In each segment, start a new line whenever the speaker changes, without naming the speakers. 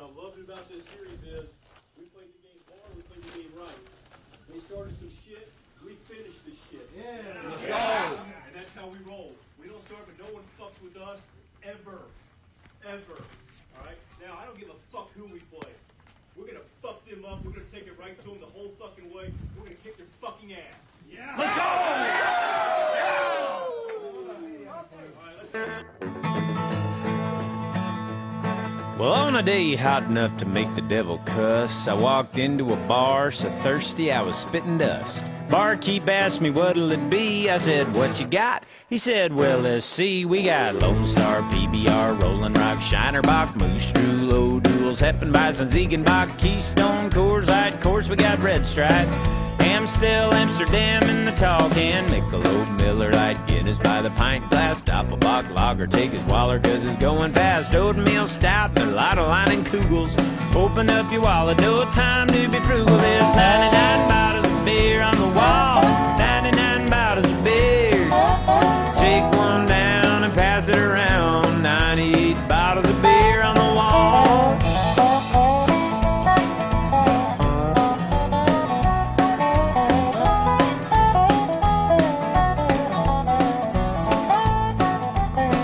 I loved about this series is, we played the game hard, we played the game right. They started some shit, we finished the shit. And that's how we roll. We don't start, but no one fucks with us ever. Ever. Alright? Now, I don't give a fuck who we play. We're gonna fuck them up. We're gonna take it right to them the whole fucking way. We're gonna kick their fucking ass.
Well, on a day hot enough to make the devil cuss, I walked into a bar so thirsty I was spitting dust. Barkeep asked me what'll it be. I said, What you got? He said, Well, let's see. We got Lone Star, PBR, Rolling Rock, Shinerbach, Moose, Drew, O'Douls, Heffenbison, Ziegenbach, Keystone, Coors Light. Of course, we got Red Stripe. Amstel, Amsterdam, and the talking. Michelob, Miller Lite, Guinness by the pint glass. Doppelbock, Lager, take his waller 'cause it's going fast. Oatmeal, Stout, Mulatto, Line, and Kugels. Open up your wallet, no time to be frugal. There's 99 bottles of beer on the wall. 99 bottles of beer. Take one down and pass it around. 98 bottles of beer on the wall.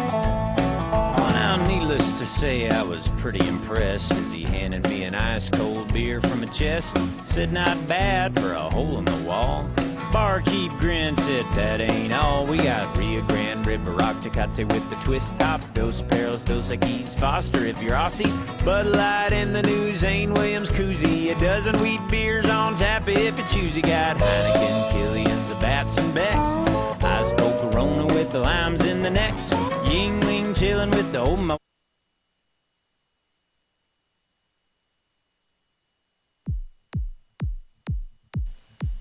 Well, now, needless to say, I was pretty impressed as he handed me an ice cold beer from a chest. Said, not bad for a hole in the wall. Barkeep grinned, said, that ain't all. We got Rio Grande, River Rock, Tecate with the twist top, Dos Perros, Dos Equis, Foster if you're Aussie, Bud Light in the new Zane Williams koozie, a dozen wheat beers on tap if you choose. You got Heineken, Killian's, the Bats and Becks, Ice Cold Corona with the limes in the necks, Yingling chilling with the old mo-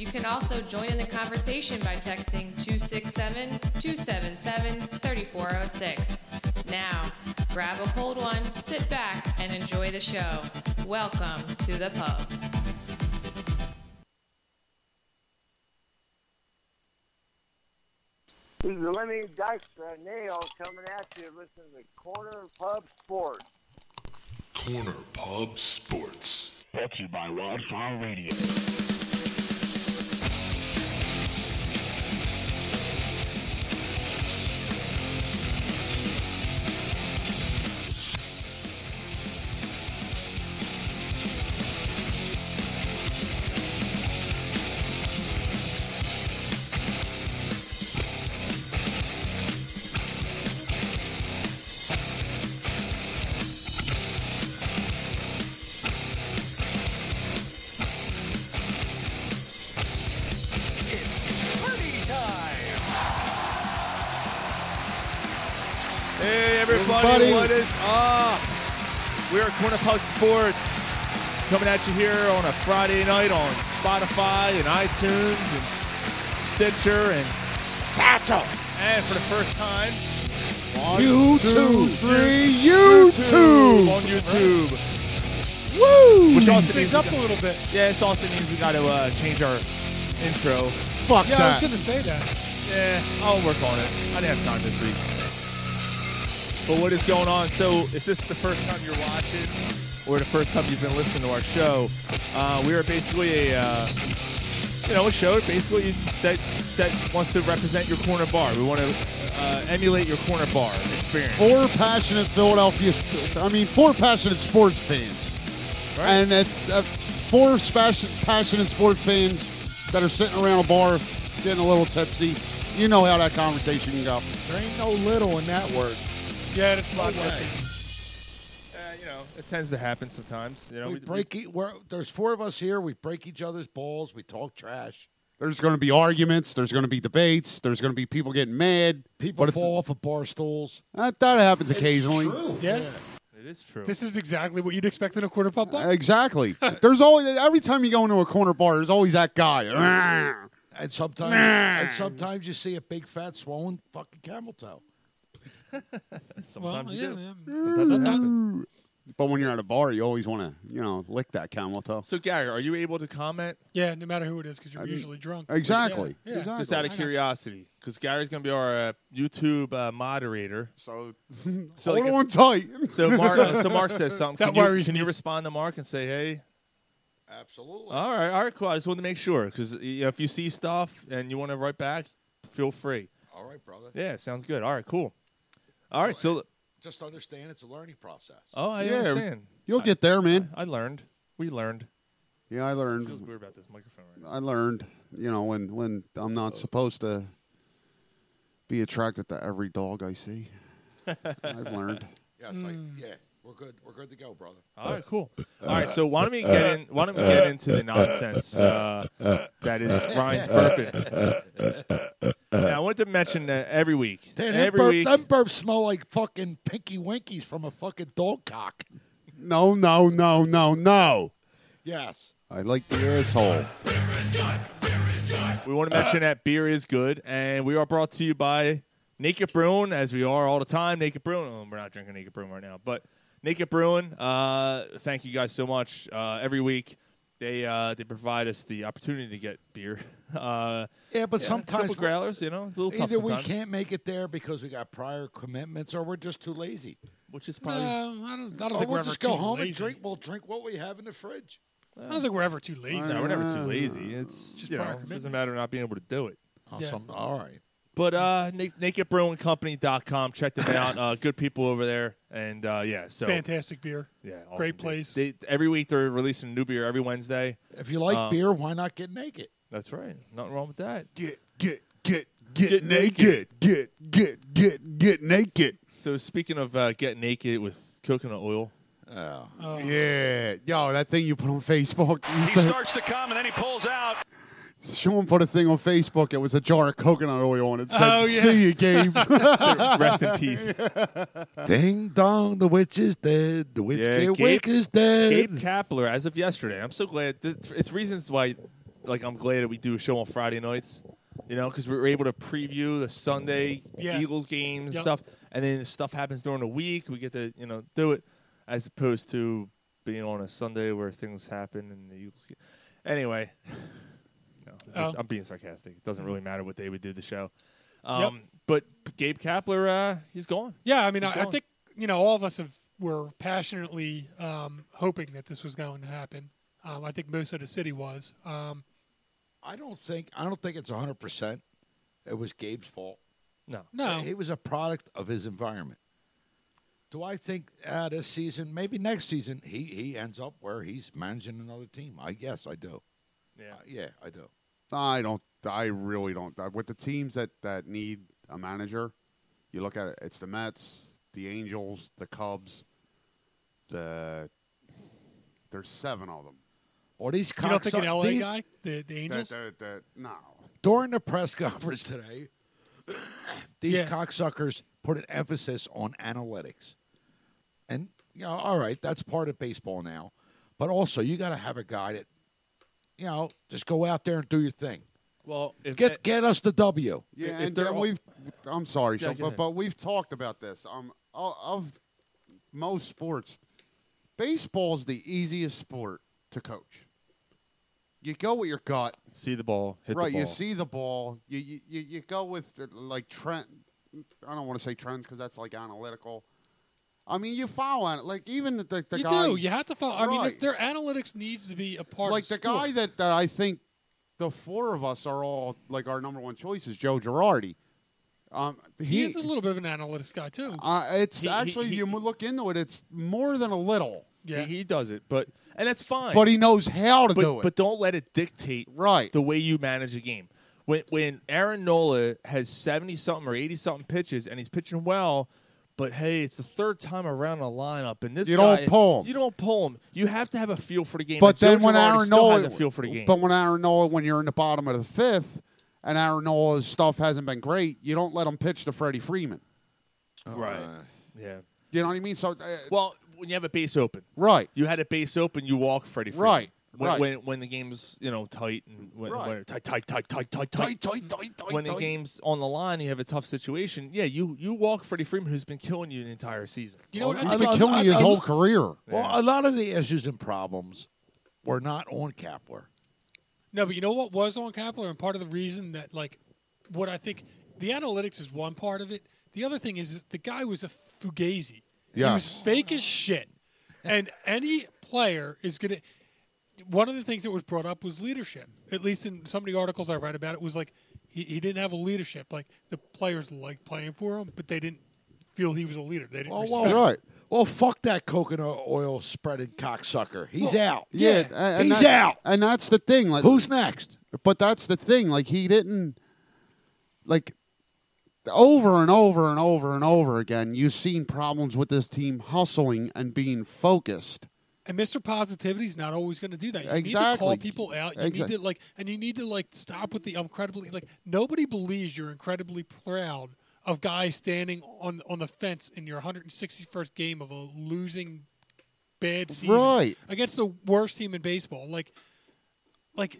You can also join in the conversation by texting 267 277 3406. Now, grab a cold one, sit back, and enjoy the show. Welcome to the pub.
This is Lemmy Dykstra Nail coming at you. Listen to Corner Pub Sports.
Corner Pub Sports. Brought to you by Wildfire Radio.
Hey, everybody,
Everybody.
what is up? We are Corner Pub Sports coming at you here on a Friday night on Spotify and iTunes and S- Stitcher and Satchel. And for the first time, on
You two, three, you
YouTube.
two.
On YouTube.
Woo!
Which also means up a little bit. Yeah, this also means we got to uh, change our intro.
Fuck
Yeah,
that.
I was gonna say that.
Yeah, I'll work on it. I didn't have time this week. But what is going on? So, if this is the first time you're watching, or the first time you've been listening to our show, uh, we are basically a, uh, you know, a show basically that that wants to represent your corner bar. We want to uh, emulate your corner bar experience.
Oh,
Four passionate Philadelphia, sp- I mean, four passionate sports fans.
Right.
And it's uh, four spas- passionate sports fans that are sitting around a bar getting a little tipsy. You know how that conversation can go.
There ain't no little in that word.
Yeah, it's not
way.
Uh, you know, it tends to happen sometimes. You know,
We break. E- we're, there's four of us here. We break each other's balls. We talk trash.
There's going to be arguments. There's going to be debates. There's going to be people getting mad.
People
but it's,
fall off of bar stools.
That, that happens occasionally.
Yeah.
It is true.
This is exactly what you'd expect in a quarter pub bar.
Exactly. There's always every time you go into a corner bar, there's always that guy.
And sometimes, and sometimes you see a big fat swollen fucking camel toe.
Sometimes
well,
you
yeah, Mm-hmm.
do.
yeah.
Sometimes that happens.
But when you're at a bar, you always want to, you know, lick that camel toe.
So Gary, are you able to comment?
Yeah, no matter who it is, because you're
I mean,
usually drunk.
Exactly.
Yeah, yeah.
Exactly.
Just out of
I got you.
curiosity, because Gary's going to be our uh, YouTube uh, moderator.
so
So,
hold
like,
on tight.
if- so Mark, uh, so Mark says something.
That
Can, you,
worries
can
me.
you respond to Mark and say, "Hey,
Absolutely.
all right, all right, cool. I just wanted to make sure because you know, if you see stuff and you want to write back, feel free.
All right, brother.
Yeah, sounds good. All right, cool. All right, so
Just understand it's a learning process.
oh, I
Yeah.
understand.
You'll get there, man.
I learned. We learned.
Yeah, I
Feels
learned.
weird about this microphone right now.
I learned. You know, when when I'm not supposed to be attracted to every dog I see. I've learned.
Yeah, it's like, yeah, we're good. We're good to go, brother.
All right, cool. All right, so why don't we get in? Why don't we get into the nonsense uh, that is Ryan's burping? Now, I wanted to mention that every week,
Damn, them,
every
burp,
week,
them burps smell like fucking Pinky Winkies from a fucking dog cock.
No, no, no, no, no.
Yes.
I like the asshole.
we want to mention that beer is good, and we are brought to you by Naked Brewing, as we are all the time. Naked Brewing. Oh, we're not drinking Naked Brewing right now, but Naked Brewing. Uh, thank you guys so much. Uh, every week, they uh, they provide us the opportunity to get beer. Uh,
Yeah, but
yeah,
sometimes
couple growlers, you know, it's a little tough
either we
sometimes,
can't make it there because we got prior commitments, or we're just too lazy.
which is
No,
probably.
I don't, I don't
Or
think we're
Oh, we'll
ever
just
too
go home
lazy.
and drink. We'll drink what we have in the fridge.
I don't think we're ever too lazy.
No, we're never
Uh,
too lazy. It's you know,
prior
it doesn't matter not being able to do it.
Oh,
Yeah.
some- all right.
But uh, na- nakedbrewingcompany.com, check them out. Uh, good people over there, and uh, yeah, so
Fantastic beer.
yeah, awesome
Great
dude.
place.
They, every week they're releasing a new beer every Wednesday.
If you like
Uh,
Um,
beer, why not get naked?
That's right. Nothing wrong with that.
Get, get, get, get,
Get naked.
Get, get, get, get naked.
So speaking of uh, get naked with coconut oil,
Oh.
Yeah, yo, that thing you put on Facebook. You
He
said-
starts to come and then he pulls out.
Sean put a thing on Facebook. It was a jar of coconut oil on it. Said,
Oh, yeah.
"See you, Gabe."
rest in peace.
Ding dong, the witch is dead. The witch
Yeah,
can't
Gabe-
wake is dead.
Gabe
Uh,
Kapler, as of yesterday, I'm so glad. This, it's reasons why, like, I'm glad that we do a show on Friday nights. You know, because we were able to preview the Sunday
Yeah.
Eagles games and
Yep.
stuff, and then stuff happens during the week. We get to you know do it as opposed to being on a Sunday where things happen and the Eagles. Get... Anyway, no, it's just-
Oh.
I'm being sarcastic. It doesn't really matter what day we do the show.
Yep.
Um, But Gabe Kapler, uh, he's gone.
Yeah, I mean,
He's
I, I
gone.
think you know all of us have were passionately um, hoping that this was going to happen. Um, I think most of the city was. Um,
I don't think I don't think it's 100. percent It was Gabe's fault.
No,
no,
He was a product of his environment. Do I think uh, this season, maybe next season, he, he ends up where he's managing another team? I yes, I do.
yeah,
Uh, yeah, I do.
I don't. I really don't. I- With the teams that that need a manager, you look at it. It's the Mets, the Angels, the Cubs. The there's seven of them.
Or these
you don't think an
cocksuck-
LA
these-
guy, the the
That,
Angels.
that, that, no,
during the press conference today, these
Yeah.
cocksuckers put an emphasis on analytics. And you know, all right, that's part of baseball now. But also you gotta have a guy that you know, just go out there and do your thing.
Well, if
Get get us the W.
Yeah,
if
and,
they're
and
all-
we've. I'm sorry,
Yeah,
Sean,
go
but,
ahead.
but we've talked about this. Um, o- of most sports, baseball's the easiest sport to coach. You go with your gut,
see the ball, hit
right?
the ball.
You see the ball. You you, you, you go with uh, like trend. I don't want to say trends because that's like analytical. I mean, you follow on it. Like even the, the, the
you
guy.
do. You have to follow. I mean, if
Right.
their analytics needs to be a part.
like
of
the guy
sports.
that, that I think the four of us are all like our number one choice is Joe Girardi. Um, he,
he, is a little bit of an analytics guy too.
Uh, it's
He- he-
actually
he-
you look into it. It's more than a little,
yeah,
He, he does it, but and that's fine.
but he knows how to
but,
do it.
but don't let it dictate
Right.
the way you manage a game. When when Aaron Nola has seventy something or eighty something pitches and he's pitching well, but hey, it's the third time around the lineup and this
You don't
guy-
pull him.
You don't pull him. You have to have a feel for the game.
But
And Joe
then when
Girardi
Aaron
still
Nola,
has a feel for the game,
but when Aaron Nola, when you're in the bottom of the fifth, and Aaron Nola's stuff hasn't been great, you don't let him pitch to Freddie Freeman.
right? Yeah.
You know what I mean? So uh,
Well, when you have a base open.
Right.
You had a base open. You walk Freddie. Freeman.
Right,
When,
right.
when when the game's you know tight and when,
Right.
when tight tight tight tight tight tight
tight tight tight
when the
tight.
game's on the line you have a tough situation yeah you you walk Freddie Freeman who's been killing you the entire season
You know
Oh,
what? He's been killing you his whole career. Well, a lot of the issues and problems were not on Kapler.
No, but you know what was on Kapler, and part of the reason that, like, what I think the analytics is one part of it. The other thing is the guy was a fugazi. He was
Yes.
fake as shit, and any player is gonna. One of the things that was brought up was leadership. At least in some of the articles I read about it was like he, he didn't have a leadership. Like the players liked playing for him, but they didn't feel he was a leader. They didn't
Oh,
respect.
well,
him.
Well, fuck that coconut oil spreading cocksucker. He's
Well,
out.
Yeah, a- and
he's
that-
out.
And that's the thing. Like,
Who's next?
But that's the thing. Like he didn't. Like over and over and over and over again, you've seen problems with this team hustling and being focused.
And Mr. Positivity's not always going to do that. You need to
Exactly.
call people out. You
Exact-
need to like, and you need to like stop with the incredibly like. Nobody believes you're incredibly proud of guys standing on on the fence in your 161st game of a losing bad season
Right.
against the worst team in baseball. Like, like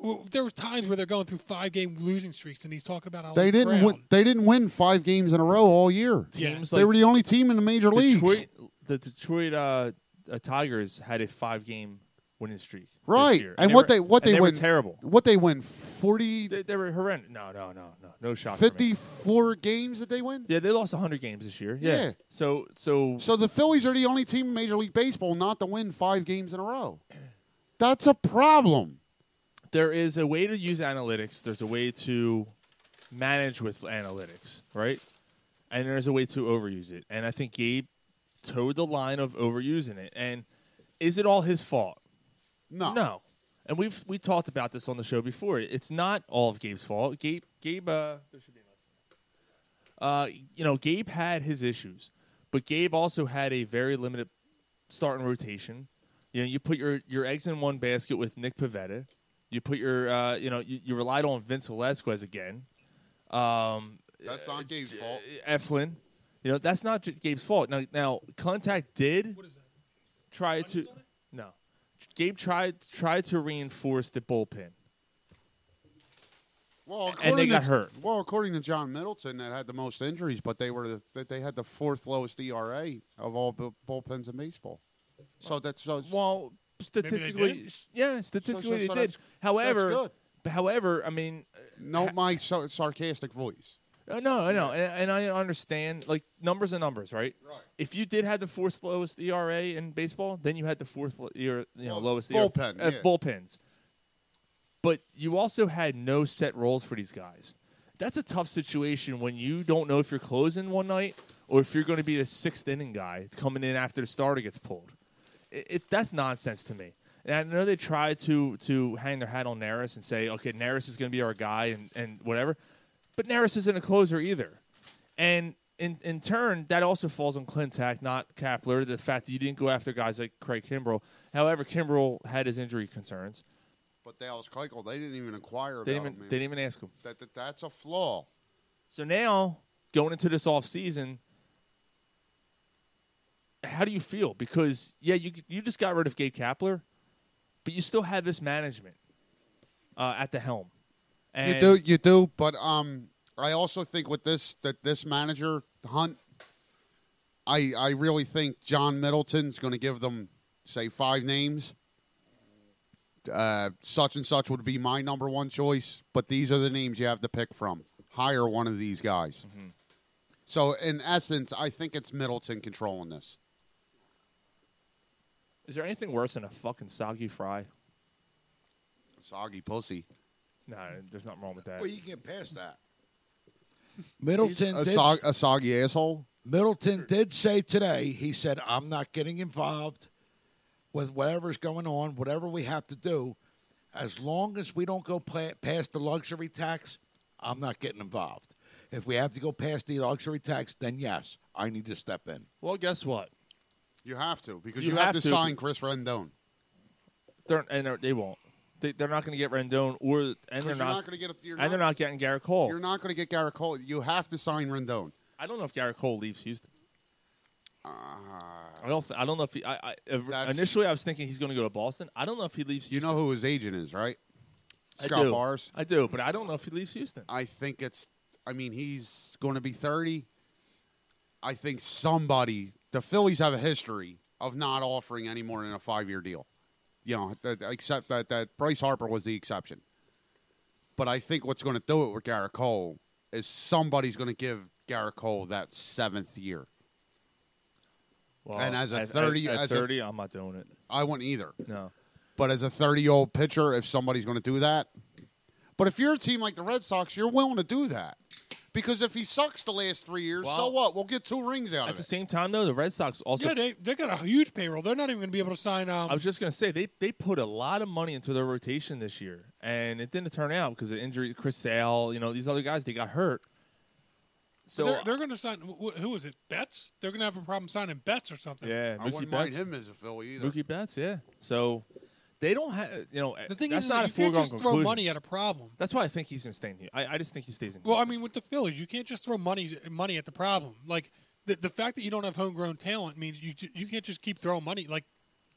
w- there were times where they're going through five game losing streaks, and he's talking about how
They
they're
didn't.
proud.
Win, they didn't win five games in a row all year.
Teams
they
like-
were the only team in the major leagues.
Detroit, the Detroit uh, uh, Tigers had a five game winning streak this
Right,
year.
and, what
were-
they what
and
they,
were
win
terrible
What they win 40,
they, they were horrendous no no no no no shock for me.
54 games that they win.
yeah they lost 100 games this year yeah,
Yeah.
so so
So the Phillies are the only team in Major League Baseball not to win five games in a row. That's a problem.
there is a way to use analytics. There's a way to manage with analytics, right? And there's a way to overuse it. And I think Gabe towed the line of overusing it. And is it all his fault?
No.
No. And we've we talked about this on the show before. It's not all of Gabe's fault. Gabe Gabe uh, there should be a mic. uh you know, Gabe had his issues, but Gabe also had a very limited starting rotation. You know, you put your, your eggs in one basket with Nick Pavetta. You put your uh, you know, you, you relied on Vince Velasquez again. Um
That's not Gabe's fault.
Eflin. You know, that's not J- Gabe's fault. Now, now contact did try to no. Gabe tried tried to reinforce the bullpen.
Well,
and they
according
got
to-
hurt.
Well, according to John Middleton, that had the most injuries, but they were the, that they had the fourth lowest ERA of all bu- bullpens in baseball. So that's so
Well, statistically,
did?
yeah, statistically
so
they did.
that's-
However,
that's good.
but however, I mean,
no my so, sarcastic voice.
uh, no, I know, and, and I understand. Like numbers are numbers, right?
Right.
If you did have the fourth lowest ERA in baseball, then you had the fourth lo- ER, you know
Well,
lowest
bullpen,
ERA, uh,
yeah.
bullpens. But you also had no set roles for these guys. That's a tough situation when you don't know if you're closing one night or if you're going to be the sixth inning guy coming in after the starter gets pulled. it, it that's nonsense to me. And I know they try to to hang their hat on Naris and say, okay, Naris is going to be our guy and, and whatever, but Naris isn't a closer either. And in in turn, that also falls on Clintack, not Kapler. The fact that you didn't go after guys like Craig Kimbrell. However, Kimbrell had his injury concerns.
But Dallas Keuchel, they didn't even inquire
They didn't
about
even,
him. man.
they didn't even ask him.
that, that that's a flaw.
So now, going into this offseason, how do you feel? Because yeah, you you just got rid of Gabe Kapler, but you still have this management uh, at the helm. And
you do, you do, but um, I also think with this that this manager Hunt, I I really think John Middleton's going to give them say five names. Uh, such and such would be my number one choice, but these are the names you have to pick from. Hire one of these guys.
Mm-hmm.
So in essence, I think it's Middleton controlling this.
Is there anything worse than a fucking soggy fry?
Soggy pussy.
No, there's nothing wrong with that.
Well, you can get past that. Middleton
A,
did,
sog, a soggy asshole.
Middleton did say today, he said, I'm not getting involved with whatever's going on, whatever we have to do. As long as we don't go pla past the luxury tax, I'm not getting involved. If we have to go past the luxury tax, then yes, I need to step in.
Well, guess what?
You have to because
You
you, have,
have
to,
to.
sign Chris Rendon.
They're, and they're, they won't. They, they're not going to get Rendon, or and they're
you're
not,
not gonna get a- you're
and they're
not-
not getting Garrett Cole.
You're not going to get Garrett Cole. You have to sign Rendon.
I don't know if Garrett Cole leaves Houston.
Uh,
I don't. Th- I don't know if he. I, I if- initially I was thinking he's going to go to Boston. I don't know if he leaves.
You know who his agent is, right?
I
Scott Uh,
do.
Barrs.
I do, but I don't know if he leaves Houston.
I think it's. I mean, he's going to be thirty. I think somebody. The Phillies have a history of not offering any more than a five-year deal. You know, that, except that that Bryce Harper was the exception. But I think what's going to do it with Garrett Cole is somebody's going to give Garrett Cole that seventh year.
Well,
and as a
at- at-
thirty,
at,
as a-
thirty, i I'm not doing it.
I wouldn't either.
No.
But as a 30 year old pitcher, if somebody's going to do that, but if you're a team like the Red Sox, you're willing to do that because if he sucks the last three years, so
Well-
what? We'll get two rings out
At
of
the
it.
same time, though, the Red Sox also.
yeah, they they got a huge payroll. They're not even going to be able to sign. Um,
I was just gonna say they they put a lot of money into their rotation this year, and it didn't turn out because of injury. Chris Sale, you know, these other guys, they got hurt. So
they're, they're going to sign. wh- Who is it? Betts. They're going to have a problem signing Betts or something.
yeah,
I
Mookie
wouldn't
Betts,
mind him as a Philly either.
Mookie Betts, yeah. So they don't have, you know,
The thing
that's
is,
not a
you can't
foregone
just
conclusion.
throw money at a problem.
That's why I think he's gonna stay in here. I, I just think he stays in.
Well, I mean, with the Phillies, you can't just throw money money at the problem. Like the the fact that you don't have homegrown talent means you ju- you can't just keep throwing money. Like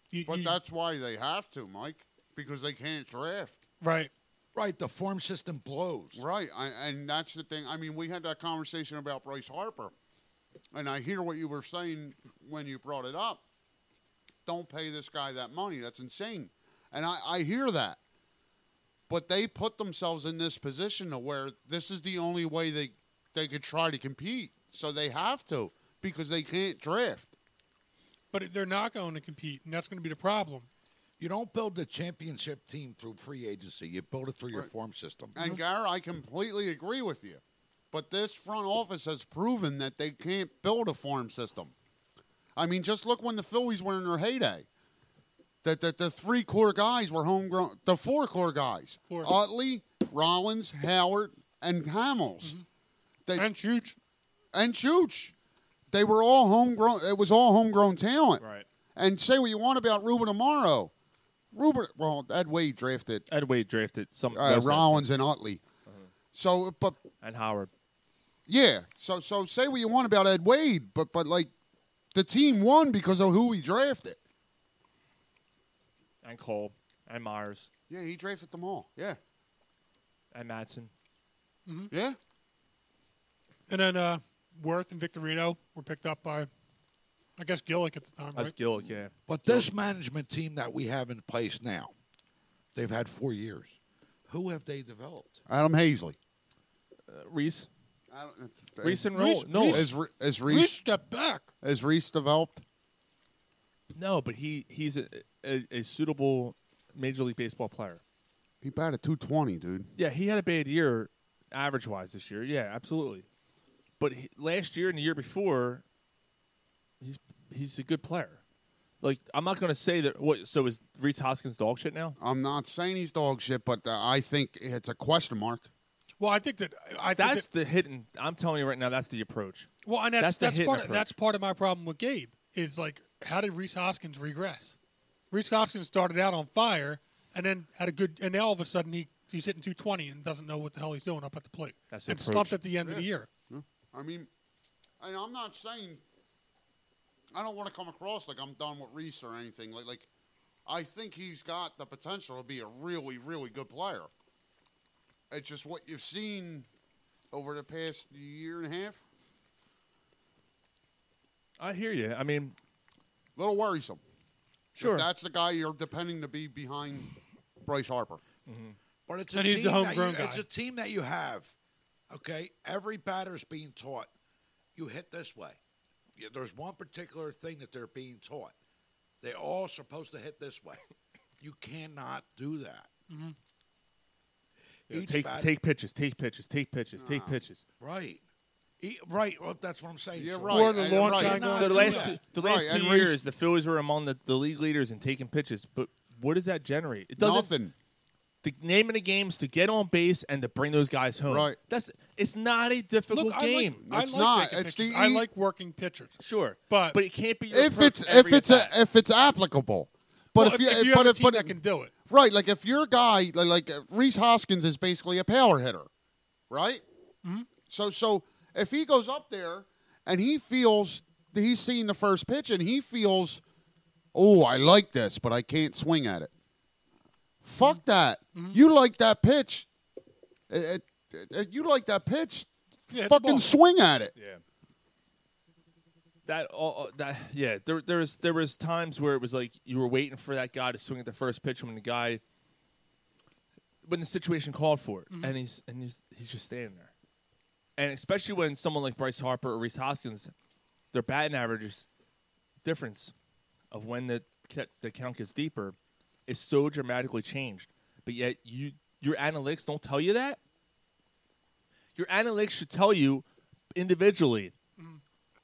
you,
but
you-
that's why they have to, Mike, because they can't draft.
right.
Right, the form system blows.
Right. I, and that's the thing. I mean, we had that conversation about Bryce Harper, and I hear what you were saying when you brought it up. Don't pay this guy that money. That's insane. And I, I hear that. But they put themselves in this position to where this is the only way they, they could try to compete. So they have to because they can't draft.
But they're not going to compete, and that's going to be the problem.
You don't build a championship team through free agency. You build it through your
Right.
form system.
And Gar, I completely agree with you. But this front office has proven that they can't build a farm system. I mean, just look when the Phillies were in their heyday. That the, the three core guys were homegrown. The four core guys:
Four.
Utley, Rollins, Howard, and Hamels. They,
And huge.
and Chooch. They were all homegrown. It was all homegrown talent.
Right.
And say what you want about Ruben Amaro. Ruben, well, Ed Wade drafted
Ed Wade drafted some
uh, Rollins and Utley. So, but
and Howard.
yeah. So so say what you want about Ed Wade, but but like the team won because of who he drafted.
and Cole and Myers
Yeah, he drafted them all. Yeah.
and Matson.
Yeah.
And then uh, Worth and Victorino were picked up by, I guess Gillick at the time,
I
right?
was Gillick, yeah.
But this management team that we have in place now, they've had four years. Who have they developed?
Adam Hazley.
Uh, Reese.
I don't,
Reese
is,
and
Reese-
Roll. No,
Reese-
is Re- is
Reese
Reese
stepped back.
is Reese developed?
no, but he he's a, a, a suitable Major League Baseball player.
He batted two twenty, dude.
Yeah, he had a bad year, average wise this year. Yeah, absolutely. But he, last year and the year before, he's he's a good player. Like I'm not going to say that. What? So is Reese Hoskins dog shit now?
I'm not saying he's dog shit, but uh, I think it's a question mark.
Well, I think that I think
That's
that-
the hidden. I'm telling you right now, that's the approach.
well, and
that's
that's
the
that's,
hitting
part of,
approach.
that's part of my problem with Gabe is like how did Reese Hoskins regress? Reese Hoskins started out on fire and then had a good and now all of a sudden he he's hitting 220 and doesn't know what the hell he's doing up at the plate
That's the
and
approach.
slumped at the end of the year.
I mean, and I'm not saying I don't want to come across like I'm done with Reese or anything. Like, like I think he's got the potential to be a really, really good player. It's just what you've seen over the past year and a half.
I hear you. I mean,
A little worrisome. If
sure.
that's the guy you're depending to be behind Bryce Harper.
But it's a
And
team
he's the homegrown
that you, It's
guy.
a team that you have. Okay, every batter's being taught. You hit this way. Yeah, there's one particular thing that they're being taught. They're all supposed to hit this way. You cannot do that.
Mm-hmm.
You know,
each
take
bat-
take pitches, take pitches, take pitches, take pitches.
Right. E- right. Well, that's what I'm saying.
You're
Sean.
right.
Or the
and-
launch
right.
angle.
So the
do
last
that.
two, the
Right,
last two
and Reese-
years, the Phillies were among the, the league leaders in taking pitches. But what does that generate? It doesn't.
Nothing.
The name of the game is to get on base and to bring those guys home.
Right.
That's it's not a difficult
Look, I like,
game.
I
It's
like
not.
taking
It's
pitchers.
the
I
e-
like working pitchers.
sure,
But-
but it can't be your
If
approach
it's if
every
it's a,
attack.
if it's applicable. But
Well,
if you,
have
but
a
if,
team
but
that can do it,
Right, like if your guy, like, like uh, Reese Hoskins is basically a power hitter, right? So so if he goes up there and he feels he's seen the first pitch and he feels, oh, I like this, but I can't swing at it. Fuck that. You like that pitch. It- it- it- you like that pitch.
Yeah, it's
Fucking
ball.
swing at it.
Yeah. That all that yeah. There there was there was times where it was like you were waiting for that guy to swing at the first pitch when the guy when the situation called for it, and he's and he's he's just standing there, and especially when someone like Bryce Harper or Reese Hoskins, their batting averages difference of when the ca- the count gets deeper is so dramatically changed, but yet you your analytics don't tell you that. Your analytics should tell you individually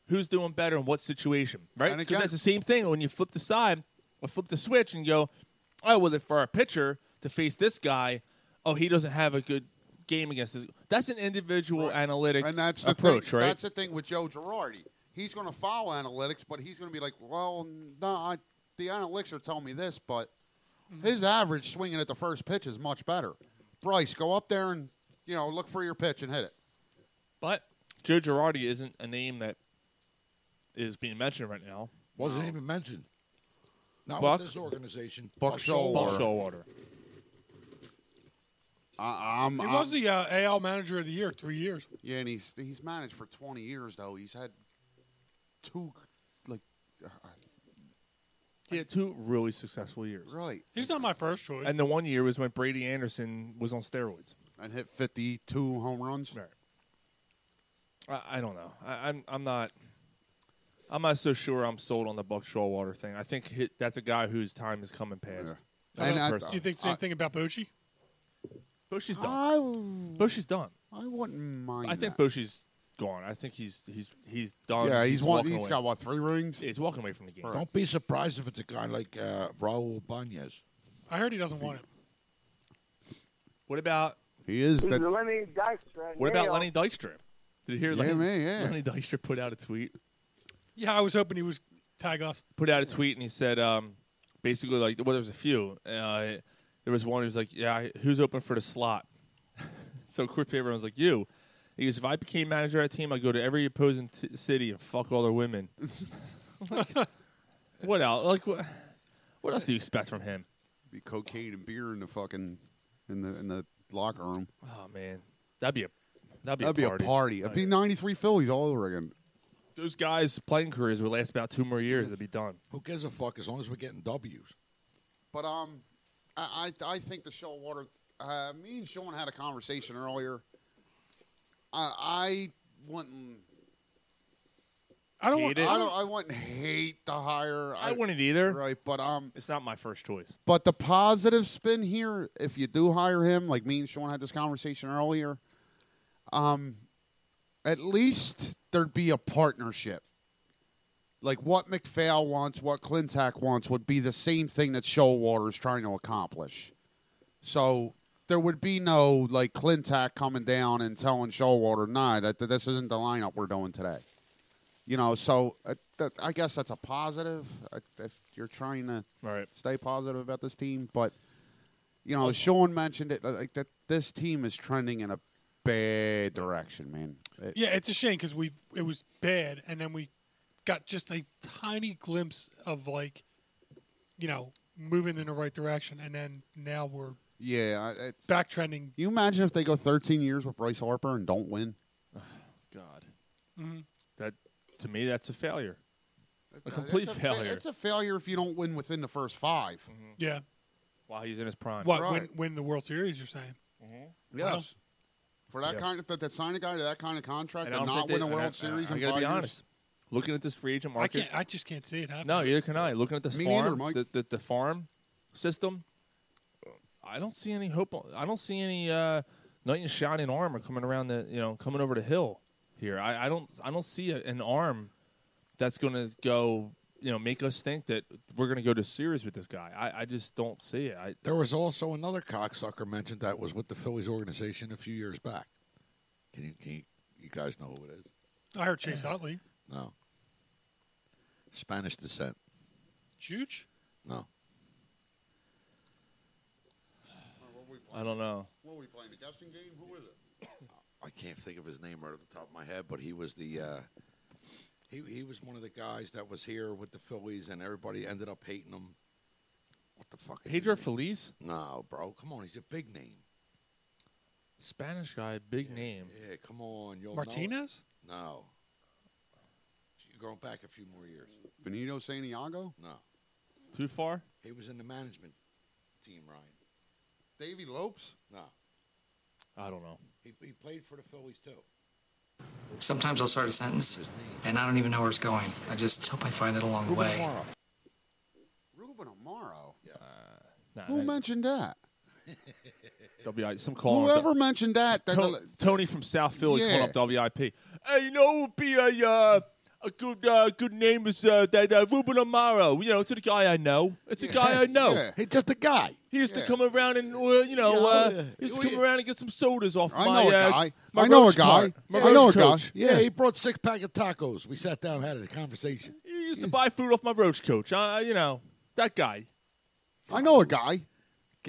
who's doing better in what situation, right?
And
Because
again-
that's the same thing when you flip the side or flip the switch and go, oh, well, if for our pitcher to face this guy, oh, he doesn't have a good game against this. That's an individual analytic
And that's the
approach,
thing.
right?
That's the thing with Joe Girardi. He's going to follow analytics, but he's going to be like, well, no, I, the analytics are telling me this, but
Mm-hmm.
his average swinging at the first pitch is much better. Bryce, go up there and you know look for your pitch and hit it.
but Joe Girardi isn't a name that is being mentioned right now.
Wasn't even mentioned. Not
Buck?
with this organization.
Buck
Buck
Showalter.
Showalter.
I, I'm,
He
I'm-
was the uh, AL Manager of the Year three years.
yeah, and he's he's managed for 20 years though. He's had two like
He had two really successful years.
right
He's not my first choice.
And the one year was when Brady Anderson was on steroids.
and hit 52 home runs.
Right. I, I don't know. I, I'm I'm not I'm not so sure I'm sold on the Buck Showalter thing. I think hi that's a guy whose time is coming past.
Yeah. And I-
you think
uh,
the same thing about Bochy?
Bushy's done.
I w-
Bushy's done.
I wouldn't mind.
I think
that.
Bushy's gone. I think he's he's he's done.
yeah, he's one.
walking
He's
away.
got what three rings?
Yeah, he's walking away from the game.
Don't be surprised if it's a guy like uh, Raul Banez.
I heard he doesn't want it.
What about
He is
He's
that.
Lenny uh, Dykstra.
what about
Nail.
Lenny Dykstra? Did you hear
Yeah,
Lenny,
man, yeah.
Lenny Dykstra put out a tweet?
Yeah, I was hoping he was tag us.
put out a tweet and he said um, basically like well there was a few uh, there was one who was like yeah I- who's open for the slot so of course everyone was like you he goes if I became manager of a team I'd go to every opposing t- city and fuck all their women Like, what else like what, what else do you expect from him
be cocaine and beer in the fucking in the in the locker room.
oh man that'd be a that'd be
That'd be
a party, Oh,
a party. It'd be
Like,
'93 Phillies all over again.
those guys playing careers would last about two more years they'd be done
Who gives a fuck as long as we're getting W's?
But um, I I, I think the Showalter. Uh, me and Sean had a conversation earlier. I I wouldn't.
I don't
Hate
want.
it.
I don't. I wouldn't hate the hire.
I wouldn't either
Right, but um,
it's not my first choice
but the positive spin here, if you do hire him, like me and Sean had this conversation earlier, um, at least there'd be a partnership. Like what McPhail wants, what Clintack wants would be the same thing that Shoalwater is trying to accomplish. So there would be no like Clintack coming down and telling Shoalwater, "Nah, that, that this isn't the lineup we're doing today." You know, so uh, that, I guess that's a positive uh, if you're trying to
all right
stay positive about this team. But you know, Sean mentioned it like that. This team is trending in a bad direction, man. It-
Yeah, it's a shame because we it was bad, and then we got just a tiny glimpse of like, you know, moving in the right direction, and then now we're
yeah, I- it-
back trending.
you imagine if they go 13 years with Bryce Harper and don't win?
God.
Mm-hmm.
That to me, that's a failure. A complete
It's a fa-
failure.
it's a failure Mm-hmm. if you don't win within the first five.
Yeah,
While he's in his prime.
what
Right.
win win the World Series? You're saying?
Yes. For that
Yeah.
kind of that, that sign a guy to that kind of
And
contract
I
and
don't think
not
they-
win a
and I-
World
and
Series
I,
in
gotta
five
be
years.
honest. Looking at this free agent
I
market.
can't. I just can't see it happening.
no, neither can I. Looking at this
Me
farm,
neither, Mike.
The, the, the farm system. I don't see any hope. I don't see any uh, knight in shining armor coming around the you know coming over the hill here. I, I don't I don't see a, an arm that's going to go you know make us think that we're going to go to series with this guy. I, I just don't see it. I,
There was also another cocksucker mentioned that was with the Phillies organization a few years back. Can you, can you, you guys know who it is?
I heard Chase Utley.
No. Spanish descent.
Huge.
No.
I don't know.
What are we playing? The guessing game? Who is it?
I can't think of his name right off the top of my head, but he was the uh, He he was one of the guys that was here with the Phillies, and everybody ended up hating him. What the fuck? is his
Pedro
name?
Feliz,
No, bro. Come on, he's a big name.
Spanish guy, big name.
Yeah, come on, you'll know it.
Martinez?
No. You're going back a few more years.
Benito Santiago?
No,
Too far?
he was in the management team, Ryan.
Davy Lopes?
No,
I don't know.
he, he played for the Phillies too.
Sometimes I'll start a sentence and I don't even know where it's going. I just hope I find it along the way.
Ruben Amaro?
Nah,
Who
that-
mentioned that?
WI some call.
Whoever mentioned that, that
Tony, Tony from South Philly
Yeah.
calling up WIP. Hey, you know, would be a uh, a good uh, good name is uh, that uh, Ruben Amaro. You know, it's a guy I know. It's a guy I know.
Yeah.
He's just a guy.
He used
Yeah. Oh,
to come around and uh, you know,
Yeah,
uh,
yeah.
used to come around and get some sodas off
I
my.
know a
uh,
guy.
my
I know a
roach
guy.
cart. My
I know
roach
a guy.
coach.
Yeah,
Yeah.
he brought six pack of tacos. We sat down, and had a conversation.
He used to buy food off my roach coach. I, you know, that guy.
I know a guy.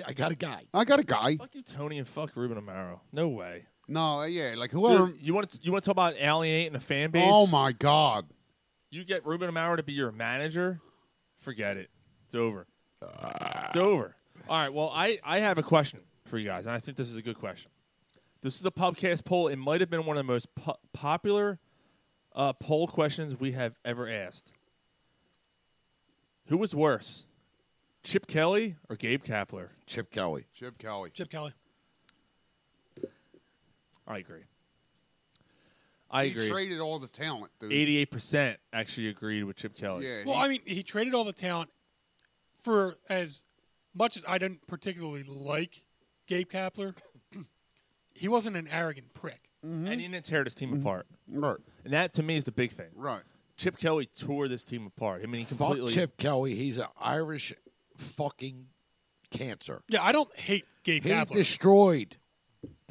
I got a guy.
I got a guy.
Fuck you, Tony, and fuck Ruben Amaro. No way.
No, uh, yeah, like whoever.
Dude, you want to, you want to talk about alienating a fan base?
um, Oh my God!
You get Ruben Amaro to be your manager? Forget it. It's over. It's over. All right. Well, I, I have a question for you guys, and I think this is a good question. This is a podcast poll. It might have been one of the most po- popular uh, poll questions we have ever asked. Who was worse, Chip Kelly or Gabe Kapler?
Chip Kelly.
Chip Kelly.
Chip Kelly.
I agree. I
he
agree.
traded all the talent, dude.
Eighty-eight percent actually agreed with Chip Kelly.
Yeah.
Well,
he-
I mean, he traded all the talent for as much as I didn't particularly like Gabe Kapler. he wasn't an arrogant prick.
and he didn't tear this team apart.
right,
And that to me is the big thing.
right.
Chip Kelly tore this team apart. I mean, he
Fuck
completely.
Chip Kelly. He's an Irish fucking cancer.
Yeah, I don't hate Gabe
He
Kapler.
destroyed.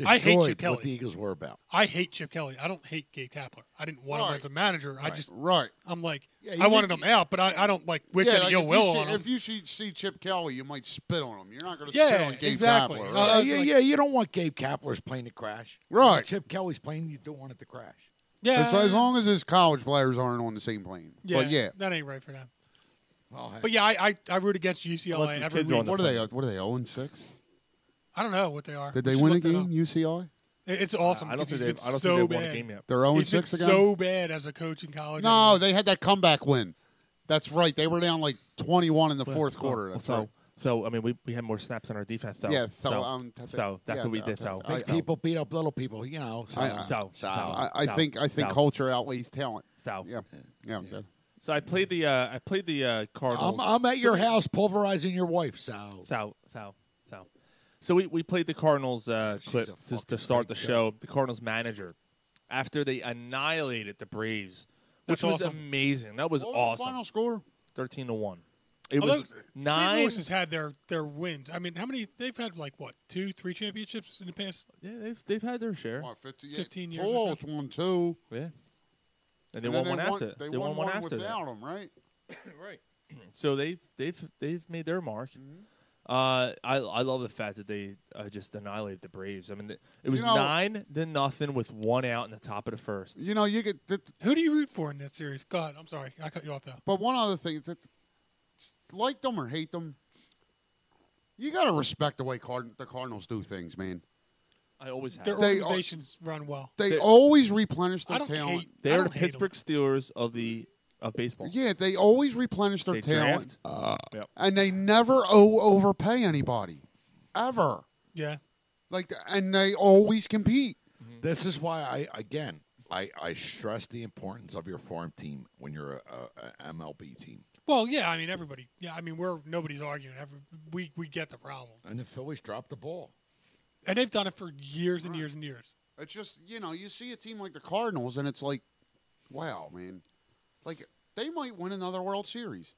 I hate Chip
Destroyed
Kelly.
what the Eagles were about.
I hate Chip Kelly. I don't hate Gabe Kapler. I didn't want him
Right.
as a manager. I just,
Right.
I'm like,
Yeah, you
I wanted
think-
him out, but I, I don't like wish
yeah,
any
like
ill
if,
will
you
on
see,
him.
if you see, see Chip Kelly, you might spit on him. You're not going to spit
Yeah,
on Gabe
exactly.
Kapler,
Uh,
right?
yeah,
it's
yeah,
like-
yeah. You don't want Gabe Kapler's plane to crash.
Right.
Chip Kelly's plane, you don't want it to crash.
yeah,
As- as long as his college players aren't on the same plane. But yeah,
that ain't right for them.
Oh, hey.
But yeah, I I, I root against UCLA
Unless the
every
kids are
week.
on the-
what are they? What are they? Zero and six?
I don't know what they are.
Did they
Just
win a
look that
game?
up.
UCLI?
It- It's awesome.
I don't think
because
they've,
he's
I
been
don't
so
think they've won a
bad.
game yet.
They're zero and
He's been
six again.
so bad as a coach in college.
no, they had that comeback win. That's right. They were down like 21 in the fourth
Well,
quarter.
well,
That's
so,
right.
so I mean, we, we had more snaps on our defense. So,
Yeah, so,
so,
um, that's it.
so that's
Yeah,
what we
that-
did.
that-
So,
I-
Big
so,
people beat up little people, you know. So,
I-
so, so,
I, I
so,
think I think
so,
culture outweighs talent.
So,
Yeah, yeah. yeah.
so I played the uh, I played the uh, Cardinals.
I'm, I'm at your house pulverizing your wife, Sal.
So, so, so. So we, we played the Cardinals uh,
She's
clip
a
to,
fucking
to start the
freak
show. The Cardinals manager after they annihilated the Braves,
That's
which was
awesome.
amazing. That was
What was the
awesome.
final score?
Thirteen to one. It
Although
was nine.
St. Louis has had their their wins. I mean, how many they've had? Like what, two, three championships in the past?
yeah, they've they've had their share.
What, 50,
15 years or
Oh, it's one two.
Yeah. And they
And
won
then
one
won-
after.
They, won,
one
one
after
without him, right?
that. Right. So they've they've they've made their mark. Uh, I I love the fact that they uh, just annihilated the Braves. I mean, th- it was
know-
nine to nothing with one out in the top of the first.
You know, you get. That,
Who do you root for in that series? God, I'm sorry, I cut you off though.
but one other thing, that, like them or hate them, you gotta respect the way Card- the Cardinals do things, man.
I always have.
Their
They are-
organizations run well.
They,
They-
always replenish their
I don't
talent.
hate.
They
I
are the
don't hate 'em.
Pittsburgh Steelers of the of baseball.
Yeah, they always replenish their
they
talent, Uh,
draft. Yep.
and they never o- overpay anybody, ever.
Yeah,
Like, and they always compete.
This is why I again I, I stress the importance of your farm team when you're a, a, a MLB team.
Well, yeah, I mean everybody. Yeah, I mean we're nobody's arguing. Every, we we get the problem,
And the Phillies dropped the ball.
and they've done it for years and years and years.
It's just you know you see a team like the Cardinals, and it's like, wow, man, like they might win another World Series.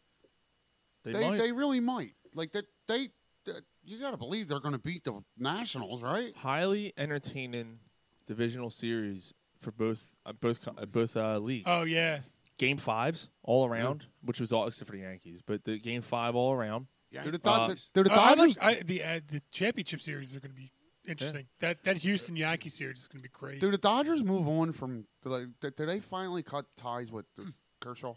They,
They they,
might.
really might. Like that they, that- you got to believe they're going to beat the Nationals, right?
highly entertaining divisional series for both uh, both co- uh, both uh, leagues.
Oh yeah,
game fives all around, which was all except for the Yankees, but the game five all around.
Do the,
Uh,
Dod- do the
Uh, I
Dodgers
like- I- the uh, the championship series are going to be interesting. That that Houston Yankee series is going to be great.
do the Dodgers move on from? Do they, do they finally cut ties with the Kershaw?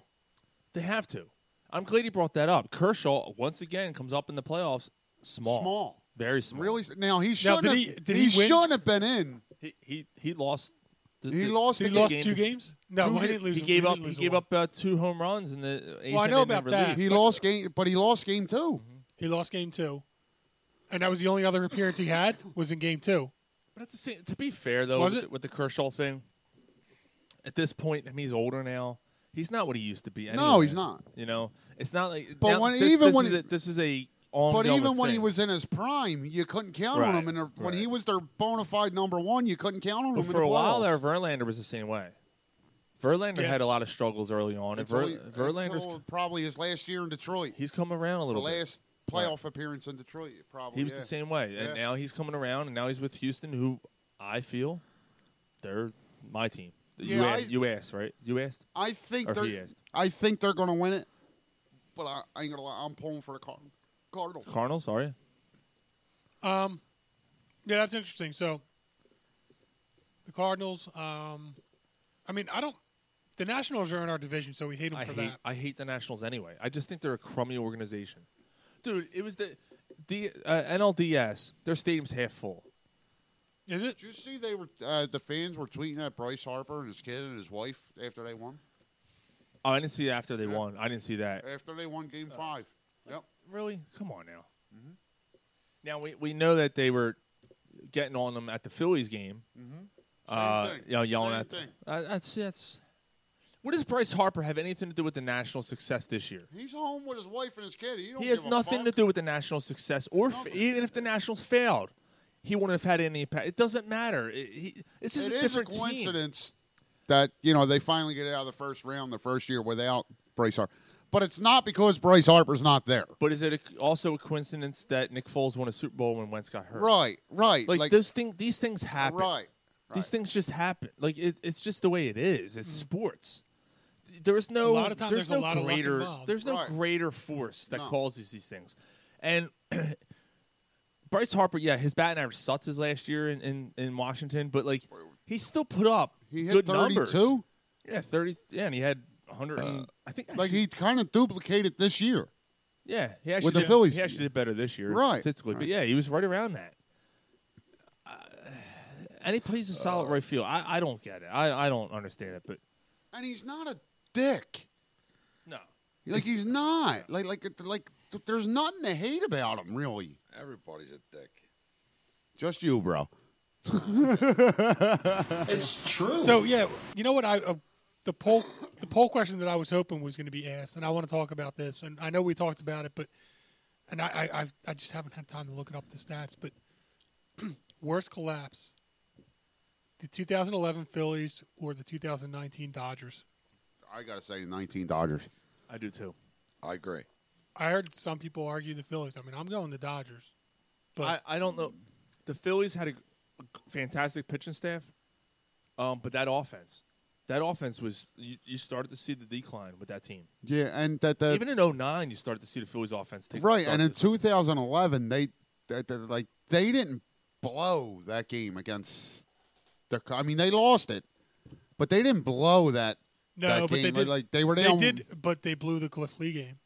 They have to. I'm glad he brought that up. Kershaw once again comes up in the playoffs small,
Small.
very small.
Really? Now he shouldn't. have, he, shouldn't have been in.
He he, he lost. The,
He
the-
lost
the
the game.
game.
two games? No,
Two
well, he
ga-
didn't lose-
He gave
he
up.
didn't
He
lose
gave up uh, two home runs in the. Eighth
Well, I know
inning
about
in
that.
relief.
He lost game, but he lost game two.
He lost game two, and that was the only other appearance he had was in game two.
But at the same, to be fair though,
Was
with, the, with the Kershaw thing, at this point, I mean, he's older now. He's not what he used to be. Anyway.
No, he's not.
You know, it's not like.
But
now
when-
this-
even
this
when
is
he-
a, this is a
But
ongoing
even when he
thing.
was in his prime, you couldn't count on
Right,
him. And when he was their bona fide number one, you couldn't count on
But
him.
for
in
a
the
while
playoffs.
there, Verlander was the same way. Verlander
Yeah.
had a lot of struggles early on, and
It's
Ver,
only-
Verlander's
until probably his last year in Detroit.
he's come around a
The
little bit.
last playoff appearance in Detroit, probably.
He was
yeah.
the same way, and
Yeah.
now he's coming around, and now he's with Houston, who I feel they're my team. You,
Yeah,
asked,
I-
you asked, right? You asked.
I think
Or he
they're.
asked.
I think they're going to win it, but I, I ain't gonna lie. I'm pulling for the Car- Cardinals.
Cardinals, are you?
Um, yeah, that's interesting. So, the Cardinals. Um, I mean, I don't. The Nationals are in our division, so we hate them
I
for
hate.
that.
I hate the Nationals anyway. I just think they're a crummy organization, dude. It was the D, uh, NLDS. Their stadium's half full.
Is it?
Did you see they were uh, the fans were tweeting at Bryce Harper and his kid and his wife after they won?
Oh, I didn't see it after they won. I didn't see that.
After they won Game Five. Yep.
Really? Come on now.
Mm-hmm.
Now we, we know that they were getting on them at the Phillies game.
Mhm.
Uh,
Same thing.
You know, yelling
Same
at
thing.
Uh, that's that's. What does Bryce Harper have anything to do with the national success this year?
He's home with his wife and his kid. He, don't
He has
give a
nothing
fuck.
to do with the national success, or f- even if the Nationals failed, he wouldn't have had any impact. It doesn't matter. It, he, this is
It
a
is a
different
coincidence. that you know they finally get out of the first round the first year without Bryce Harper. But it's not because Bryce Harper's not there.
Team. But is it a, also a coincidence that Nick Foles won a Super Bowl when Wentz got hurt?
Right, right.
Like,
Like-
those thing, these things happen.
Right, Mm-hmm.
These things just happen. Like it, it's just the way it is. It's sports. There is no.
A lot of time
there's,
there's a
no
lot of luck
greater.
involved.
there's no
Right.
greater force that
No.
causes these things, and Bryce Harper. Yeah, his batting average sucked his last year in, in, in Washington, but like he still put up
He hit
good numbers.
32?
Yeah, thirty. Yeah, and he had hundred. I think
Uh, Like he kind of duplicated this year.
yeah, he actually
with the
did,
Phillies.
He actually did better this year,
Right.
Statistically, but yeah, he was right around that. Uh, and he plays a solid right field. I, I don't get it. I, I don't understand it, but
And he's not a dick.
No.
Like he's not. Like like like th- there's nothing to hate about him really.
Everybody's a dick.
Just you, bro.
It's true.
So yeah, you know what? I uh, the poll the poll question that I was hoping was going to be asked, and I want to talk about this. And I know we talked about it, but and I I, I, I just haven't had time to look it up the stats. But worst collapse: the 2011 Phillies or the 2019 Dodgers?
I gotta say, 19 Dodgers.
I do too.
I agree.
I heard some people argue the Phillies. I mean, I'm going the Dodgers. But-
I, I don't know. The Phillies had a, g- a fantastic pitching staff, um, but that offense, that offense was you, you started to see the decline with that team.
Yeah, and that the
Even in 09, you started to see the Phillies offense take
Uh, right,
start
and in
to-
2011 they, they, they- like they didn't blow that game against the. I mean, they lost it, but they didn't blow that.
No,
that
but
game.
they
Like-
did.
like they were
They
down.
did, but they blew the Cliff Lee game.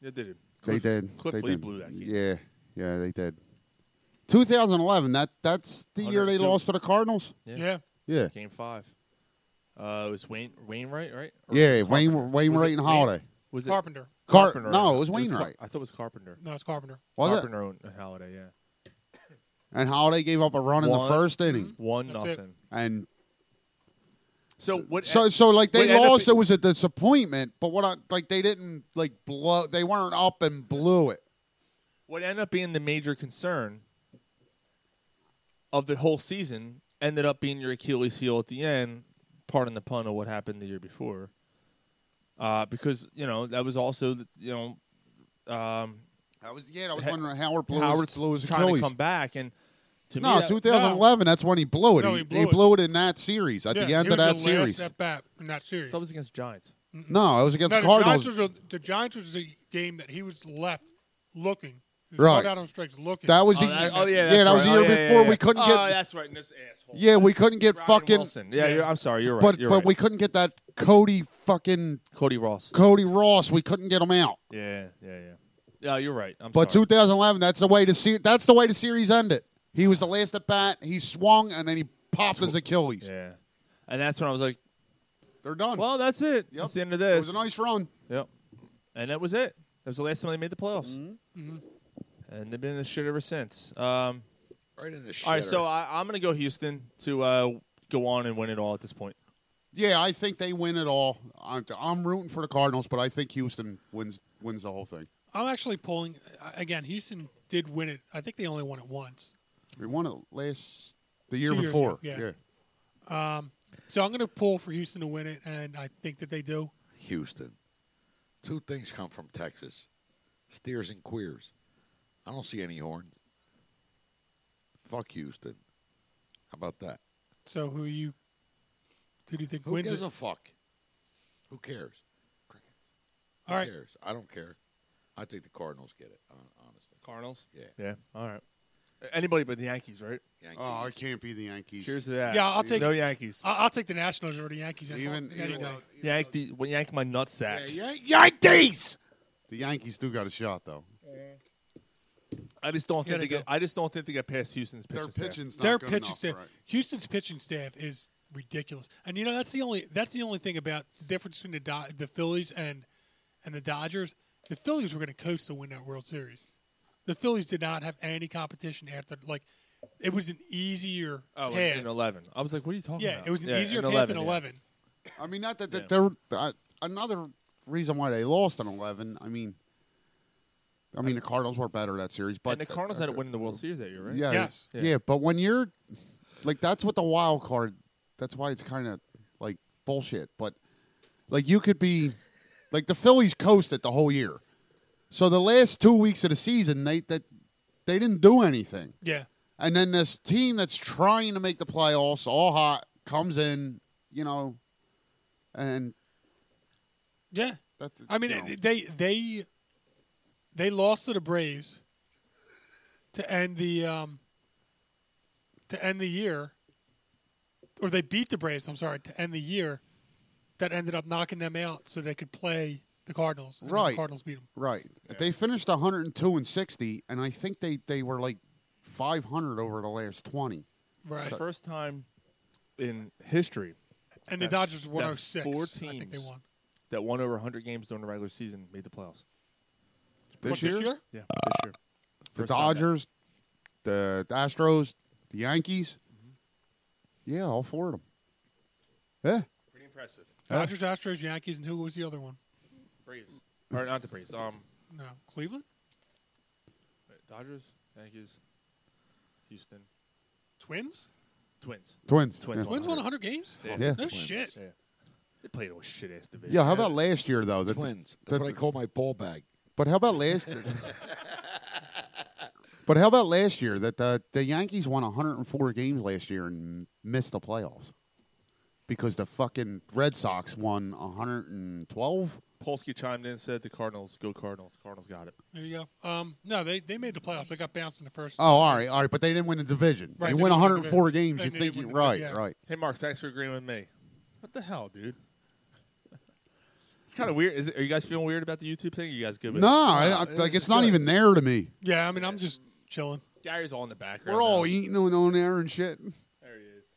Yeah, they did.
They did.
Cliff
they
Lee
did.
blew that game.
Yeah, yeah, they did. 2011. That that's the year they
102.
lost to the Cardinals.
Yeah.
yeah,
Game five. Uh, it was Wayne Wainwright, right?
yeah. Wayne
Was
Wainwright
it
and
Wayne-
Holiday.
Was it
Carpenter.
Car- no, it was
Car-
Wainwright.
I thought it was Carpenter.
No, it's Carpenter.
Was it?
Carpenter and and Holiday. Yeah.
And Holiday gave up a run in the
One- Mm-hmm.
first inning.
One That's it. nothing.
And
So what?
so so like they
what ended up
lost.
be-
It was a disappointment. But what I like they didn't like blow. They weren't up and blew it.
what ended up being the major concern of the whole season ended up being your Achilles heel at the end. Pardon the pun of what happened the year before, uh, because you know that was also the- you know um,
That was yeah. I was
He-
wondering Howard blew
Howard's
his, blew his
trying
Achilles.
to come back and to me
no,
that-
2011. That's when he blew it.
No,
he,
he
he
blew
blew,
it.
it. in that series at the end of that series.
That bat in that series. That
was against Giants.
No, it was against
the
Cardinals.
Giants was the, the Giants was the game that he was left looking.
Right.
Caught out on strikes looking.
That was
Oh,
the e,
that- oh, yeah, that's
yeah, that was
right.
the
Oh,
year
yeah, yeah,
before
yeah.
we couldn't
Oh,
get.
that's right, and this asshole.
Yeah, we couldn't get
Brian
fucking.
Wilson. Yeah, you're- I'm sorry, you're right,
But
you're
but
right.
we couldn't get that Cody fucking
Cody Ross.
Cody Ross. We couldn't get him out.
Yeah, yeah, yeah. Yeah, you're right. I'm
but
sorry.
2011, that's the way to see. That's the way the series ended. He was the last at bat. He swung and then he popped his Achilles.
Yeah, and that's when I was like,
"They're done."
Well, that's it. That's the end of this.
It was a nice run.
Yep. And that was it. That was the last time they made the playoffs.
Mm-hmm.
Mm-hmm. And they've been in the shit ever since. Um,
Right in the
All right, so
shitter.
I, I'm going to go Houston to uh, go on and win it all at this point.
Yeah, I think they win it all. I'm, I'm rooting for the Cardinals, but I think Houston wins wins the whole thing.
I'm actually pulling again. Houston did win it. I think they only won it once.
We won it last the year
Two years
before.
ago, yeah. Um, so I'm going to pull for Houston to win it, and I think that they do.
Houston. Two things come from Texas steers and queers. I don't see any horns. Fuck Houston. How about that?
So who you? Who do you think
Who
wins
gives
it?
a fuck? Who cares?
All right.
Who cares? I don't care. I think the Cardinals get it, hon- honestly.
Cardinals?
Yeah.
Yeah. All right. Anybody but the Yankees, right?
Oh, it can't be the Yankees.
Cheers to that.
Yeah, I'll take
No Yankees.
I- I'll take the Nationals over the Yankees. That's
Even-
all- any
even-
doubt.
Yank, the, well, yank my nutsack.
Yankees. The Yankees do got a shot though.
I just don't think
Yeah,
they
they
get. I just don't think they get past Houston's pitching
Their
staff.
pitching's
Their pitching staff, Houston's pitching staff is ridiculous, and you know that's the only that's the only thing about the difference between the Do- the Phillies and and the Dodgers. The Phillies were going to coast to win that World Series. The Phillies did not have any competition after like it was an easier
Oh, in-
path.
in eleven. I was like, what are you talking
yeah,
about?
it was an easier
in
path than
yeah.
eleven.
I mean, not that, that
Yeah.
they're uh, another reason why they lost on eleven. I mean, I mean the Cardinals were better that series, but
and the Cardinals had it winning the World Series that year, right?
Yeah, yeah, But when you're like, that's what the wild card. That's why it's kind of like bullshit. But like, you could be like the Phillies coasted the whole year. So the last two weeks of the season, they that they didn't do anything.
Yeah.
And then this team that's trying to make the playoffs, all hot, comes in, you know, and
Yeah,
That's-
I mean
no.
they they they lost to the Braves to end the um to end the year, or they beat the Braves. I'm sorry to end the year that ended up knocking them out, so they could play the Cardinals. and then
right,
the Cardinals beat them.
Right, they finished 102 and 60, and I think they they were like 500 over the last 20.
Right.
So-
First time in history.
And the
that-
Dodgers were
that
106,
Four
I
teams
think they won.
that won over 100 games during the regular season made the playoffs.
This What, this year? year?
Yeah, this year.
the
First time ever.
Dodgers, the, the Astros, the Yankees.
Mm-hmm.
Yeah, all four of Eh, them. Yeah.
Pretty impressive.
Uh,
Dodgers, Astros, Yankees, and who was the other one?
Braves. Or not the Braves. Um,
No, Cleveland,
Dodgers, Yankees, Houston,
Twins.
Twins.
Twins,
Twins,
yeah.
Twins won 100 games?
Yeah.
Yeah.
No shit.
Yeah. They played a shit ass division.
Yeah, how about last year though? The
Twins. That's what I call my ball bag.
But how about last year? but how about last year that the the Yankees won 104 games last year and missed the playoffs because the fucking Red Sox won 112.
Polsky chimed in and said the Cardinals, go Cardinals. Cardinals got it.
There you go. Um, no, they, they made the playoffs. They got bounced in the first.
Oh, all right, all right, but they didn't win the division.
Right,
they
so
won
they won the
104
division.
games.
And
You
they
think
won
you
the-
right,
yeah.
right?
Hey, Mark, thanks for agreeing with me. What the hell, dude? It's kind of weird. Is it, are you guys feeling weird about the YouTube thing? you guys good with
No,
it?
I, I, like it's not even there to me.
Yeah, I mean, I'm just chilling.
Gary's all in the background.
We're all e-
now.
eating on on air and shit.
There he is.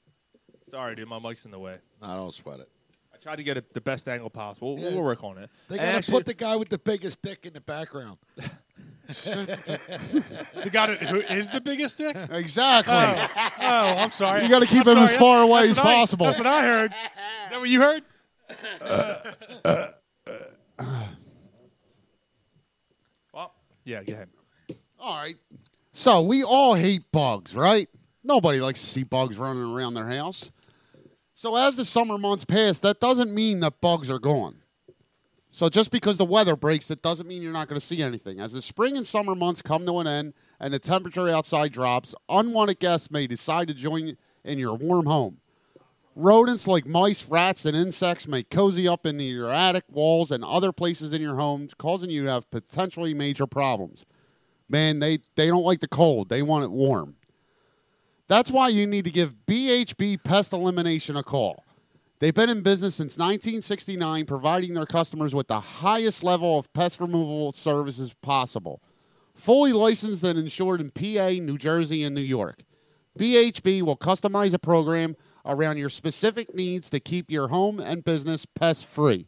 Sorry, dude. My mic's in the way.
No, don't sweat it.
I tried to get it the best angle possible. We'll, we'll work on it.
They
And
gotta
actually-
put the guy with the biggest dick in the background.
The guy that- who is the biggest dick?
Exactly.
Oh, oh, I'm sorry.
You gotta keep
I'm
him as
sorry.
far away
That's
as
what I-
possible.
that's what I heard. Is that what you heard?
Yeah, go ahead.
All right. So we all hate bugs, right? Nobody likes to see bugs running around their house. So as the summer months pass, that doesn't mean that bugs are gone. So just because the weather breaks, it doesn't mean you're not going to see anything. As the spring and summer months come to an end and the temperature outside drops, unwanted guests may decide to join in your warm home. Rodents like mice, rats, and insects may cozy up into your attic, walls, and other places in your homes, causing you to have potentially major problems. Man, they, they don't like the cold. They want it warm. That's why you need to give BHB Pest Elimination a call. They've been in business since 1969, providing their customers with the highest level of pest removal services possible. Fully licensed and insured in PA, New Jersey, and New York. BHB will customize a program around your specific needs to keep your home and business pest free.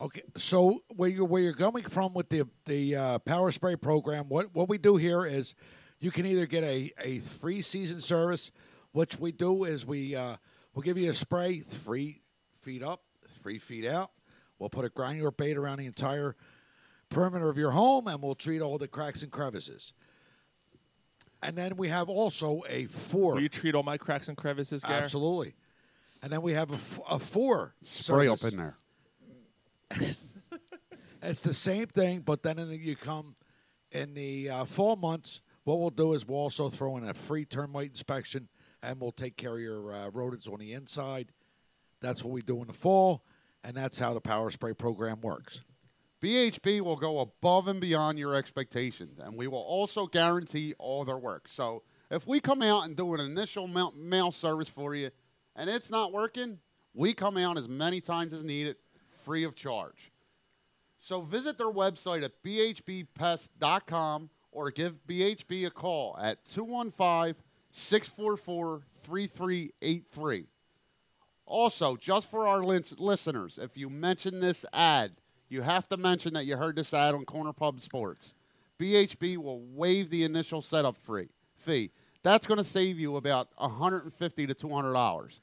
Okay, so where you're where you're coming from with the the uh, power spray program, what what we do here is, you can either get a a free season service, which we do is we uh, we'll give you a spray three feet up, three feet out. We'll put a granular bait around the entire perimeter of your home, and we'll treat all the cracks and crevices. And then we have also a four.
Will you treat all my cracks and crevices, Gar?
Absolutely. And then we have a, f- a four
Spray
service.
up in there.
It's the same thing, but then in the, you come in the uh, fall months. What we'll do is we'll also throw in a free termite inspection, and we'll take care of your uh, rodents on the inside. That's what we do in the fall, and that's how the power spray program works.
BHB will go above and beyond your expectations, and we will also guarantee all their work. So if we come out and do an initial mail, mail service for you and it's not working, we come out as many times as needed free of charge. So visit their website at E bhbpest.com or give BHB a call at 215 644 3383. Also, just for our lin- listeners, if you mention this ad, you have to mention that you heard this ad on Corner Pub Sports. BHB will waive the initial setup free fee. That's going to save you about 150 to 200 dollars.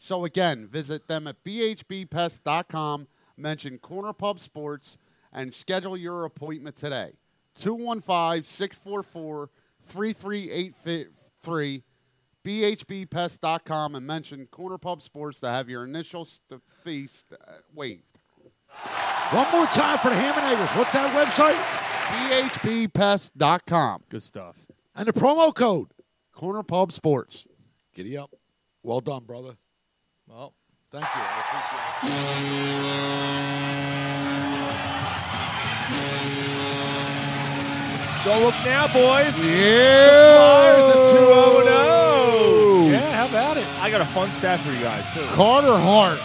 So again, visit them at bhbpest.com, mention Corner Pub Sports, and schedule your appointment today. 215-644-3383, bhbpest.com, and mention Corner Pub Sports to have your initial st- fee st- uh, waived.
One more time for the Ham and Eggers. What's that website?
BHBPest.com.
Good stuff.
And the promo code
Corner Pub Sports.
Giddy up. Well done, brother.
Well,
thank you. I
Don't look now, boys.
Yeah.
Flyers at 2 0. Yeah, how about it? I got a fun stat for you guys, too.
Carter Hart.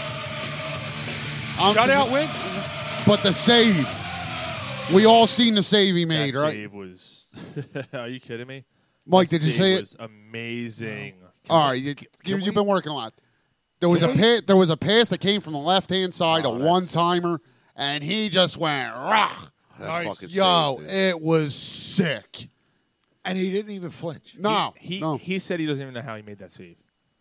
Shutout win.
But the save. We all seen the save he made,
that
right?
save was. Are you kidding me?
Mike,
That
did you
save
see it? Oh,
was amazing.
All right, you, you, you've been working a lot. There was a pa- there was a pass that came from the left hand side,
Oh,
a one timer, and he just went rah.
That Nice. fucking
Yo,
save, dude.
it was sick.
And he didn't even flinch.
No,
He, he, he said he doesn't even know how he made that save.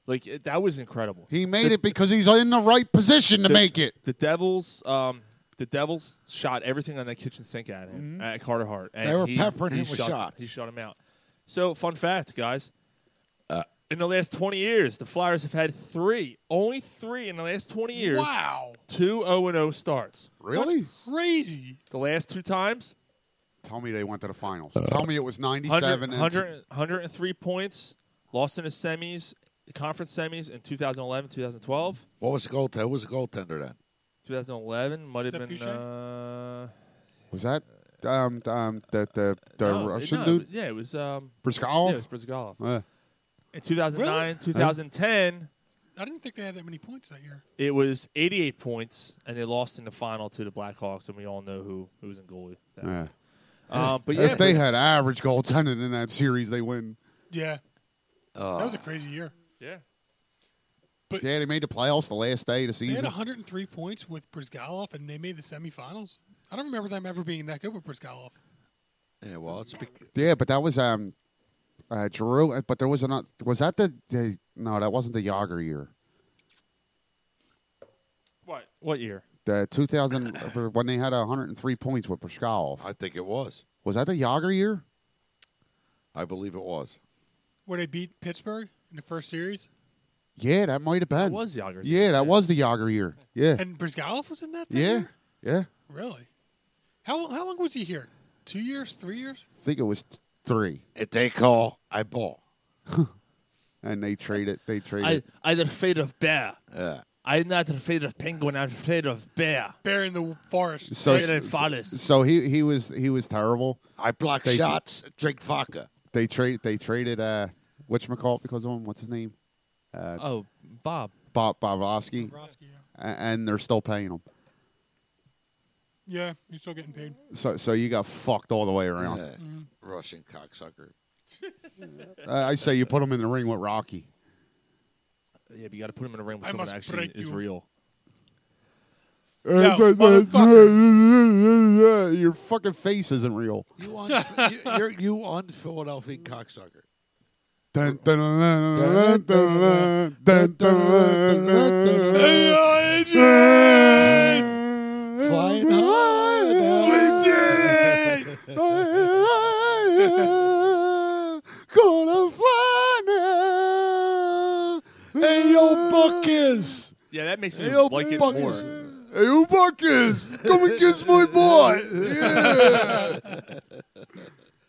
Like, it, that was incredible.
he made it because he's in the right position to
The-
make it.
The Devils, um, the Devils shot everything on that kitchen sink at him at Carter Hart. And
Mm-hmm. They were
he-
peppering
he
him with
shut-
shots.
He shut him out. So, fun fact, guys.
Uh,
in the last 20 years, the Flyers have had three, only three in the last 20 years.
Wow.
Two 0 0 starts.
Really?
Crazy.
The last two times,
Tell me they went to the finals. Tell me it was
100,
97 and
100, 103 points, lost in the semis, the conference semis in 2011, 2012.
What was the goaltender? Who was the goaltender then?
2011 might
Is
have
that
been.
Boucher?
Uh,
was that um, um the the, the
no,
Russian
no,
dude?
Yeah, it was. Um,
Brizgalov?
Yeah, it was Brizgalov.
Uh,
In 2009,
Really?
2010,
I didn't think they had that many points that year.
it was 88 points, and they lost in the final to the Blackhawks, and we all know who, who was in goalie. that
yeah.
year. Um, but yeah,
if they
but-
had average goaltending in that series, they win.
Yeah. that was a crazy year.
Yeah.
yeah, they made the playoffs the last day of the
They had
season.
103 points with Brizgalov, and they made the semifinals. I don't remember them ever being that good with Brizgalov.
Yeah, well, it's bec-
Yeah, but that was um, uh, Drew. But there was another. Was that the, the? No, that wasn't the Yager year.
What? What year?
The 2000 when they had 103 points with Proskov.
I think it was.
Was that the Yager year?
I believe it was.
Where they beat Pittsburgh in the first series.
Yeah, that might have been.
That was Yager's
Yeah, that was the Yager year. Yeah,
And Brizgalov was in that? that
yeah,
year?
yeah.
Really? How, how long was he here? Two years? Three years?
I think it was th- three,
If they call, I ball.
and they traded. They traded.
I, I the fate of bear.
Yeah.
I'm not afraid of penguin. I'm afraid of bear.
Bear in the forest.
So,
So,
bear in
so,
forest.
so he he was he was terrible.
I block
They-
shots, drink vodka.
They trade they traded uh whatchamacallit because of him. What's his name? Uh,
Oh, Bob.
Bob Bobrovsky. A- And they're still paying him.
Yeah, you're still getting paid.
So so you got fucked all the way around.
Yeah.
Mm-hmm.
Russian cocksucker.
Uh, I say you put him in the ring with Rocky.
Yeah, but you got to put him in a ring with
I
someone
must
that actually
break
is
you.
real.
Your fucking face isn't real.
You on you, you're, you on Philadelphia cocksucker.
Dun, dun, dun, dun, dun, dun, dun, dun, dun, dun, dun.
Flying high.
We did Gonna fly now.
Hey, yo, Buck is.
Yeah, that makes me
Hey, yo,
like it
Buck
more.
is.
Hey, yo, Buck is. Come and kiss my boy. Yeah.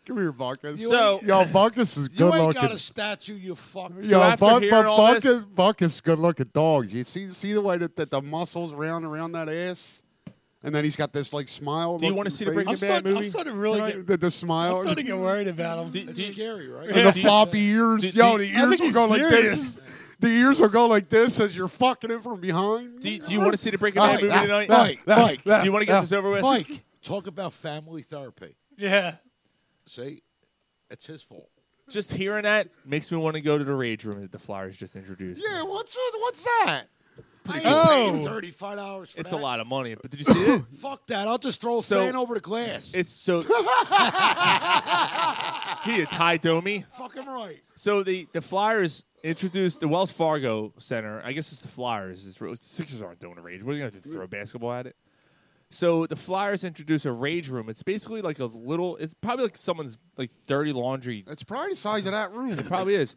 Come here, Buckus.
You
So- ain't-
yo, Buckus is
You
good
ain't
looking.
got a statue, you fuck.
So
Yo,
after
Buck,
hearing
Buck,
all
Buck,
this-
is, Buck is good looking dog. You see, see the way that, that the muscles round around that ass, and then he's got this like smile.
Do you
look
want to
on
see the
his
Breaking
face.
Bad movie? Um,
starting to really
Right,
get-
the, the smile
I'm starting to get worried about him.
Do- do you-
scary, right?
and the floppy ears.
do-
Yo,
do-
the
I
ears
think
will
he's
go like
serious.
this. The ears will go like this as you're fucking it from behind.
Do you, do you want to see the Breaking Bad movie tonight?
Mike, Mike,
Do you want to get this over with?
Mike, talk about family therapy.
Yeah.
See, it's his fault.
Just hearing that makes me want to go to the rage room that the Flyers just introduced.
Yeah, what's what's that?
I ain't paying thirty-five dollars for
It's a
that.
lot of money, but did you see it?
Fuck that! I'll just throw a
So-
fan over the glass.
It's so he a Ty Domi.
Fuck him right.
So the the Flyers introduced the Wells Fargo Center. I guess it's the Flyers. It's, the Sixers aren't doing a rage. What are they going to do? Throw a basketball at it? So the Flyers introduce a rage room. It's basically like a little. It's probably like someone's like dirty laundry.
It's probably the size of that room.
It probably is.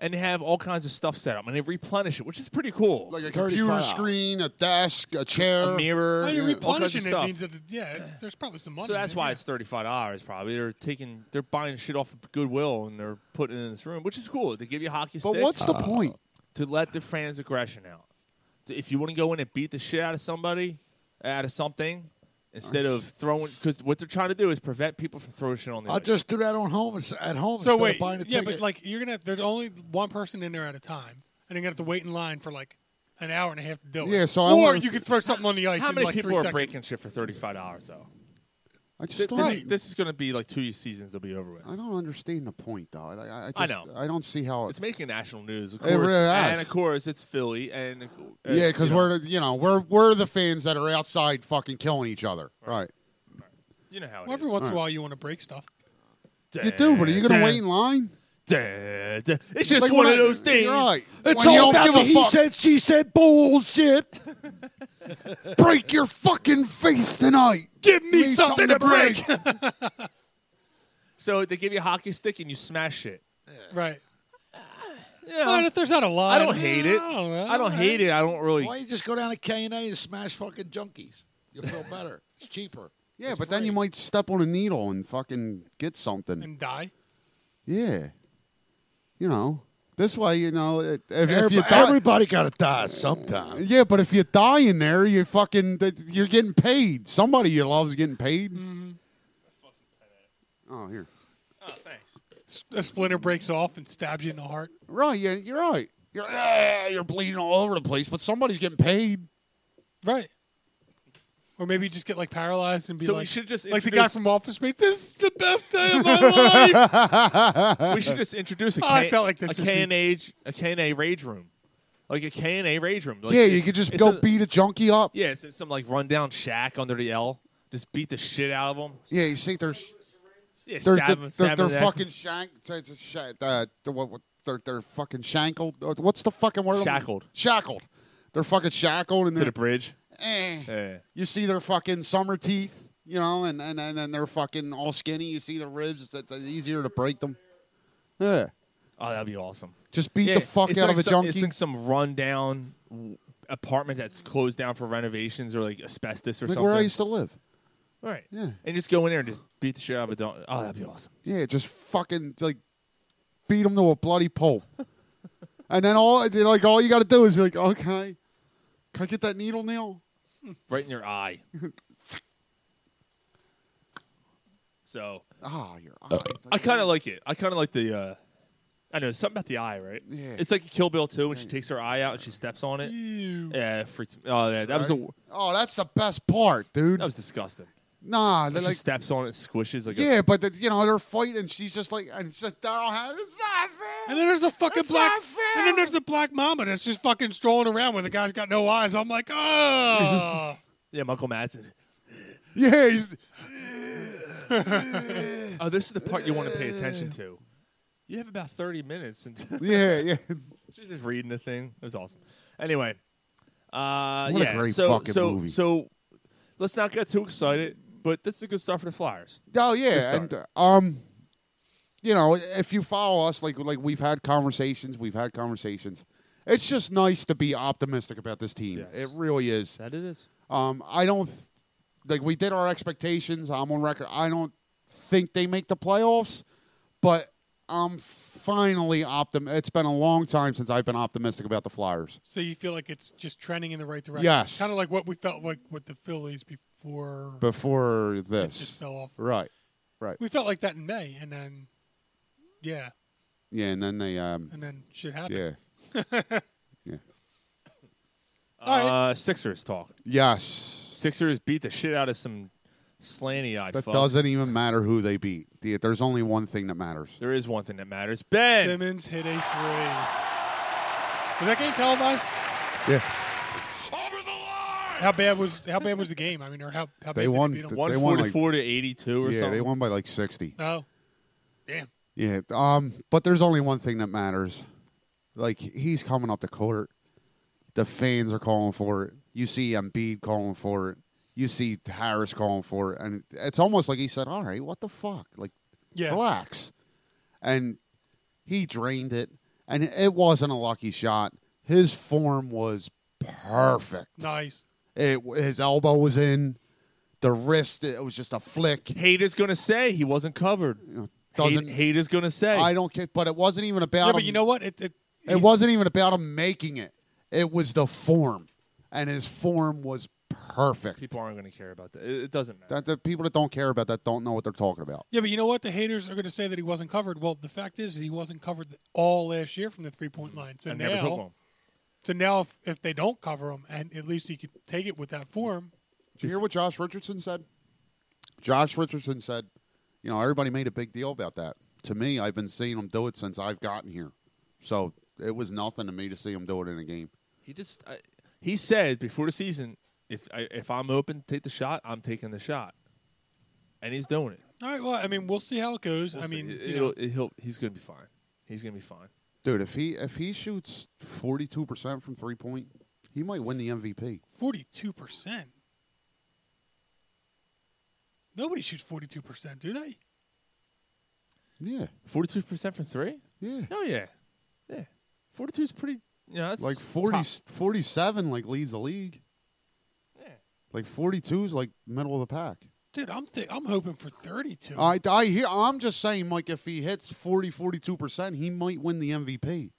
And they have all kinds of stuff set up, and they replenish it, which is pretty cool.
like a
$35.
computer screen, a desk, a chair.
a mirror,
Well, you're
all kinds of
replenishing it
stuff.
means that, yeah, it's, there's probably some money.
So that's
in
why
there.
it's thirty five dollars probably. They're taking they're buying shit off of Goodwill and they're putting it in this room, which is cool. They give you hockey
but
sticks
what's the point?
to let the fans' aggression out. So If you want to go in and beat the shit out of somebody, out of something, instead of throwing, because what they're trying to do is prevent people from throwing shit on the.
I'll just do that on home at home
So
instead
wait,
of buying a
yeah,
ticket.
but like you're gonna there's only one person in there at a time, and you're gonna have to wait in line for like an hour and a half to do it.
Yeah, so I
or
want-
you could throw something on the ice.
How
in
many
like
people
three
are
seconds.
breaking shit for thirty five dollars though?
I just
Th-
don't.
This, this is going to be like two seasons. They'll be over with.
I don't understand the point, though. I, I, I, just,
I know.
I don't see how
It's making national news, of
It
course,
really
and
is.
of course it's Philly, and uh,
Yeah, because
you know,
we're the- you know we're we're the fans that are outside fucking killing each other, right?
you know how it
Well, every
is.
once in
Alright.
a while, you want to break stuff.
You do, but are you gonna
Dun,
wait in line?
Duh, duh. It's just
Like,
one of
when I-
those things.
you're Right.
it's
When you
all
don't
about
give
the
a
he
fuck.
said, she said bullshit.
break your fucking face tonight.
Give me
Give me
something,
something
to
to
break. so they give you a hockey stick and you smash it.
Right.
Yeah,
Alright, if there's not a line,
I don't hate it.
I don't, know.
I don't hate it. I don't really.
Why don't you just go down to K and A and smash fucking junkies? You'll feel better. it's cheaper.
Yeah,
It's
but then
free.
you might step on a needle and fucking get something.
And die.
yeah, you know this way, you know it- if, if
Everybody,
you die.
everybody gotta die sometime.
yeah, but if you die in there, you fucking th- you're getting paid. Somebody you love is getting paid.
Mm-hmm.
Oh, here.
Oh, thanks.
S- A splinter breaks off and stabs you in the heart.
Right, yeah, you're right. You're ah, you're bleeding all over the place, but somebody's getting paid.
Right. Or maybe you just get like paralyzed and be
So we
like,
should just
like the guy
introduce-
from Office Space. This is the best day of my life.
we should just introduce a
Oh, I
K-
felt like this
a
this
K and H a K and A rage room, like a K and A rage room. Like,
yeah, you could just
it's
go
a-
beat a junkie up. Yeah,
Yeah, it's it's some like rundown shack under the L. Just beat the shit out of them.
you see, there's
Yeah,
they're,
stab them.
they're, they're, fucking shank, they're, uh, they're, what- what- they're, they're fucking shankled. Uh, What's the fucking word?
Shackled.
Shackled. They're fucking shackled and
to
they're,
the bridge.
eh.
Yeah.
you see their fucking summer teeth, you know, and and and then they're fucking all skinny. You see the ribs. It's, it's easier to break them. Yeah,
Oh, that'd be awesome.
just beat
Yeah,
the fuck
it's
out
like
of a
some- It's
junkie.
like some rundown w- apartment that's closed down for renovations or like asbestos or
Like
something.
where I used to live.
right.
Yeah.
And just go in there and just beat the shit out of a dog. Oh, that'd be awesome.
Yeah, just fucking like beat him to a bloody pulp, and then all like all you got to do is be like, okay, Can I get that needle, Neil?
right in your eye. so
Ah, your eye.
I kind of like it. I kind of like the. Uh, I know something about the eye, right?
Yeah.
It's like Kill Bill too, when she takes her eye out and she steps on it. Yeah, it freaks me. Oh, yeah, that was the.
Oh, that's the best part, dude.
That was disgusting.
Nah,
When
they're
she
like
steps on it, squishes like.
yeah, but the, you know they're fighting. She's just like, and she's like, I don't have. It's not fair.
And then there's a fucking
It's
black.
not fair.
And then there's a black mama that's just fucking strolling around where the guy's got no eyes. I'm like, oh.
yeah, Michael Madsen.
Yeah. He's,
A, oh, this is the part you want to pay attention to. You have about thirty minutes. until
yeah, yeah.
She's just reading the thing. It was awesome. Anyway, uh,
What a
yeah.
great
so,
fucking
so,
movie.
So, let's not get too excited. But this is a good start for the Flyers.
Oh
Good
yeah,
start.
and uh, um, you know, if you follow us, like like we've had conversations, we've had conversations. It's just nice to be optimistic about this team. It really is.
That it is.
Um, I don't th- like we did our expectations. I'm on record. I don't think they make the playoffs, but I'm finally optim. It's been a long time since I've been optimistic about the Flyers.
so you feel like it's just trending in the right direction?
Yes.
Kind of like what we felt like with the Phillies before.
Before this,
just fell off.
Right, right.
We felt like that in May, and then, yeah,
Yeah, and then they um,
and then shit happened.
Yeah. yeah.
All right.
Uh, Sixers talk.
Yes.
Sixers beat the shit out of some slanty eyed.
That doesn't even matter who they beat. The- There's only one thing that matters.
There is one thing that matters. Ben.
Simmons hit a three. Was that game televised?
Yeah.
How bad was how bad was the game? I mean, or how how bad
They
did
won. th-
Beat them?
They
One
won
forty
like,
four to eighty two or
yeah,
something.
they won by like sixty.
Oh, damn.
Yeah. Um. But there's only one thing that matters. Like he's coming up the court. The fans are calling for it. You see Embiid calling for it. You see Harris calling for it, and it's almost like he said, "All right, what the fuck? Like,
Yeah.
relax." And he drained it, and it wasn't a lucky shot. His form was perfect.
Nice.
It, his elbow was in, the wrist. It was just a flick.
Hate is gonna say he wasn't covered.
doesn't-
hate, hate is gonna say.
I don't care, but it wasn't even about
Yeah,
him.
but you know what? It it,
it wasn't even about him making it. It was the form, and his form was perfect.
People aren't gonna care about that. It, it doesn't matter.
That the people that don't care about that don't know what they're talking about.
Yeah, but you know what? The haters are going to say that he wasn't covered. Well, the fact is, he wasn't covered all last year from the three point line. So
I
now,
never took one.
so now if, if they don't cover him, and at least he could take it with that form.
Did you hear what Josh Richardson said? Josh Richardson said, "You know, everybody made a big deal about that. To me, I've been seeing him do it since I've gotten here, so it was nothing to me to see him do it in a game."
He just I, he said before the season, if I, if I'm open, to take the shot. I'm taking the shot, and he's doing it.
All right. Well, I mean, we'll see how it goes. I
We'll see.
mean,
It-
you know,
it'll- it- he'll- he's gonna be fine. He's gonna be fine.
Dude, if he if he shoots forty two percent from three point, he might win the MVP.
forty two percent. Nobody shoots forty two percent, do they?
Yeah,
forty two percent from three.
Yeah.
Oh yeah, yeah. Forty two is pretty. You know, that's
like 40,
top.
47 like leads the league. Like forty two is like middle of the pack.
Dude, I'm th- I'm hoping for thirty two.
I, I hear I'm just saying, Mike, if he hits 40, 42 percent, he might win the MVP.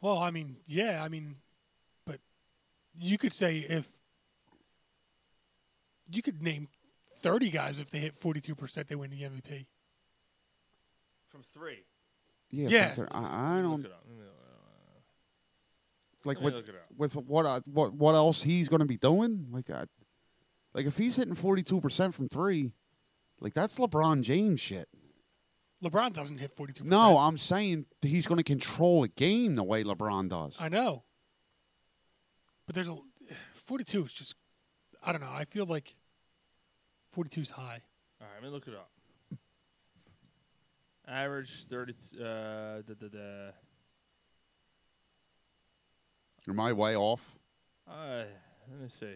Well, I mean, yeah, I mean, but you could say if you could name thirty guys if they hit forty two percent, they win the MVP.
from three.
Yeah,
Yeah.
from there- I, I don't like
Let me
with
look it up.
with what I, what what else he's going to be doing. Like, I, like if he's hitting forty two percent from three, like that's LeBron James shit.
LeBron doesn't hit forty two.
No, I'm saying that he's going to control a game the way LeBron does.
I know, but there's a forty two is just I don't know. I feel like forty two is high.
All right, let me look it up. Average thirty. Uh, da, da, da.
Am I way off?
Uh, let me see.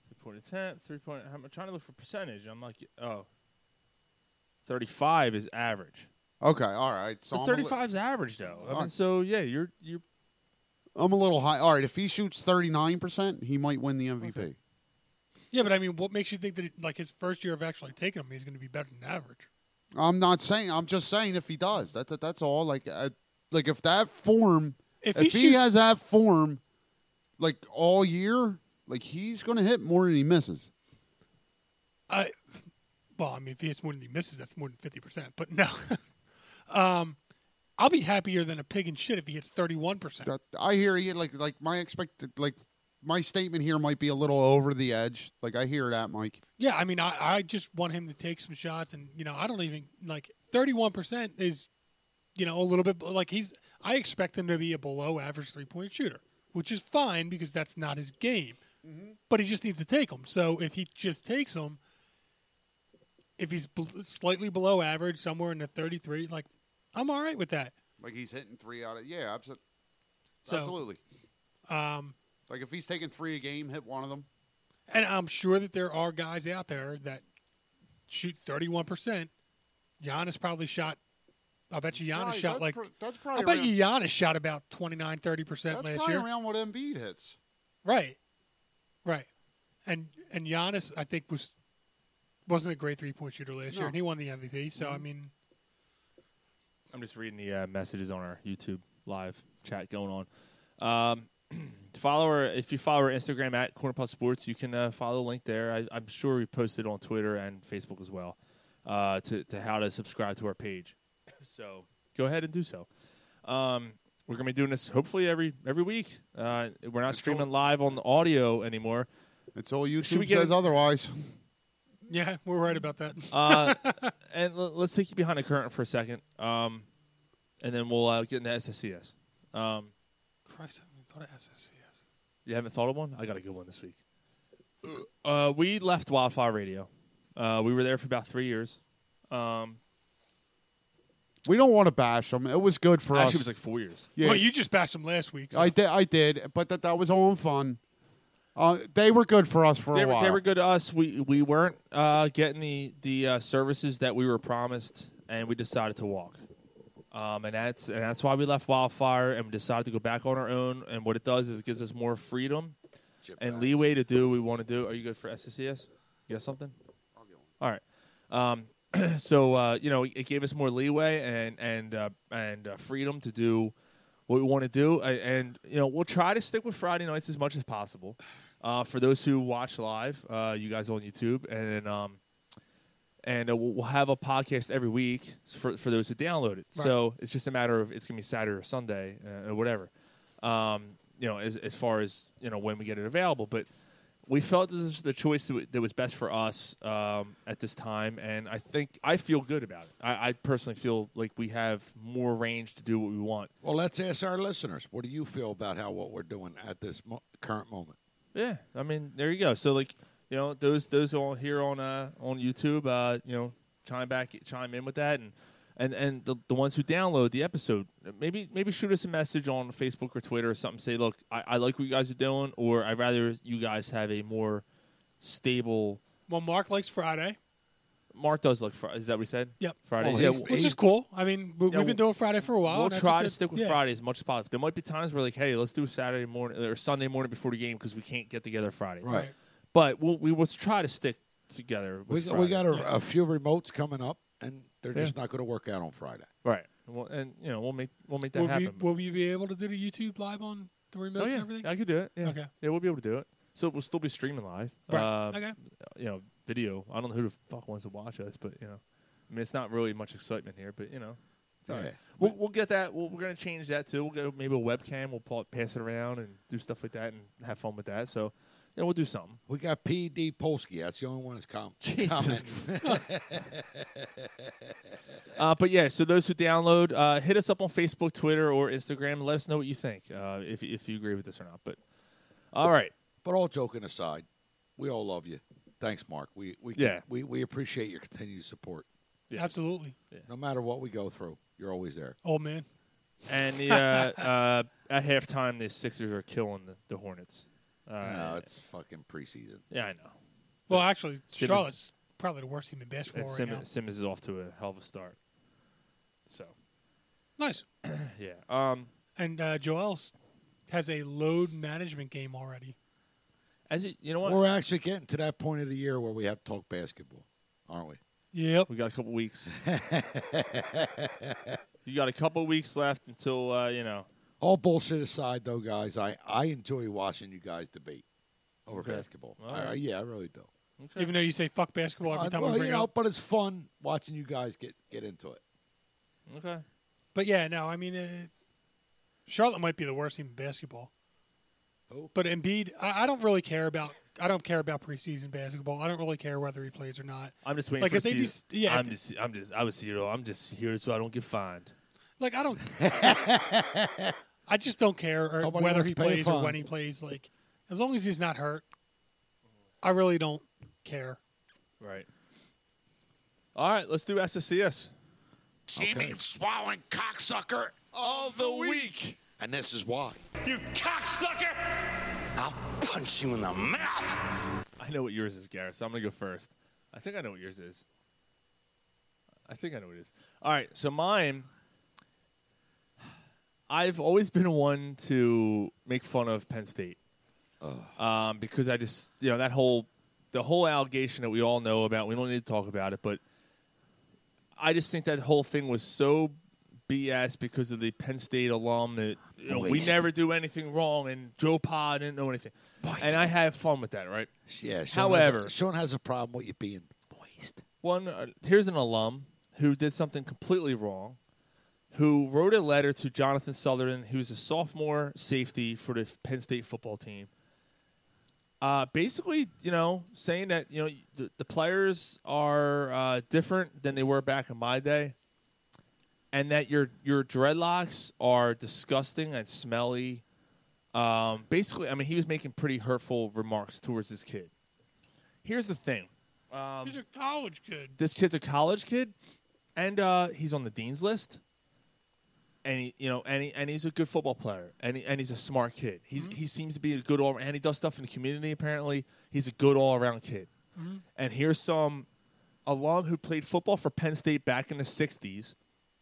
Three point attempt, three point. I'm trying to look for percentage. I'm like, oh. 35 is average.
Okay, all right. So
So
I'm a li-
35 is average though. I mean,
Alright.
so yeah, you're you're
I'm a little high. All right, if he shoots thirty nine percent, he might win the MVP.
Yeah, but I mean, what makes you think that it, like his first year of actually taking him, he's going to be better than average?
I'm not saying. I'm just saying if he does. That, that that's all. Like I, like if that form
If
If, he,
he shoots-
has that form, like all year, like he's going to hit more than he misses.
I, well, I mean, if he hits more than he misses, that's more than fifty percent. But no, um, I'll be happier than a pig in shit if he hits thirty-one percent.
That- I hear you. Like like my expected like my statement here might be a little over the edge. Like I hear that, Mike.
Yeah, I mean, I, I just want him to take some shots, and you know, I don't even like thirty-one percent is, you know, a little bit like he's. I expect him to be a below-average three-point shooter, which is fine because that's not his game. But he just needs to take them. So if he just takes them, if he's bel slightly below average, somewhere in the thirty-three, like I'm all right with that.
Like he's hitting three out of yeah, absolutely,
So-
absolutely.
Um,
Like if he's taking three a game, hit one of them.
And I'm sure that there are guys out there that shoot 31%. Giannis probably shot. I bet you
Probably-
Giannis shot
that's
like.
pr- that's
I
probably
bet
around-
you Giannis shot about 29, 30%
That's
last
probably
year.
around what Embiid hits.
Right. Right. And and Giannis, I think, was wasn't a great three point shooter last year,
No.
and he won the MVP. So
Mm.
I mean,
I'm just reading the uh, messages on our YouTube live chat going on. Um, to follow her, if you follow our Instagram at Corner Plus Sports, you can uh, follow the link there. I, I'm sure we posted on Twitter and Facebook as well uh, to, to how to subscribe to our page. So go ahead and do so. Um, we're gonna be doing this hopefully every every week. Uh, we're not streaming live on the audio anymore.
Until
Should we
YouTube
get
says
a-
otherwise.
yeah, we're right about that.
uh, and l- let's take you behind the curtain for a second, um, and then we'll uh, get into SSCS. Um,
Christ, I haven't thought of SSCS.
you haven't thought of one? I got a good one this week. Uh, we left Wildfire Radio. Uh, we were there for about three years. Um,
We don't want to bash him. It was good for
Ah,
actually,
us.
it was like four years.
Yeah.
Well, you just bashed him last week. So.
I did, I did, but that that was all in fun. Uh, they were good for us for
they
a
were,
while.
They were good to us. We we weren't uh, getting the the uh, services that we were promised, and we decided to walk. Um, and that's and that's why we left Wildfire and we decided to go back on our own. And what it does is it gives us more freedom and leeway to do what we want to do. Are you good for SSCS? You got something? I'll get one. All right. Um, so uh, you know, it gave us more leeway and and uh, and uh, freedom to do what we want to do. A- And you know, we'll try to stick with Friday nights as much as possible. Uh, for those who watch live, uh, you guys on YouTube, and then, um, and uh, we'll we'll have a podcast every week for for those who download it. So it's just a matter of it's gonna be Saturday or Sunday uh, or whatever. Um, you know, as as far as you know when we get it available, but we felt that this was the choice that w- that was best for us um, at this time, and I think I feel good about it. I, I personally feel like we have more range to do what we want.
Well, let's ask our listeners. What do you feel about how what we're doing at this mo- current moment?
Yeah, I mean, there you go. So like, you know, those those on here on uh on YouTube, uh, you know, chime back, chime in with that, and and and the, the ones who download the episode, maybe maybe shoot us a message on Facebook or Twitter or something. Say, look, I, I like what you guys are doing, or I'd rather you guys have a more stable.
Well, Mark likes Friday.
Mark does like Friday. Is that what he said?
Yep.
Friday.
Well,
yeah,
he's- which is cool. I mean, we- we've been doing Friday for a while,
We'll
and that's
try
a
to
good-
stick with
yeah.
Friday as much as possible. There might be times where like, hey, let's do Saturday morning or Sunday morning before the game because we can't get together Friday.
Right.
But we'll, we will try to stick together.
We
With
got, we got
Friday.
a, a few remotes coming up, and they're
Yeah.
just not going to work out on Friday.
right. Well, and you know we'll make we'll make that
will,
happen. Oh,
we, will we be able to do the YouTube live on the remotes
yeah.
and everything?
I could do it. Yeah.
Okay.
Yeah, we'll be able to do it. So we'll still be streaming live.
Right.
Uh,
Okay.
You know, video. I don't know who the fuck wants to watch us, but you know, I mean, it's not really much excitement here, but you know, it's all right.
Yeah.
We'll, we'll get that. We'll, we're gonna change that too. We'll get maybe a webcam. We'll pa- pass it around and do stuff like that and have fun with that. So, you know, we'll do something.
We got P.D. Polsky. That's the only one that's com-
Jesus
commenting.
Uh, but yeah, so those who download, uh, hit us up on Facebook, Twitter, or Instagram. And let us know what you think uh, if if you agree with this or not. But all right,
But all joking aside, we all love you. Thanks, Mark. We we
Yeah.
we, we appreciate your continued support.
Absolutely.
No matter what we go through, you're always there.
Old man.
and the uh, uh, at halftime, the Sixers are killing the, the Hornets. Uh,
no, it's fucking preseason.
yeah, I know.
Well, actually,
Simmons-
Charlotte's probably the worst team in basketball
And
right
Simmons, Simmons is off to a hell of a start. So
now. Nice.
yeah, um,
And uh, Joel's has a load management game already.
as you, you know what,
We're actually getting to that point of the year where we have to talk basketball, aren't we?
Yep.
we got a couple weeks. you got a couple weeks left until uh, you know
All bullshit aside, though, guys, I, I enjoy watching you guys debate over
Okay.
basketball.
All right.
I- yeah, I really do.
Even though you say fuck basketball every
Uh,
time
well,
we bring
you
it
know,
up.
but it's fun watching you guys get, get into it.
Okay.
But yeah, no, I mean, uh, Charlotte might be the worst team in basketball.
Oh.
But Embiid, I, I don't really care about. I don't care about preseason basketball. I don't really care whether he plays or not.
I'm just waiting
Like
for
if they
Ciro.
just, yeah, if
I'm
they-
just, I'm just, I was Ciro. I'm just here so I don't get fined.
like I don't. I just don't care or
Nobody
whether
wants
he
to pay a
plays or
fine.
when he plays. Like as long as he's not hurt, I really don't care.
Right. All right, let's do SSCS.
Seeming swallowing cocksucker of the week.
And this is why.
You cocksucker!
I'll punch you in the mouth. I know what yours is, Garrett, so I'm going to go first. I think I know what yours is. I think I know what it is. All right, so mine, I've always been one to make fun of Penn State. Um, because I just, you know, that whole, the whole allegation that we all know about, we don't need to talk about it, but I just think that whole thing was so BS because of the Penn State alum that you know, we
Waste.
never do anything wrong, and Joe Pa didn't know anything. And I have fun with that, right?
Yeah. Sean
However,
has a, Sean has a problem with you being.
one uh, here's an alum who did something completely wrong, who wrote a letter to Jonathan Sutherland, who's a sophomore safety for the Penn State football team. Uh, basically, you know, saying that you know the, the players are uh, different than they were back in my day, and that your your dreadlocks are disgusting and smelly. Um, basically, I mean, he was making pretty hurtful remarks towards this kid. Here's the thing. Um,
he's a college kid.
this kid's a college kid, and uh, he's on the dean's list. And he, you know, and he, and he's a good football player, and he, and he's a smart kid. He's he seems to be a good all, and he does stuff in the community. Apparently, he's a good all around kid.
Mhm.
And here's some alum who played football for Penn State back in the '60s,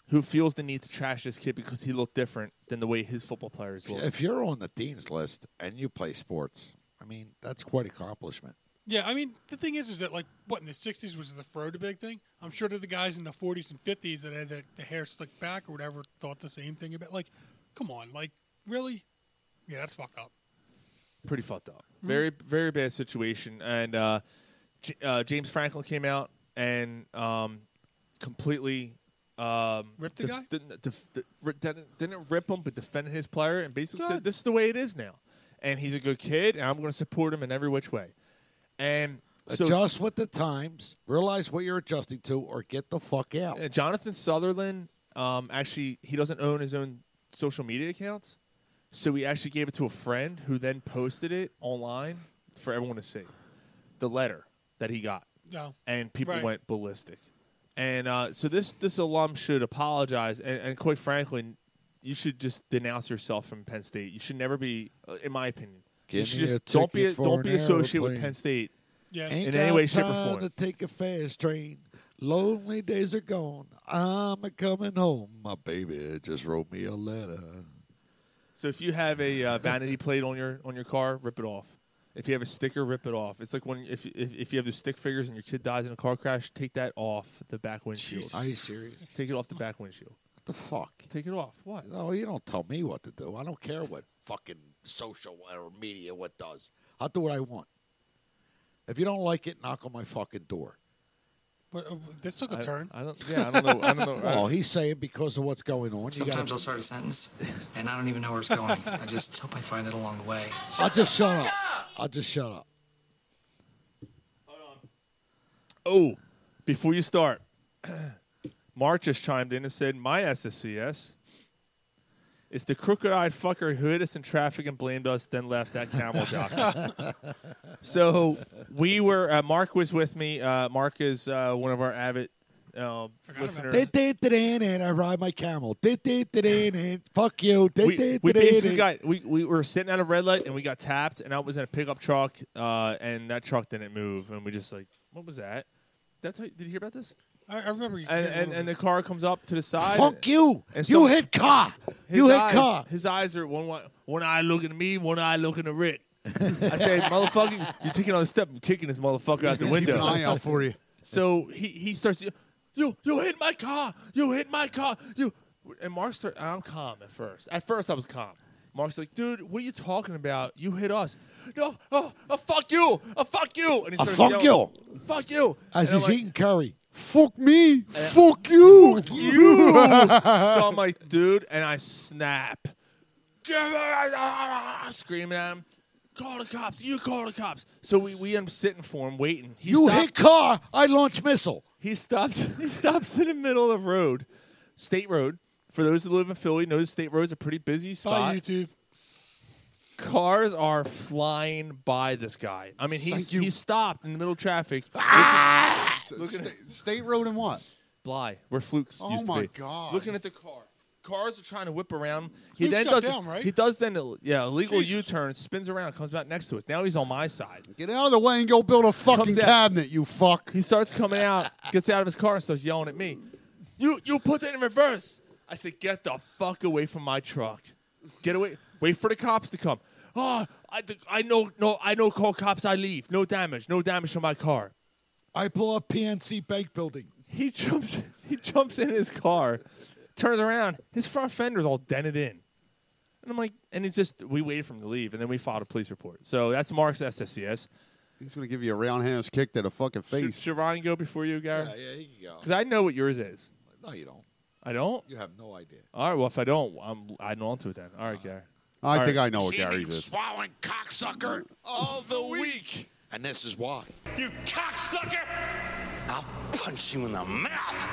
who feels the need to trash this kid because he looked different than the way his football players look.
If you're on the dean's list and you play sports, I mean that's quite an accomplishment.
Yeah, I mean the thing is, is that like what in the '60s was the fro to big thing. I'm sure that the guys in the '40s and '50s that had the, the hair slicked back or whatever thought the same thing about. Like, come on, like really? Yeah, that's fucked up.
pretty fucked up.
Mm-hmm.
Very very bad situation. And uh, J- uh, James Franklin came out and um, completely um,
Ripped the
def-
guy?
Didn't, def- d- ri- didn't, didn't rip him, but defended his player and basically said, "This is the way it is now." And he's a good kid, and I'm going to support him in every which way. And so
Adjust with the times. Realize what you're adjusting to, or get the fuck out.
Uh, Jonathan Sutherland um, actually he doesn't own his own social media accounts, so he actually gave it to a friend who then posted it online for everyone to see. The letter that he got,
Yeah.
and people
Right.
went ballistic. And uh, so this this alum should apologize, and, and quite frankly, you should just denounce yourself from Penn State. You should never be, uh, in my opinion, you
Give
should
me
just
a
don't be
ticket for
don't
an
be associated with
aeroplane.
Penn State
Ain't
in any
got
way, shape, or
time
form.
To take a fast train. Lonely days are gone. I'm a coming home. My baby just wrote me a letter.
So if you have a uh, vanity plate on your on your car, rip it off. If you have a sticker, rip it off. It's like when if if, if you have the stick figures and your kid dies in a car crash, take that off the back windshield.
Jesus Are you serious?
Take it off the back windshield. What
the fuck?
Take it off. What?
No, you don't tell me what to do. I don't care what fucking social or media what does. I'll do what I want. If you don't like it, knock on my fucking door.
But uh, this took a
I-
turn.
I don't.
Well, Oh, he's saying because of what's going on. you
Sometimes
gotta-
I'll start a sentence, and I don't even know where it's going. I just hope I find it along the way.
I'll just shut up. I'll just shut up.
Oh, before you start, Mark just chimed in and said, "My SSCS is the crooked-eyed fucker who hit us in traffic and blamed us, then left that camel jockey." so we were. Uh, Mark was with me. Uh, Mark is uh, one of our avid uh, listeners.
Did-did-did-in-in, I ride my camel. Did-did-did-in-in, Fuck you.
we, we
Did-did-did-in-in.
basically got we, we were sitting at a red light and we got tapped and I was in a pickup truck uh, and that truck didn't move and we just like what was that? That's how, did you hear about this?
I, I remember you.
And, and and the car comes up to the side.
Fuck you.
And
You
some-
hit car.
His
You hit
eyes-
car.
His eyes are one one- one eye looking at me, one eye looking at Rick. I said, motherfucker, you taking another step, I'm kicking this motherfucker out the
gonna keep
window.
an eye out for you.
So he he starts. You you hit my car. You hit my car. You And Mark's, th- I'm calm at first. At first, I was calm. Mark's like, dude, what are you talking about? You hit us. No, oh, oh fuck you, oh, fuck you. And he
Oh,
starts
fuck
yelling,
you.
fuck you.
As
And I'm
he's
like,
eating curry.
Fuck me. Fuck you. Fuck
you. so I'm like, dude, and I snap. Screaming at him. Call the cops. You call the cops. So we, we end up sitting for him, waiting. He
you
stopped-
hit car, I launch missile.
He stops. He stops in the middle of the road, State Road. For those who live in Philly, know the State Road's a pretty
Oh,
busy spot.
YouTube.
Cars are flying by this guy. I mean, he's,
Thank you. Ah!
he stopped in the middle of traffic.
Sta- State Road and what?
Bly, where flukes
Oh
used to
my
be.
God.
Looking at the car. Cars are trying to whip around.
Fluke shut
does
down, right?
he does then a- yeah illegal U turn, spins around, comes back next to us. Now he's on my side.
Get out of the way and go build a fucking
Comes out.
cabinet, you fuck.
He starts coming out, gets out of his car, and starts yelling at me. You you put that in reverse. I said, get the fuck away from my truck. Get away. Wait for the cops to come. Oh, I, th- I know no I know call cops. I leave. No damage. No damage to my car.
I pull up PNC Bank Building.
He jumps. He jumps in his car, turns around. His front fender's all dented in, and I'm like, and it's just we waited for him to leave, and then we filed a police report. So that's Mark's SSCS.
He's gonna give you a roundhouse kick to the fucking
Should,
face.
should Ryan go before you, Gary?
Yeah, yeah, he can go.
Because I know what yours is.
No, you don't.
I don't.
You have no idea.
All right. Well, if I don't, I'm adding on to it then. All right, Gary.
I
All
think
right.
I know what Gary's is.
Swallowing cocksucker all the week. And this is why.
You cocksucker! I'll punch you in the mouth.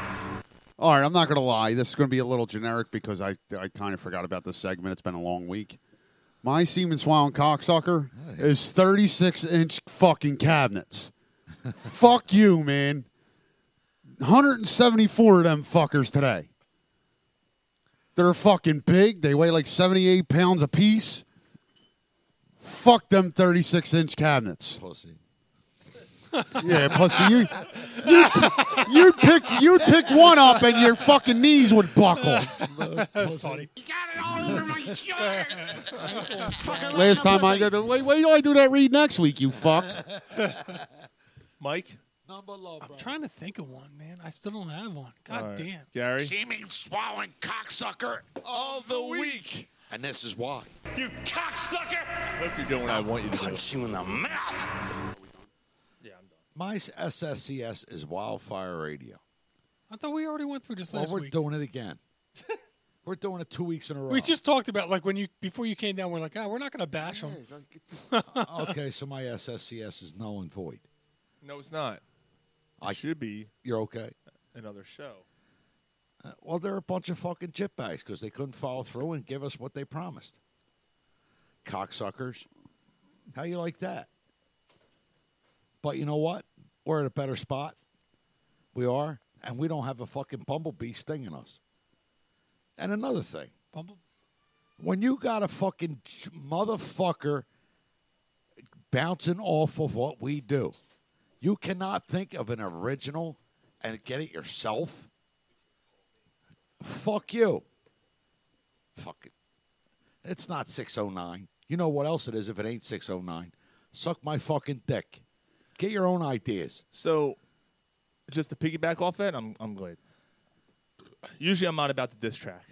All right, I'm not gonna lie. This is gonna be a little generic because I I kind of forgot about this segment. It's been a long week. My semen swallowing cocksucker is 36 inch fucking cabinets. Fuck you, man. 174 of them fuckers today. They're fucking big. They weigh like 78 pounds apiece. Fuck them 36 inch cabinets.
Pussy.
Yeah, pussy. You, you, you'd pick, you'd pick one up, and your fucking knees would buckle.
funny.
Last time I did, wait, wait till I do that read next week. You fuck.
Mike.
I'm trying to think of one, man. I still don't have one. God
All right.
damn.
Gary.
Seeming swallowing cocksucker all the week. And this is why.
You cocksucker!
I hope you're doing what I want you to do.
Punch you in the mouth.
My SSCS is Wildfire Radio.
I thought we already went through this
Well,
last
we're
week.
doing it again. we're doing it two weeks in a row.
We just talked about like when you before you came down. We're like, ah, we're not gonna bash them.
okay, so my SSCS is null and void.
No, it's not.
I
should be
You're okay.
another show.
Uh, well, they're a bunch of fucking chipbags because they couldn't follow through and give us what they promised. Cocksuckers. How you like that? But you know what? We're at a better spot. We are, and we don't have a fucking bumblebee stinging us. And another thing,
Bumble-
when you got a fucking ch- motherfucker bouncing off of what we do, you cannot think of an original and get it yourself. Fuck you. Fuck it. It's not 609. You know what else it is if it ain't 609? Suck my fucking dick. Get your own ideas.
So, just to piggyback off that, I'm I'm glad. Usually, I'm not about the diss track.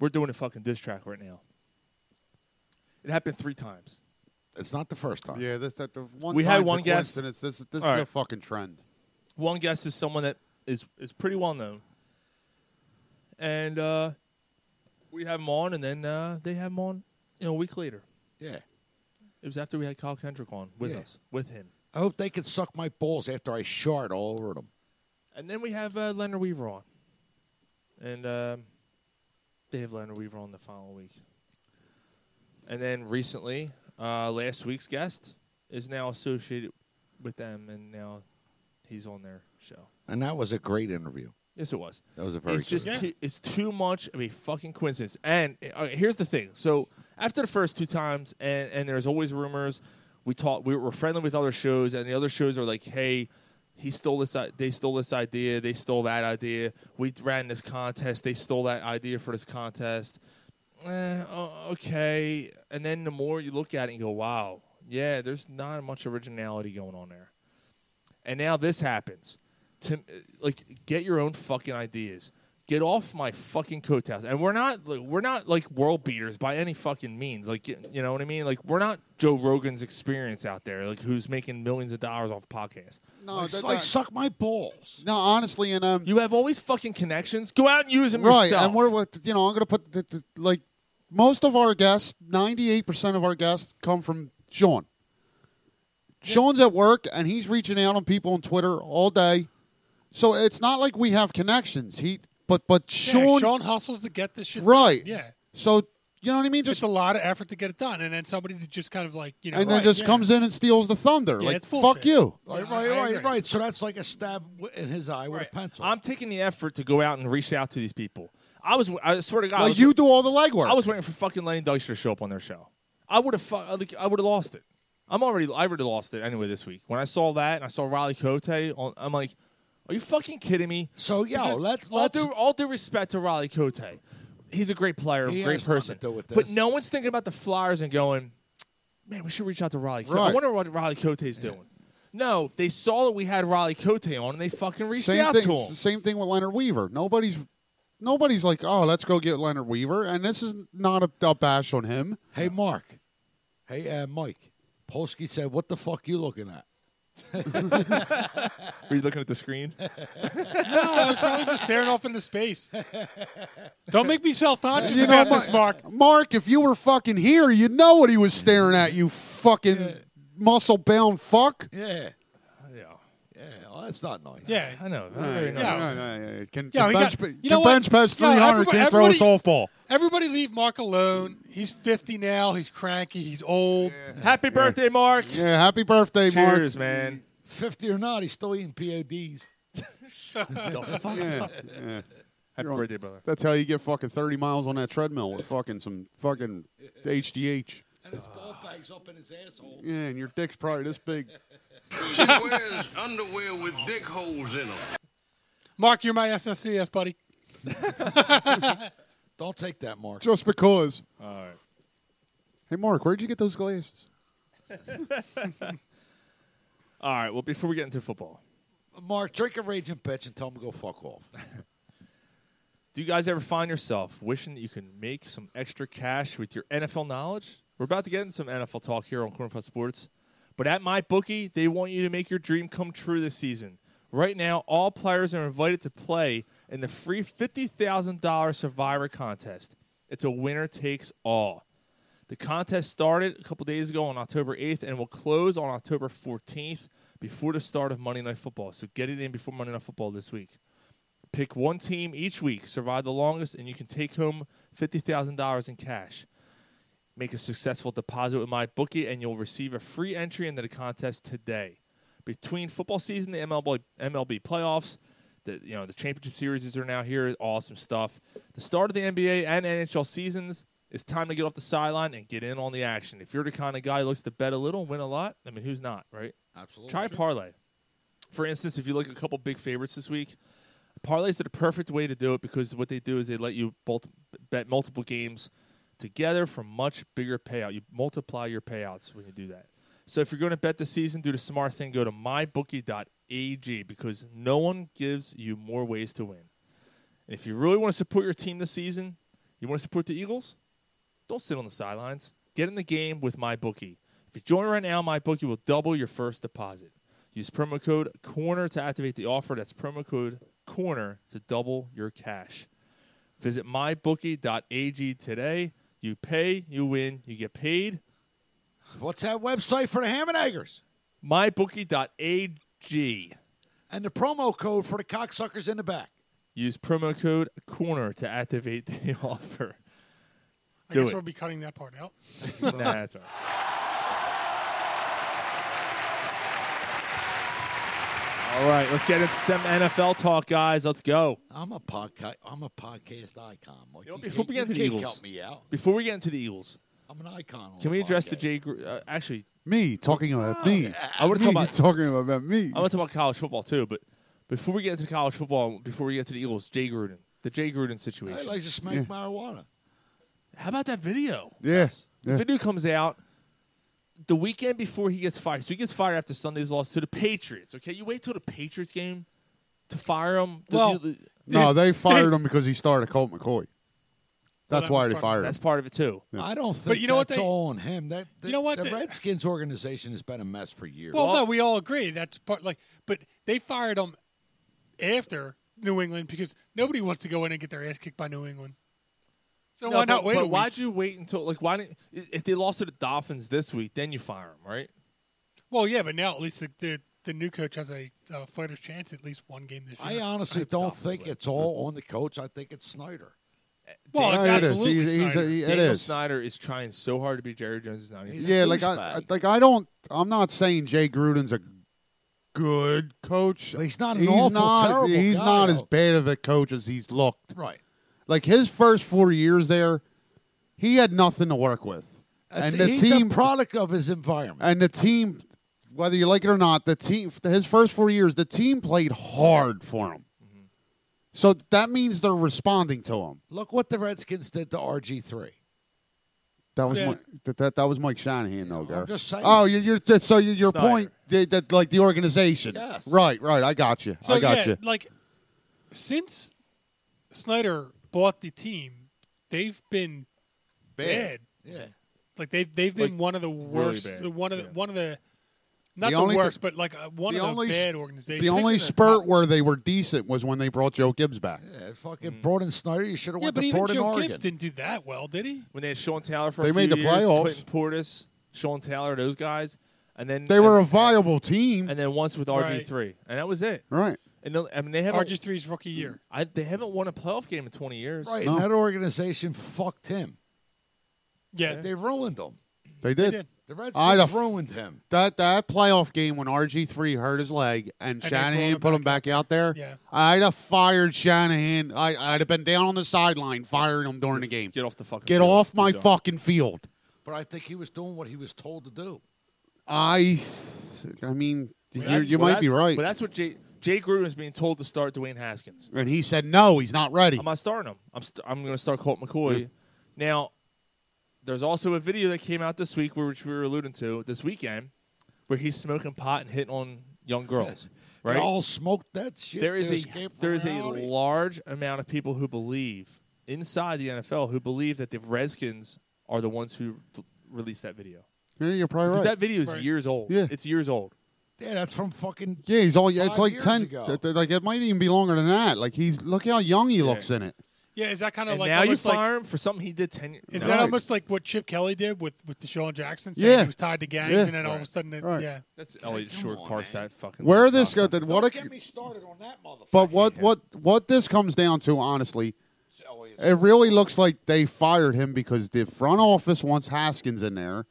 We're doing a fucking diss track right now. It happened three times.
It's not the first time.
Yeah, this that the one.
We had
time's
one
a
guest.
coincidence. This this
All
is a
right.
fucking trend.
One guest is someone that is is pretty well known, and uh, we have him on, and then uh, they have him on. You know, a week later.
Yeah.
It was after we had Kyle Kendrick on with
Yeah.
us, with him,
I hope they can suck my balls after I shard all over them.
and then we have uh, Leonard Weaver on, and um, they have Leonard Weaver on the following week. And then recently, uh, last week's guest is now associated with them, and now he's on their show.
And that was a great interview.
Yes, it was.
That was a very
It's just
good-
too, it's too much of a fucking coincidence. And uh, here's the thing: so after the first two times, and and there's always rumors. We talk. We were friendly with other shows, and the other shows are like, "Hey, he stole this. i- They stole this idea. They stole that idea. We ran this contest. They stole that idea for this contest." Eh, o- okay. And then the more you look at it, and go, "Wow, yeah, there's not much originality going on there." and now this happens. To like, get your own fucking ideas. Get off my fucking coattails. And we're not like, we're not like world beaters by any fucking means. Like you you know what I mean? Like we're not Joe Rogan's experience out there, like who's making millions of dollars off podcasts.
No,
Like,
that-
like,
that-
suck my balls.
No, honestly, and um,
you have all these fucking connections. Go out and use them
right,
yourself.
and we're, we're- you know I'm gonna put the, the, like most of our guests, ninety eight percent of our guests come from Sean. Sean's at work and he's reaching out on people on Twitter all day, so it's not like we have connections. He, but but
yeah,
Sean,
Sean hustles to get this shit done.
right,
Yeah.
So you know what I mean?
it's
Just
a lot of effort to get it done, and then somebody that just kind of like you know,
and then
right,
just
yeah.
comes in and steals the thunder.
Yeah,
like
it's
fuck
bullshit.
you.
Right,
I-
right,
I
right,
agree.
right. So that's like a stab w- in his eye with a pencil.
I'm taking the effort to go out and reach out to these people. I was, I swear to God, I
Like
was-
you do all the legwork.
I was waiting for fucking Lenny Dykstra to show up on their show. I would have, fu- like, I would have lost it. I'm already, I already lost it anyway this week. When I saw that and I saw Riley Cote, on, I'm like, are you fucking kidding me?
So yo, let's-
all
let's-
due, all due respect to Riley Cote, he's a great player,
He
great
has nothing
person.
to do with
But
this.
no one's thinking about the Flyers and going, man, we should reach out to Riley. Cote. I
Right.
wonder what Riley Cote's doing. No, they saw that we had Riley Cote on and they fucking reached
same
out
thing.
to him.
s- Same thing with Leonard Weaver. Nobody's nobody's like, oh, let's go get Leonard Weaver, and this is not a, a bash on him.
Hey, Mark. Hey, uh, Mike. Polsky said, "What the fuck you looking at?"
Were you looking at the screen?
No, I was probably just staring off into space. Don't make me self-conscious
You know,
about this, Mark.
Mark, if you were fucking here, you'd know what he was staring at. You fucking muscle bound fuck.
Yeah.
Yeah.
Yeah. Well, that's not nice.
Yeah,
I know.
No, no, no, no. Can,
Yeah,
can
he
bench,
got-
pa-
you
can
know what?
bench press
Yeah,
300,
everybody-
can't throw a
everybody-
softball.
Everybody leave Mark alone. He's 50 now. He's cranky. He's old.
Happy birthday, Mark.
Yeah, happy birthday, Mark.
Cheers, man.
Fifty or not, he's still eating PODs.
Yeah, yeah.
Happy birthday, brother.
That's how you get fucking 30 miles on that treadmill with fucking some fucking HGH.
And his ball bag's up in his asshole.
Yeah, and your dick's probably this big.
She wears underwear with dick holes in them.
Mark, you're my SSCS buddy.
Don't take that, Mark.
Just because.
All right.
Hey, Mark, where'd you get those glasses?
All right. Well, before we get into football,
Mark, drink a raging bitch and tell him to go fuck off.
do you guys ever find yourself wishing that you can make some extra cash with your NFL knowledge? We're about to get into some NFL talk here on Cornflake Sports, but at my bookie, they want you to make your dream come true this season. Right now, all players are invited to play in the free fifty thousand dollar Survivor contest. It's a winner takes all. The contest started a couple days ago on October 8th and will close on October 14th before the start of Monday Night Football. So get it in before Monday Night Football this week. Pick one team each week, survive the longest, and you can take home $50,000 in cash. Make a successful deposit with my bookie, and you'll receive a free entry into the contest today. Between football season, the MLB, MLB playoffs, the you know the championship series are now here, awesome stuff. The start of the NBA and NHL seasons, it's time to get off the sideline and get in on the action. If you're the kind of guy who likes to bet a little, win a lot, I mean, who's not, right?
Absolutely.
Try parlay. For instance, if you look at a couple big favorites this week, parlays are the perfect way to do it because what they do is they let you both bet multiple games together for much bigger payout. You multiply your payouts when you do that. So if you're going to bet the season, do the smart thing. Go to mybookie.ag because no one gives you more ways to win. And if you really want to support your team this season, you want to support the Eagles, don't sit on the sidelines. Get in the game with MyBookie. If you join right now, MyBookie will double your first deposit. Use promo code CORNER to activate the offer. That's promo code CORNER to double your cash. Visit mybookie.ag today. You pay, you win, you get paid.
What's that website for the ham and eggers?
Mybookie.ag.
And the promo code for the cocksuckers in the back.
Use promo code CORNER to activate the offer.
I
Do
guess
it.
we'll be cutting that part out.
nah, that's all right. All right, let's get into some NFL talk, guys. Let's go.
I'm a podcast. I'm a podcast icon. Mike. You,
Before we
you
get into the
can't
Eagles,
help me out.
before we get into the Eagles,
I'm an icon. on
can
the
we address the
podcast.
Jay? Gr- Uh, actually,
Me talking
Oh,
about me.
I wanna
Me
talk about-
talking about me.
I want to talk about college football too, but before we get into college football, before we get to the Eagles, Jay Gruden, the Jay Gruden
I
situation.
like to smoke
Yeah.
marijuana.
How about that video?
Yes.
The video comes out the weekend before he gets fired. So he gets fired after Sunday's loss to the Patriots. Okay, you wait till the Patriots game to fire him? The-
Well,
the-
No, they fired him because he started Colt McCoy. That's why they fired him.
That's part of it too.
I don't think
But you know what
that's
they-
all on him. That the,
You know what
the
they-
Redskins organization has been a mess for years.
Well, no, we all agree that's part. Like, but they fired him after New England because nobody wants to go in and get their ass kicked by New England. So
No,
why not
but-
wait?
But
a
why'd
week?
you wait until like why didn't i- if they lost to the Dolphins this week, then you fire him, right?
Well, yeah, but now at least the the, the new coach has a uh, fighter's chance at least one game this year.
I
uh,
honestly don't think it's all on the coach. I think it's Snyder.
Well,
it's Yeah, Oh, it is. absolutely He's- he's- Snyder. he- it
Daniel
is.
Snyder is trying so hard to be Jerry Jones. Not even
yeah, like I, I like I don't. I'm not saying Jay Gruden's a good coach.
he's not an awful, terrible
He's
guy,
not
though.
as bad of a coach as he's looked.
Right.
Like his first four years there, he had nothing to work with,
That's-
and the
he's
team Uh,
a product of his environment.
and the team, whether you like it or not, the team his first four years, the team played hard for him. So that means they're responding to him.
Look what the Redskins did to RG three.
That was
Yeah.
Mike, that, that that was Mike Shanahan though, Gar.
just saying.
Oh, you're, you're that- so your your
Snyder.
point that, that like the organization.
Yes.
Right, right. I got you.
So
I got
yeah,
you.
like since Snyder bought the team, they've been bad.
Bad.
Yeah.
Like they've they've been
Like,
one of the
really
worst,
bad.
one of the, one of the not
The
the,
only t-
worst, but like uh, one
the
of the
only s-
bad organizations.
The only spurt where they were decent was when they brought Joe Gibbs back.
Yeah, fucking brought in Snyder. You should have
Mm-hmm. yeah,
went
but
to
even
brought in
Joe
Oregon.
Gibbs didn't do that well, did he?
when they had Sean Taylor for
They
a few
made the
years,
playoffs.
Clinton Portis, Sean Taylor, those guys, and then
They were a viable team.
and then once with RG three, and that was it.
Right.
And they'll- I mean, they haven't
RG 3s rookie year.
I, they haven't won a playoff game in twenty years.
Right, and that organization fucked him.
Yeah,
they ruined him.
They did.
did. The Redskins
I'd have-
ruined him.
That that playoff game when RG three hurt his leg and,
they
Shanahan put him back out there.
Yeah.
I'd have fired Shanahan. I, I'd have been down on the sideline firing him during the game.
Get off the fucking.
Get
field.
off my
Good job.
fucking field.
But I think he was doing what he was told to do.
I, I mean,
Well,
you,
that's-
you
well,
might
that-
be right.
But that's what Jay Jay Gruden is being told to start Dwayne Haskins.
and he said no, he's not ready.
I'm not starting him. I'm st- I'm going to start Colt McCoy. Now, there's also a video that came out this week, which we were alluding to this weekend, where he's smoking pot and hitting on young girls. Right?
They all smoked that shit.
there is
They
a
escaped
there is a
morality.
large amount of people who believe inside the NFL who believe that the Redskins are the ones who th- released that video.
Yeah, you're probably
'Cause that
right.
video is years old.
Yeah.
It's years old.
Yeah, that's from fucking.
Yeah, he's all. yeah,
five
It's like
years
ten.
ago.
th- th- like it might even be longer than that. Like he's look how young he looks in it.
Yeah, is that kind of
And
like
now you
almost like-
fire him for something he did ten years
Is
ago.
that almost like what Chip Kelly did with with Deshaun Jackson? Saying
Yeah.
he was tied to gangs,
Yeah.
and then all of a
Right.
sudden, it,
Right.
yeah,
That's Elliot Short parks that fucking.
Where this go? That what?
Get me started on that motherfucker.
But what? What? What this comes down to, honestly, it really looks like they fired him because the front office wants Haskins in there,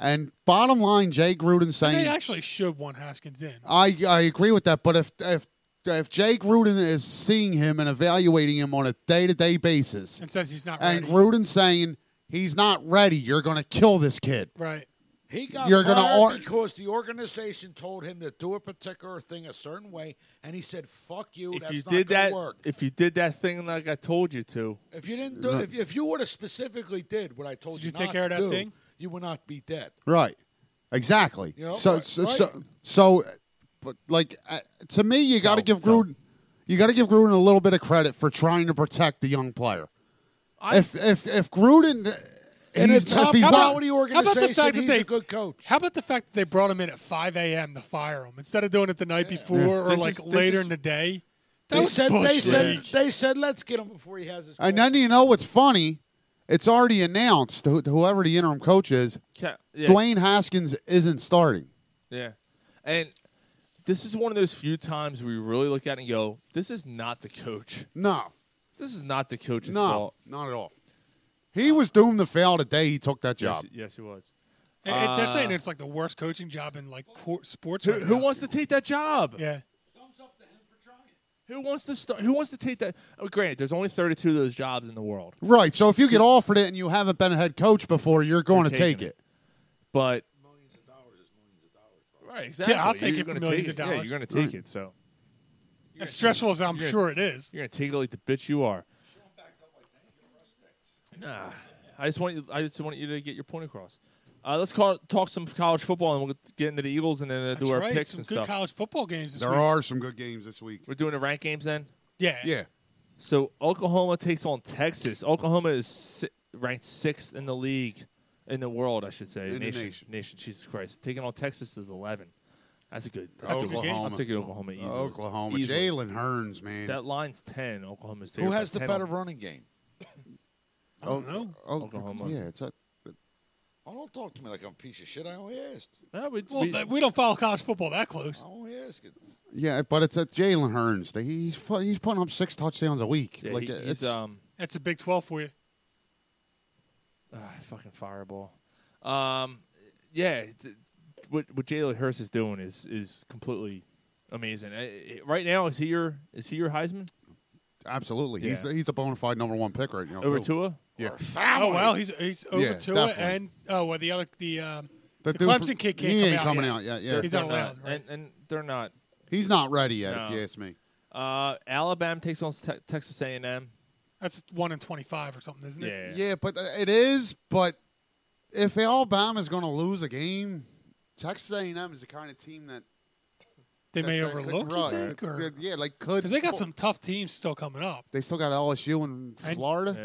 and bottom line, Jay Gruden
they
saying
actually should want Haskins in.
I I agree with that, but if if if Jay Gruden is seeing him and evaluating him on a day to day basis,
and says he's not
and
ready.
Gruden saying he's not ready, you're going to kill this kid.
Right.
He got
You're
fired
gonna ar-
because the organization told him to do a particular thing a certain way, and he said, "Fuck you."
if
that's
you
not
did
gonna
that,
work.
if you did that thing like I told you to,
If you didn't do, if, if you would have specifically did what I told
Did
you,
you take
not
care of
to
that
do,
thing?
you would not be dead.
Right. Exactly.
You know,
so,
right,
so
right.
so so but like uh, to me you got to give Gruden you got to give Gruden a little bit of credit for trying to protect the young player. if if if Gruden uh,
In a
he's, if
top
he's not
quality
How about
organization,
the fact that
he's
they
a good coach.
How about the fact that they brought him in at 5 a.m. to fire him instead of doing it the night before or
This
like
is- this
later
is-
in the day? That
They
was
said,
Bush
they said,
League.
they said, let's get him before he has his.
and then you know what's funny? It's already announced who- whoever the interim coach is.
Ca- yeah.
Dwayne Haskins isn't starting.
yeah. And this is one of those few times where you really look at it and go, "This is not the coach.
No.
This is not the coach's
No,
fault."
not at all. He was doomed to fail the day he took that job.
Yes, yes, he was.
And- and they're saying
Uh,
it's like the worst coaching job in like court, sports.
Who,
right
who
now.
wants to take that job?
Yeah.
Who wants to start? Who wants to take that? Oh, granted, there's only 32 of those jobs in the world,
Right. So if you get offered it and you haven't been a head coach before, you're going to
You're taking
take it.
but right, exactly.
Yeah, I'll take
You're
it for
gonna
millions
take
of
it. Yeah,
dollars.
you're going to take it. So
As stressful as I'm
You're gonna-
sure it is.
You're gonna take it like the bitch you are. Nah, I just want you. I just want you to get your point across. Uh, let's call, talk some college football, and we'll get into the Eagles, and then uh,
That's
do our
right.
picks
Some
and
good
stuff.
college football games. This
There
week.
are some good games this week.
We're doing the ranked games then.
Yeah.
Yeah.
So Oklahoma takes on Texas. Oklahoma is si- ranked sixth in the league, in the world, I should say.
In the
nation,
nation.
nation, Jesus Christ. Taking on Texas is eleven. That's a good. That's A good game.
Oklahoma.
I'm taking Oklahoma easily.
Oklahoma.
Easily.
Jalen Hearns, man.
That line's ten. Oklahoma's.
Who has the better
running game?
I don't
know.
Oklahoma.
Oh, Yeah, it's a.
Oh, don't talk to me like I'm a piece of shit. I only asked.
No, we,
Well, we, we don't follow college football that close.
I only asked it.
Yeah, but it's at Jalen Hearns. They- He's fu- he's putting up six touchdowns a week.
Yeah,
like
he- he's,
it's
um,
That's a Big 12 for you.
Ah, fucking fireball. Um, yeah, th- what what Jalen Hurst is doing is is completely amazing. I- I- right now, is he your is he your Heisman
absolutely. He's
Yeah.
the, he's the bona fide number one pick right now.
over
too.
Tua?
Yeah.
Oh wow, he's he's over
Yeah,
Tua
definitely.
and oh well, the other the um,
That
the
dude
Clemson
from-
kid can't
he
come
ain't
out
coming
yet.
out yet, yeah.
he's
They're
not allowed.
not- and, and they're not.
He's not ready yet, if
No.
you ask me.
Uh, Alabama takes on te- Texas A and M.
That's one in twenty five or something, isn't it?
Yeah.
Yeah, but uh, it is. But if Alabama's going to lose a game, Texas A&M is the kind of team that
They
that-
may
that could
overlook. You
run.
think, or
Could- yeah, like could
because they got some tough teams still coming up.
They still got LSU in
And-
Florida.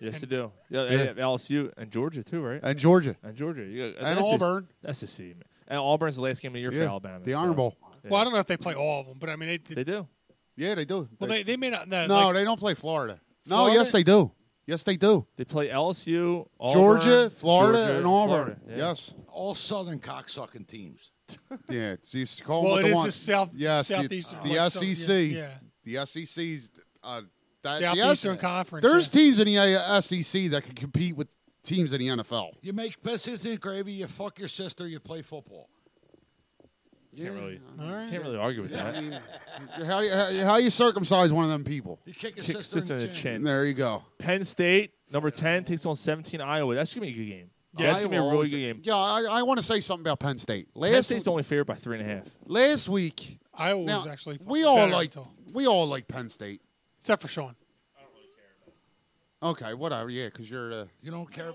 Yeah. Yes, they do. Yeah, they
Yeah.
have LSU and Georgia too, right?
And Georgia.
and Georgia. You got-
And
that's just-
Auburn.
that's just see, man. And Auburn's the last game of the year
Yeah,
for Alabama.
the
so-
Iron Bowl.
Yeah.
Well, I don't know if they play all of them, but I mean they
They do.
Yeah, they do.
Well, they, they may not. No,
no,
like-
they don't play Florida. No,
Florida?
yes, they do. Yes, they do.
They play LSU, Auburn,
Georgia, Florida,
Georgia,
and Auburn.
Florida. Yeah.
Yes.
All Southern cocksucking teams.
Yeah, it's- you used to call
Well,
them
it
the
is
one.
the South-
yes, the-
Southeastern,
The,
like, South- yeah,
SEC.
yeah.
The SEC's. Uh, that, the
Southeastern
S-
Conference,
There's
yeah.
teams in the uh, SEC that can compete with teams in the NFL.
You make biscuits and gravy. You fuck your sister. You play football.
Can't really,
All right.
can't really argue with that.
How do you, how, how you circumcise one of them people?
You kick your
Kick
sister,
sister in the chin.
There you go.
Penn State, number ten, takes on seventeen Iowa. That's gonna be a good game. Yeah, that's gonna be a
Iowa
really
always-
good game.
Yeah, I, I want to say something about Penn State.
Penn
Last
State's only favored by three and a half.
last week,
Iowa was
Now,
actually
we
fucking
all
better
like
until-
we all like Penn State.
except for Sean.
Okay, whatever. Yeah, because you're. Uh,
You don't care.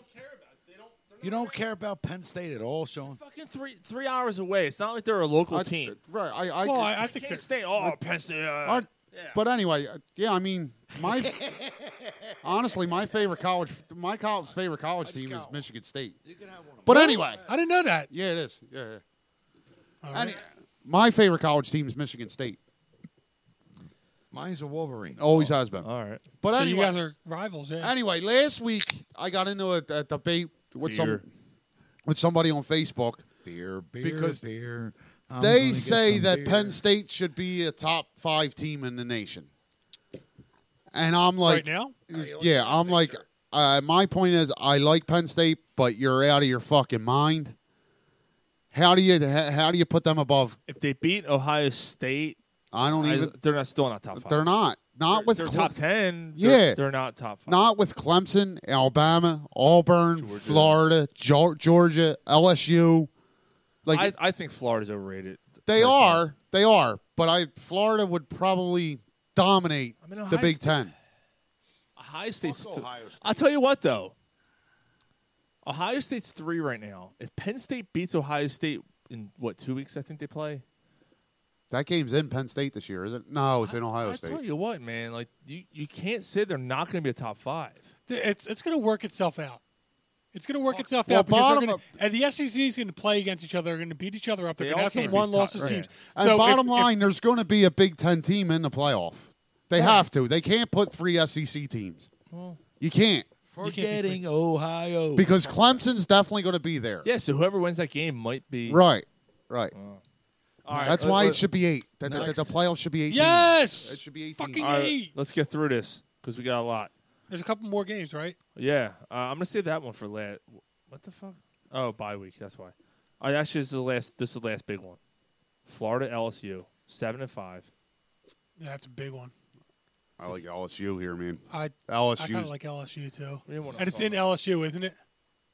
You don't care about Penn State at all, Sean.
Fucking three three hours away. It's not like they're a local
I- uh,
team.
Right. I. I,
Well,
could-
I, I think
Penn
they're-
State. Oh, Penn State. uh,
I- But anyway, uh, yeah. I mean, my honestly, my favorite college, my col favorite college team is Michigan State. But anyway,
I didn't know that.
yeah, it is. Yeah. yeah.
All right.
Any- my favorite college team is Michigan State.
Mine's a Wolverine.
Always has been.
Oh, all right.
But
So you
anyway,
guys are rivals, yeah.
anyway, last week I got into a, a debate with
Beer.
some with somebody on Facebook.
Beer, beer,
Because
beer. I'm gonna
they
get
say
some
that
beer.
Penn State should be a top five team in the nation, and I'm like,
right now,
yeah, I'm like, uh, my point is, I like Penn State, but you're out of your fucking mind. How do you h- how do you put them above?
If they beat Ohio State,
I don't
I-
even.
they're not still not top five.
They're not not with
They're
Cle-
top ten.
Yeah.
they're, they're not top five.
not with Clemson, Alabama, Auburn, Florida, Geor- Georgia, LSU. Like
I, I think Florida's overrated.
they
Personally.
are, they are. But I Florida would probably dominate
I mean,
the
Ohio
Big
State-
Ten.
Ohio State's. th-
Ohio State.
I'll tell you what, though. Ohio State's three right now. If Penn State beats Ohio State in what two weeks, I think they play.
That game's in Penn State this year, is it? No, it's in Ohio
I
State.
tell you what, man. Like you, you can't say they're not going to be a top five.
Th- it's it's going to work itself out. It's going to work itself
well,
out because they're
bottom
gonna,
up-
and the SEC is going to play against each other. They're going to beat each other up. They're
They
going to
all
have some
can't be
one
top-
losses
right.
teams.
And
So if-
bottom
if-
line, there's going to be a Big Ten team in the playoff. They have to. They can't put three SEC teams. you can't
Forgetting Ohio.
because Clemson's definitely going to be there.
Yeah. So whoever wins that game might be
Right, right.
All right,
That's
let-
why
let-
it should be eight. The, the, the, the playoff should be eight. teams.
yes,
it should be eight.
fucking
teams.
all right,
eight.
let's get through this because we got a lot.
There's a couple more games, right?
Yeah, uh, I'm gonna save that one for last. What the fuck? Oh, bye week. That's why. All right, actually, this is the last. This is the last big one. Florida LSU seven and five.
Yeah, that's a big one.
I like LSU here, man.
I I kind
LSU.
of like LSU too,
We didn't wanna
and it's
fuck
in LSU, isn't it?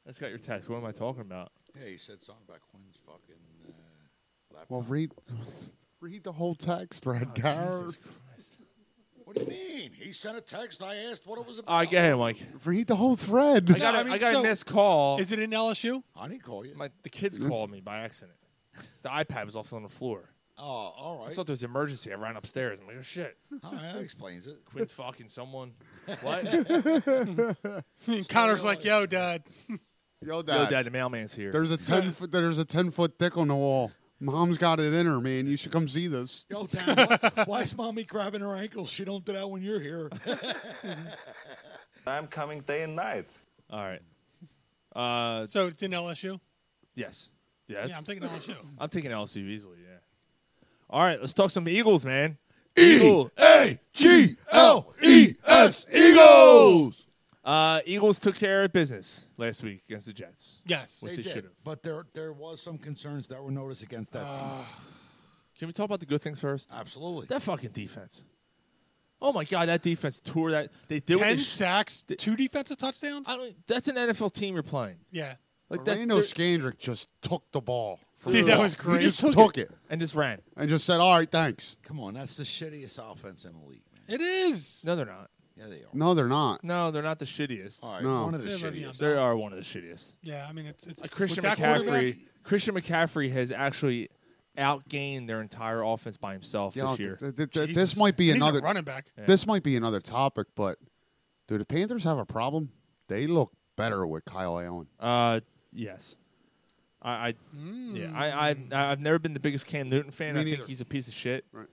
That's got your text. What am I talking about?
Yeah, he said something about Quinn's fucking. Uh, laptop.
well, read read the whole text, Red Gar.
Oh, Christ.
What do you mean? He sent a text. I asked what it was about.
All right, go ahead, Mike.
Read the whole thread.
I got, a- I got a missed call. Mm-hmm.
Is it in LSU?
I didn't call you.
My, the kids called me by accident. The iPad was off on the floor.
Oh, all right.
I thought there was an emergency. I ran upstairs. I'm like, oh shit.
All right, that explains it.
Quinn's fucking someone. What?
And Connor's like, yo, Dad.
Yo,
Yo,
Dad, the mailman's here.
There's a ten foot. There's a ten foot dick on the wall. Mom's got it in her, man. You should come see this.
Yo, Dad, why, why is mommy grabbing her ankles? She don't do that when you're here.
I'm coming day and night.
All right. Uh,
So it's in LSU?
yes. Yeah,
Yeah,
it's-
I'm taking LSU.
I'm taking LSU easily. Yeah. All right, let's talk some Eagles, man. Eagle, A G L E S Eagles. Uh, Eagles took care of business last week against the Jets. which
They
they,
did,
should have.
But there, there was some concerns that were noticed against that team.
Can we talk about the good things first?
Absolutely.
Ah. That fucking defense. Oh my god, that defense tore that. They did what
Ten
they sh-
sacks, two defensive touchdowns?
I don't, that's an NFL team you're playing.
yeah.
Like that,
Orlando
they're-
Scandrick just took the ball. from
Dude,
the
that
wall.
was great.
He just
Took
took,
it.
it.
and just ran.
and just said, "All right, thanks."
Come on, that's the shittiest offense in the league. Man.
It is.
No, they're not.
Yeah, they are.
No, they're not.
No, they're not the shittiest.
All right,
No.
one of the
They're
shittiest.
Le'Veon
They
Bell.
are one of the shittiest.
Yeah, I mean, it's. it's
Uh, Christian
with that quarterback-
McCaffrey. Christian McCaffrey has actually outgained their entire offense by himself
Yeah,
this year.
th- th- th-
Jesus.
this might be
And he's a
another
running back.
Yeah.
This might be another topic, but do the Panthers have a problem? They look better with Kyle Allen.
Uh, yes. I, I yeah, I, I, I've never been the biggest Cam Newton fan.
Hmm. Me
I think
neither.
he's a piece of shit,
Right.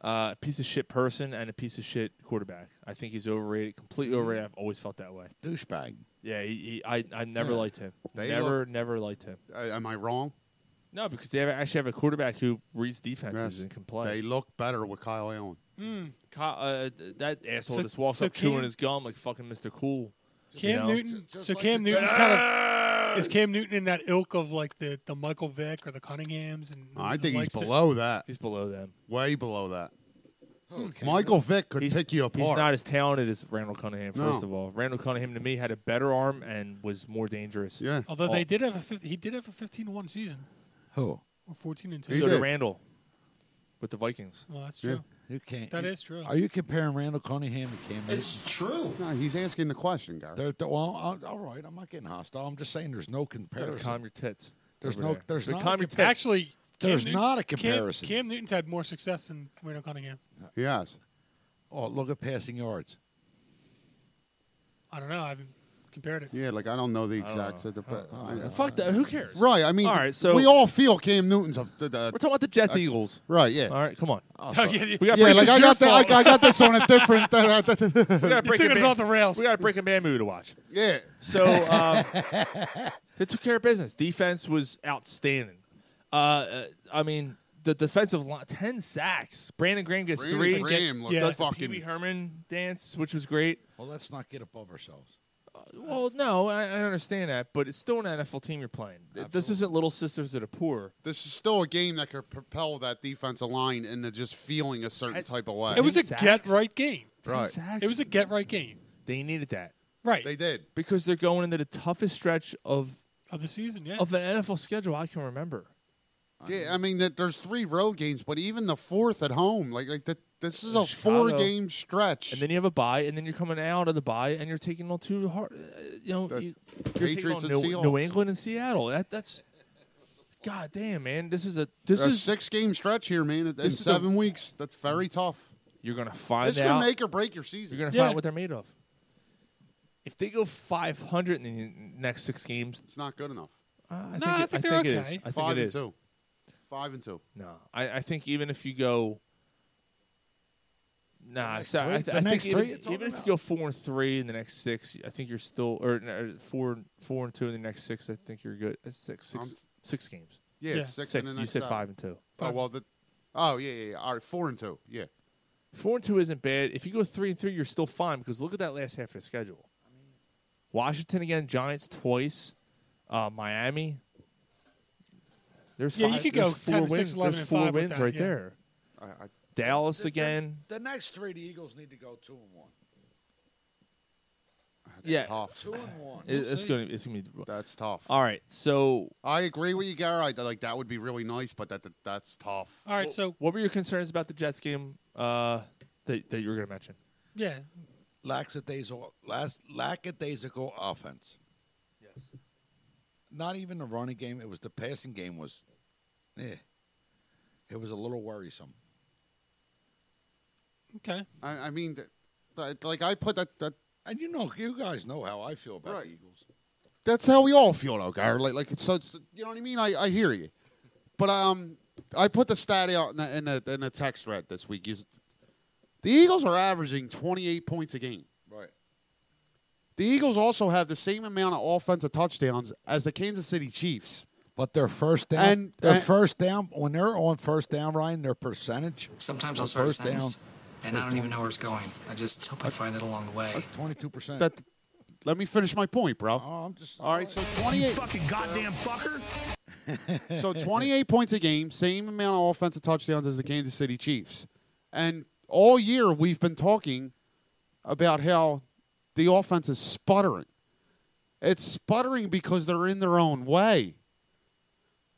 uh, a piece of shit person, and a piece of shit quarterback. I think he's overrated, completely
Hmm.
overrated. I've always felt that way.
Douchebag.
Yeah, he, he, I, I never
Yeah.
liked him.
They
never, never liked him.
Uh, am I wrong?
No, because they have, actually have a quarterback who reads defenses
Yes.
and can play.
They look better with Kyle Allen.
Ca- uh, th- that asshole
So-
just walks
so
up chewing
Cam-
his gum like fucking Mr. Cool.
Cam
you know?
Newton.
Just
so
like
Cam
the
Newton's kind of is Cam Newton in that ilk of like the, the Michael Vick or the Cunninghams and
I
the
think he's
likes that-
below that.
He's below them.
Way below that.
Okay.
Michael Vick could
He's,
pick you apart.
he's not as talented as Randall Cunningham.
No.
First of all, Randall Cunningham to me had a better arm and was more dangerous.
yeah.
Although they
Oh.
did have a 50, he did have a 15-1 season
Who?
or 14 and 2.
He
So did
did.
Randall with the Vikings.
Well, that's
Yeah.
true.
You can't.
That is true.
Are you comparing Randall Cunningham and Cam Newton?
true.
No, he's asking the question, guy.
They're, they're- well, all- all right. I'm not getting hostile. I'm just saying there's no
You gotta
comparison.
calm your tits.
There's
over
no-
there.
there's
You gotta
not a
calm your
compa-
tits.
Actually, Cam
There's
Newton's-
not a
Cam-
comparison.
Cam, Newton's had more success than Randall Cunningham.
Yes.
oh, look at passing yards.
I don't know. I haven't compared it.
Yeah, like I don't know the
don't
exact.
know.
but- I-
Fuck that. Who cares?
right. I mean,
Oh. All right, so-
we all feel Cam Newton's a. the- the-
We're talking about the Jets Eagles.
right. Yeah.
All right, come on.
Oh, yeah, you-
We got Breaking-
Yeah, like I
it's your
got, the, I,
fault.
I got this on a different. uh,
We got
took us off the rails.
We got a Breaking Bad movie to watch.
yeah.
So um, they took care of business. Defense was outstanding. Uh, uh, I mean, the defensive line, ten sacks. Brandon Graham gets
Brandon
three.
Graham looked
yeah.
Does the Pee
fucking
Wee Herman dance, which was great.
Well, let's not get above ourselves.
Well, no, I, I understand that, but it's still an NFL team you're playing. This isn't Little Sisters of the Poor.
this is still a game that could propel that defensive line into just feeling a certain type of way.
It was a
Sacks.
get right game.
right.
It was a get right game.
They needed that
Right.
They did.
because they're going into the toughest stretch of
of the season, yeah.
of an NFL schedule I can remember.
Yeah, I mean, that there's three road games, but even the fourth at home, like like that. This is a
Chicago.
four-game stretch.
And then you have a bye, and then you're coming out of the bye, and you're taking on two hard, uh, you know, you,
The
you're taking
Patriots
on
and
New,
Seahawks.
New England and Seattle. That that's, god damn, man, this is a this
a
is
six-game stretch here, man. In
This is
seven
the-
weeks, that's very tough.
you're gonna find
This is
out.
gonna make or break your season.
you're gonna
Yeah.
find out what they're made of. If they go 500 in the next six games,
it's not good enough.
uh, I,
No, I
think, it-
think they're
it is.
okay.
I think
Five
it
and
is.
two. Five and two.
No, I, I think even if you go, nah, so I,
three-
I
the
think
next three you're
even,
talking
even if you
about.
go four and three in the next six, I think you're still or, no, four four and two in the next six. I think you're good. That's six six-
I'm-
six games.
Yeah,
Yeah.
six,
Six.
and then
You said five and two.
Oh well, the, oh yeah, yeah, yeah. All right, four and two. Yeah,
Four and two isn't bad. If you go three and three, you're still fine because look at that last half of the schedule. Washington again, Giants twice, uh, Miami. There's
Yeah, you
five,
could
there's
go
four
10 and
wins.
six, 11
there's
and
four
five with
wins
that,
right
yeah.
there.
I, I,
Dallas again.
The, next three, the Eagles need to go two and one.
that's
Yeah.
tough.
Two and one.
It- it's gonna it's gonna be
That's tough.
all right. So
I agree with you, Gary. I- Like that would be really nice, but that, that that's tough.
All right, so
What were your concerns about the Jets game? Uh, that, that you were going to mention?
Yeah.
Lackadaisical, last, lackadaisical offense.
Yes.
Not even the running game. It was the passing game was, eh. It was a little worrisome.
Okay.
I, I mean, th- th- like I put that, that.
And you know, you guys know how I feel about the Eagles.
That's how we all feel, though, Gar. Like, like it's so. It's, you know what I mean? I, I hear you, but um, I put the stat out in the in the, in the text thread this week. Is the Eagles are averaging twenty eight points a game.
Right.
The Eagles also have the same amount of offensive touchdowns as the Kansas City Chiefs.
But their first down,
And-
their
and-
first down when they're on first down, Ryan, their percentage.
Sometimes
on
I'll start a
first down
sentence, and I don't even know where it's going. I just hope I find it along the way.
twenty-two percent.
That, let me finish my point, bro.
Oh, I'm just
all right. So twenty eight.
Fucking goddamn fucker.
so 28 points a game, same amount of offensive touchdowns as the Kansas City Chiefs. And all year we've been talking about how the offense is sputtering. It's sputtering because they're in their own way.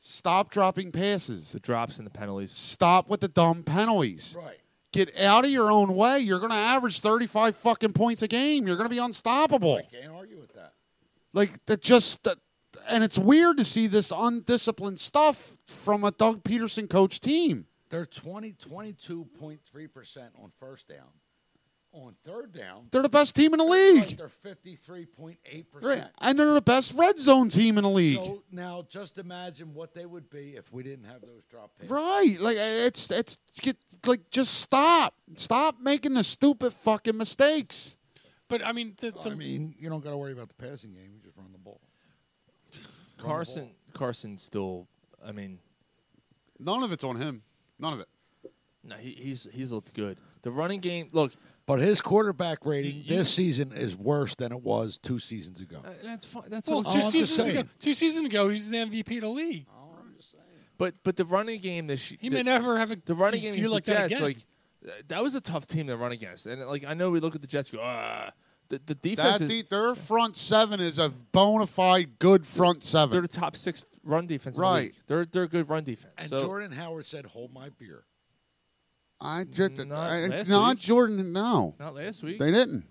Stop dropping passes. The
drops and the penalties.
Stop with the dumb penalties.
Right.
Get out of your own way. You're going to average 35 fucking points a game. You're going to be unstoppable.
can't argue with that.
Like that just that, and it's weird to see this undisciplined stuff from a Doug Peterson coach team.
They're 20, 22.3% on first down. On third down,
They're the best team in the
they're like
league.
they're 53.8%.
Right. And they're the best red zone team in the league.
So now just imagine what they would be if we didn't have those drop picks.
right. Like uh, it's it's get, like just stop. Stop making the stupid fucking mistakes.
But I mean, the,
I mean, you don't got to worry about the passing game. You just run the ball.
Carson Carson still. I mean,
none of it's on him. None of it.
No, he, he's he's looked good. The running game. Look,
But his quarterback rating this season is worse than it was two seasons ago.
Uh, That's fine. That's
well,
all-
two
Oh, I'm just
seasons ago,
saying.
two seasons ago, he's the MVP of the league.
But but the running game this year,
He may never have a
the running game.
year
against
like
the
that
Jets,
again.
like uh, that was a tough team to run against, and like I know we look at the Jets, go ah, the the defense.
That
is-
de- their front seven is a bona fide good front seven.
they're the top six run defense. in the
Right.
league. They're they're a good run defense.
And
so
Jordan Howard said, "Hold my beer."
I just
Mm, Not
I-
last
not
week.
Jordan. No,
not last week.
they didn't.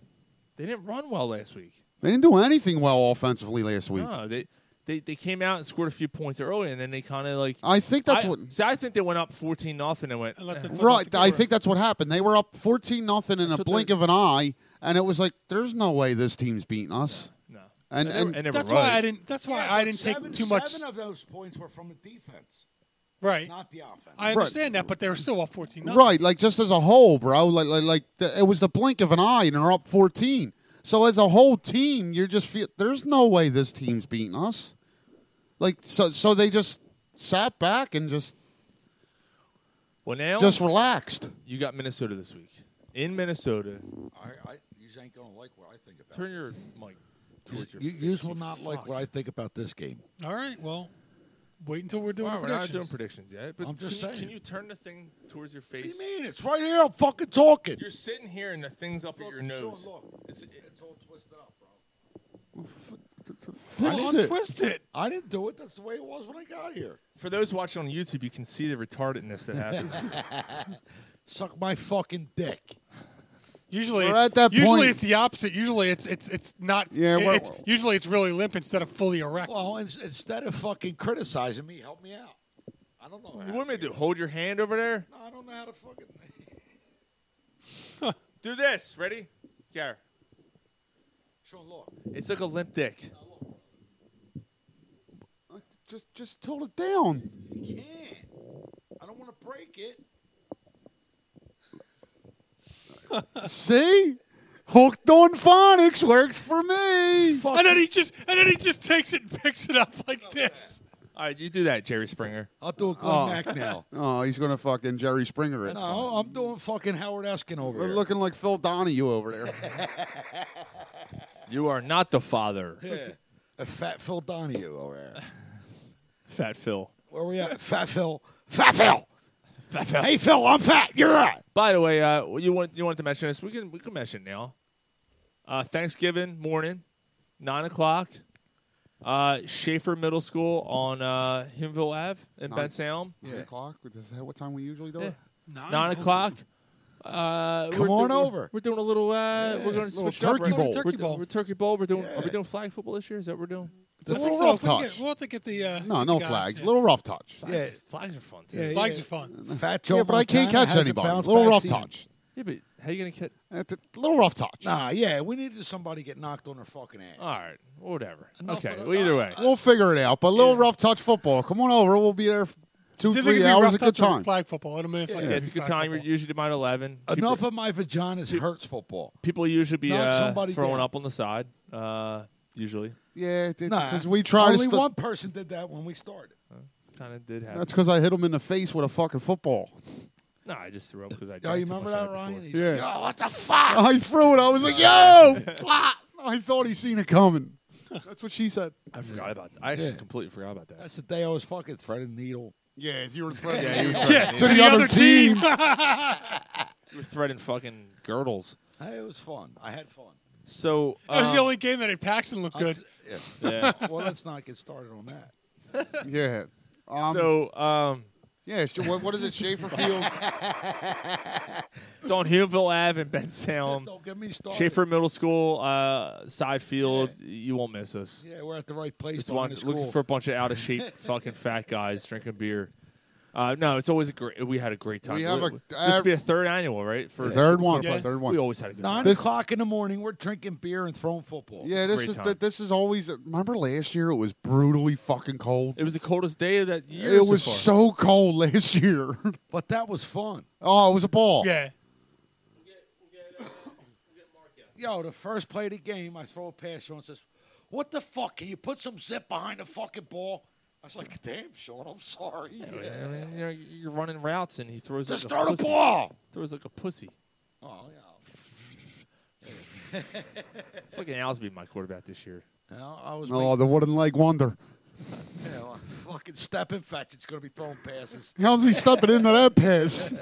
They didn't run well last week.
They didn't do anything well offensively last week.
No, they. They, they came out and scored a few points early, and then they kind of like.
I think that's
I-
what-
See, I think they went up fourteen nothing and went. eh.
Right, I think that's what happened. They were up fourteen nothing in a
what
blink of an eye, and it was like, "There's no way this team's beating us."
No, And
and
they were-
and,
and they were
that's why I didn't. That's why I didn't take too much.
Seven of those points were from the defense,
right.
not the offense.
I
Right.
understand that, but they were still up fourteen.
right, like just as a whole, bro, like like, like the, it was the blink of an eye, and they're up fourteen. So as a whole team, you're just feel there's no way this team's beating us. Like so, so they just sat back and just
Well, now
just relaxed.
You got Minnesota this week. In Minnesota,
I, I, you ain't gonna like what I think about.
turn your mic towards your
You,
face,
yous will
you
not like
fuck.
what I think about this game.
All right. Well, wait until we're doing
All right,
the
we're
predictions.
not doing predictions yet, but
I'm just
can, you,
saying.
can you turn the thing towards your face?
What do you mean? It's right here. I'm fucking talking.
You're sitting here and the thing's up at your nose. It's, it's all
twisted up, bro.
Fix it.
I didn't do it. That's the way it was when I got here.
For those watching on YouTube, you can see the retardedness that happens.
Suck my fucking dick.
Usually,
We're
it's,
at that
usually
point.
it's the opposite. Usually, it's it's it's not.
Yeah,
Yeah,
well-
it's, usually it's really limp instead of fully erect.
Well, ins- instead of fucking criticizing me, help me out. I don't know.
you want me to do? Hold your hand over there?
I don't know how to fucking.
Do this. Ready? Gar.
Sean, look.
It's like a limp dick.
Just just tilt it down.
You can't. I don't want to break it.
See, hooked on phonics works for me.
and then he just and then he just takes it and picks it up like this.
All right, you do that, Jerry Springer.
I'll do a Glenn
Oh.
Mack now.
Oh, he's gonna fucking Jerry Springer it.
No, I'm doing fucking Howard Eskin over
We're
here.
looking like Phil Donahue over there.
You are not the father.
Yeah. A fat Phil Donahue over there.
Fat Phil.
Where we at? Fat Phil. Fat Phil.
Fat Phil.
Hey Phil, I'm fat. You're right.
By the way, uh, you want you wanted to mention this? We can we can mention it now. Uh, Thanksgiving morning, nine o'clock. Uh, Schaefer Middle School on uh, Humetville Ave in
Nine-
Bensalem.
Nine o'clock. Is that what time we usually do it?
Nine o'clock. Uh,
Come
we're
on
doing-
over.
We're doing a little. Uh, we're going to
little
switch up,
turkey
right?
bowl.
We're,
Turkey
do-
bowl.
we're turkey bowl. We're doing. Are we doing flag football this year? Is that what we're doing?
It's a little rough
if we can
touch.
Get, we'll have to get the. Uh,
No,
the
no
guys,
flags.
yeah.
Little rough touch.
Flags,
Yeah.
flags are fun too.
Yeah, Flags yeah. are fun.
Fat Joe
yeah, but I can't
Montana
catch
has a
anybody.
bounce
little
back
rough
season.
touch.
Yeah, but how you gonna catch?
At the- Little rough touch.
Nah, yeah, we needed somebody to get knocked on their fucking ass.
All right, whatever.
Enough
okay,
of the- uh,
well, either way.
We'll figure it out. But little rough touch football. Come on over. We'll be there for two,
Do you think
three
it'd be
hours.
rough
A good
touch or
time.
Flag football. I don't mean, it's like
Yeah, it's a good
flag
time. You're
football.
usually about eleven.
Enough
people,
of my vaginas hurts football.
people usually be
Knock
uh,
somebody
throwing
down.
up on the side. Uh, usually,
Yeah,
Nah,
because we tried to.
only
St-
one person did that when we started.
kind of did happen.
That's because I hit him in the face with a fucking football.
No, I just threw up because I.
Yo,
drank
you
too much
remember
the
that,
night
Ryan?
before.
He's
Yeah.
like, Yo, what the fuck?
I threw it. I was like, "Yo!" Blah! I thought he seen it coming. That's what she said.
I forgot about that. I actually
Yeah.
completely forgot about that.
That's the day I was fucking threading needle.
Yeah, you were threatening
Yeah, you were
to
threatening
the, other team.
You were threading fucking girdles.
Hey, it was fun. I had fun.
So
That was
um,
the only game that had Paxton looked good.
Yeah.
well, let's not get started on that.
yeah. Um,
so um,
yeah. So what, what is it? Schaefer Field.
it's on Humeville Ave in Ben Salem.
Don't get me started.
Um, Schaefer Middle School, uh, side field. You won't miss us.
Yeah, we're at the right place.
Just
behind
want,
the
looking
school.
for a bunch of out of shape fucking fat guys drinking beer. Uh, no, it's always a great. We had a great time.
We have a-
this would be a third annual, right? For
Third one.
Yeah.
Third one.
We always had a good time.
Nine
This-
o'clock in the morning, we're drinking beer and throwing football.
Yeah, this
Great
is
time.
the, this is always. Remember last year? It was brutally fucking cold.
It was the coldest day of that year.
It was
so, far.
so cold last year.
But that was fun.
oh, it was a ball.
Yeah.
Yo, the first play of the game, I throw a pass. Sean says, "What the fuck? Can you put some zip behind the fucking ball?" I was like, "Damn, Sean, I'm sorry."
I mean, you know, you're running routes and he throws
Just
like a
throw the
pussy.
ball.
Throws like a pussy.
Oh yeah.
Fucking Al's been my quarterback this year.
Well, I was
Oh, the wooden leg wonder.
making, you know, fucking stepping fetch. It's gonna be throwing passes.
How's he stepping into that pass?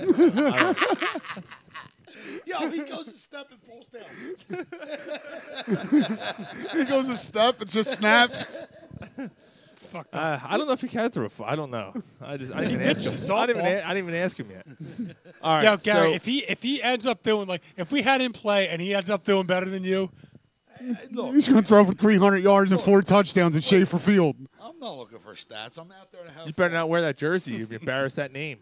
Yo, he goes to step and falls down.
he goes a step. It just snaps.
It's fucked up.
Uh, I don't know if he can throw. a f- I don't know. I just I
He
didn't ask
pitched
him.
some
I didn't, even,
softball.
a- I didn't even ask him yet. All right,
Yo, Gary,
so
if he if he ends up doing like if we had him play and he ends up doing better than you,
He's going to throw for 300 yards and four touchdowns at Schaefer Field.
I'm not looking for stats. I'm out there to have.
you better not wear that jersey. You'd embarrass that name.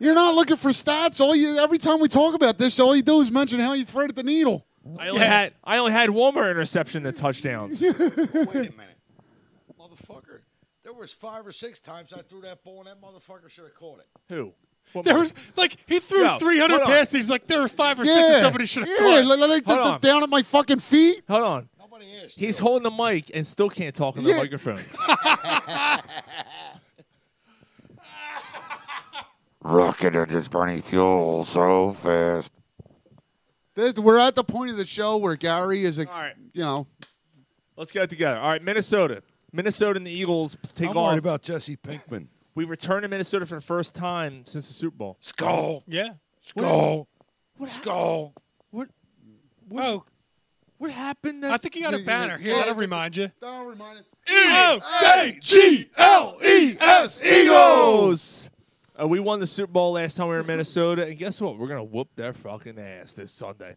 You're not looking for stats. All you every time we talk about this, all you do is mention how you threaded the needle.
I only had I only had one more interception than touchdowns.
Wait a minute, motherfucker. There was five or six times I threw that ball, and that motherfucker should have caught it.
Who? What
there
more?
was like he threw
Yo,
300
hold on.
passes. He's like there were five or six that
Yeah,
somebody should have
yeah,
caught.
like, like,
Hold
the- the-
on.
down at my fucking feet.
Hold on.
Nobody asked.
He's
you.
holding the mic and still can't talk in the
Yeah.
microphone.
Rocketed is burning fuel so fast.
This- we're at the point of the show where Gary is a,
All right.
you know,
Let's get it together. All right, Minnesota. Minnesota and the Eagles take
I'm
off.
worried about Jesse Pinkman.
we return to Minnesota for the first time since the Super Bowl.
Skull,
yeah.
skull, skull.
Whoa.
What happened?
Oh, I think he got a banner. Here,
Yeah,
that'll
I think-
remind you.
don't remind it.
E L E S Eagles. Uh, we won the Super Bowl last time we were in Minnesota, and guess what? We're gonna whoop their fucking ass this Sunday.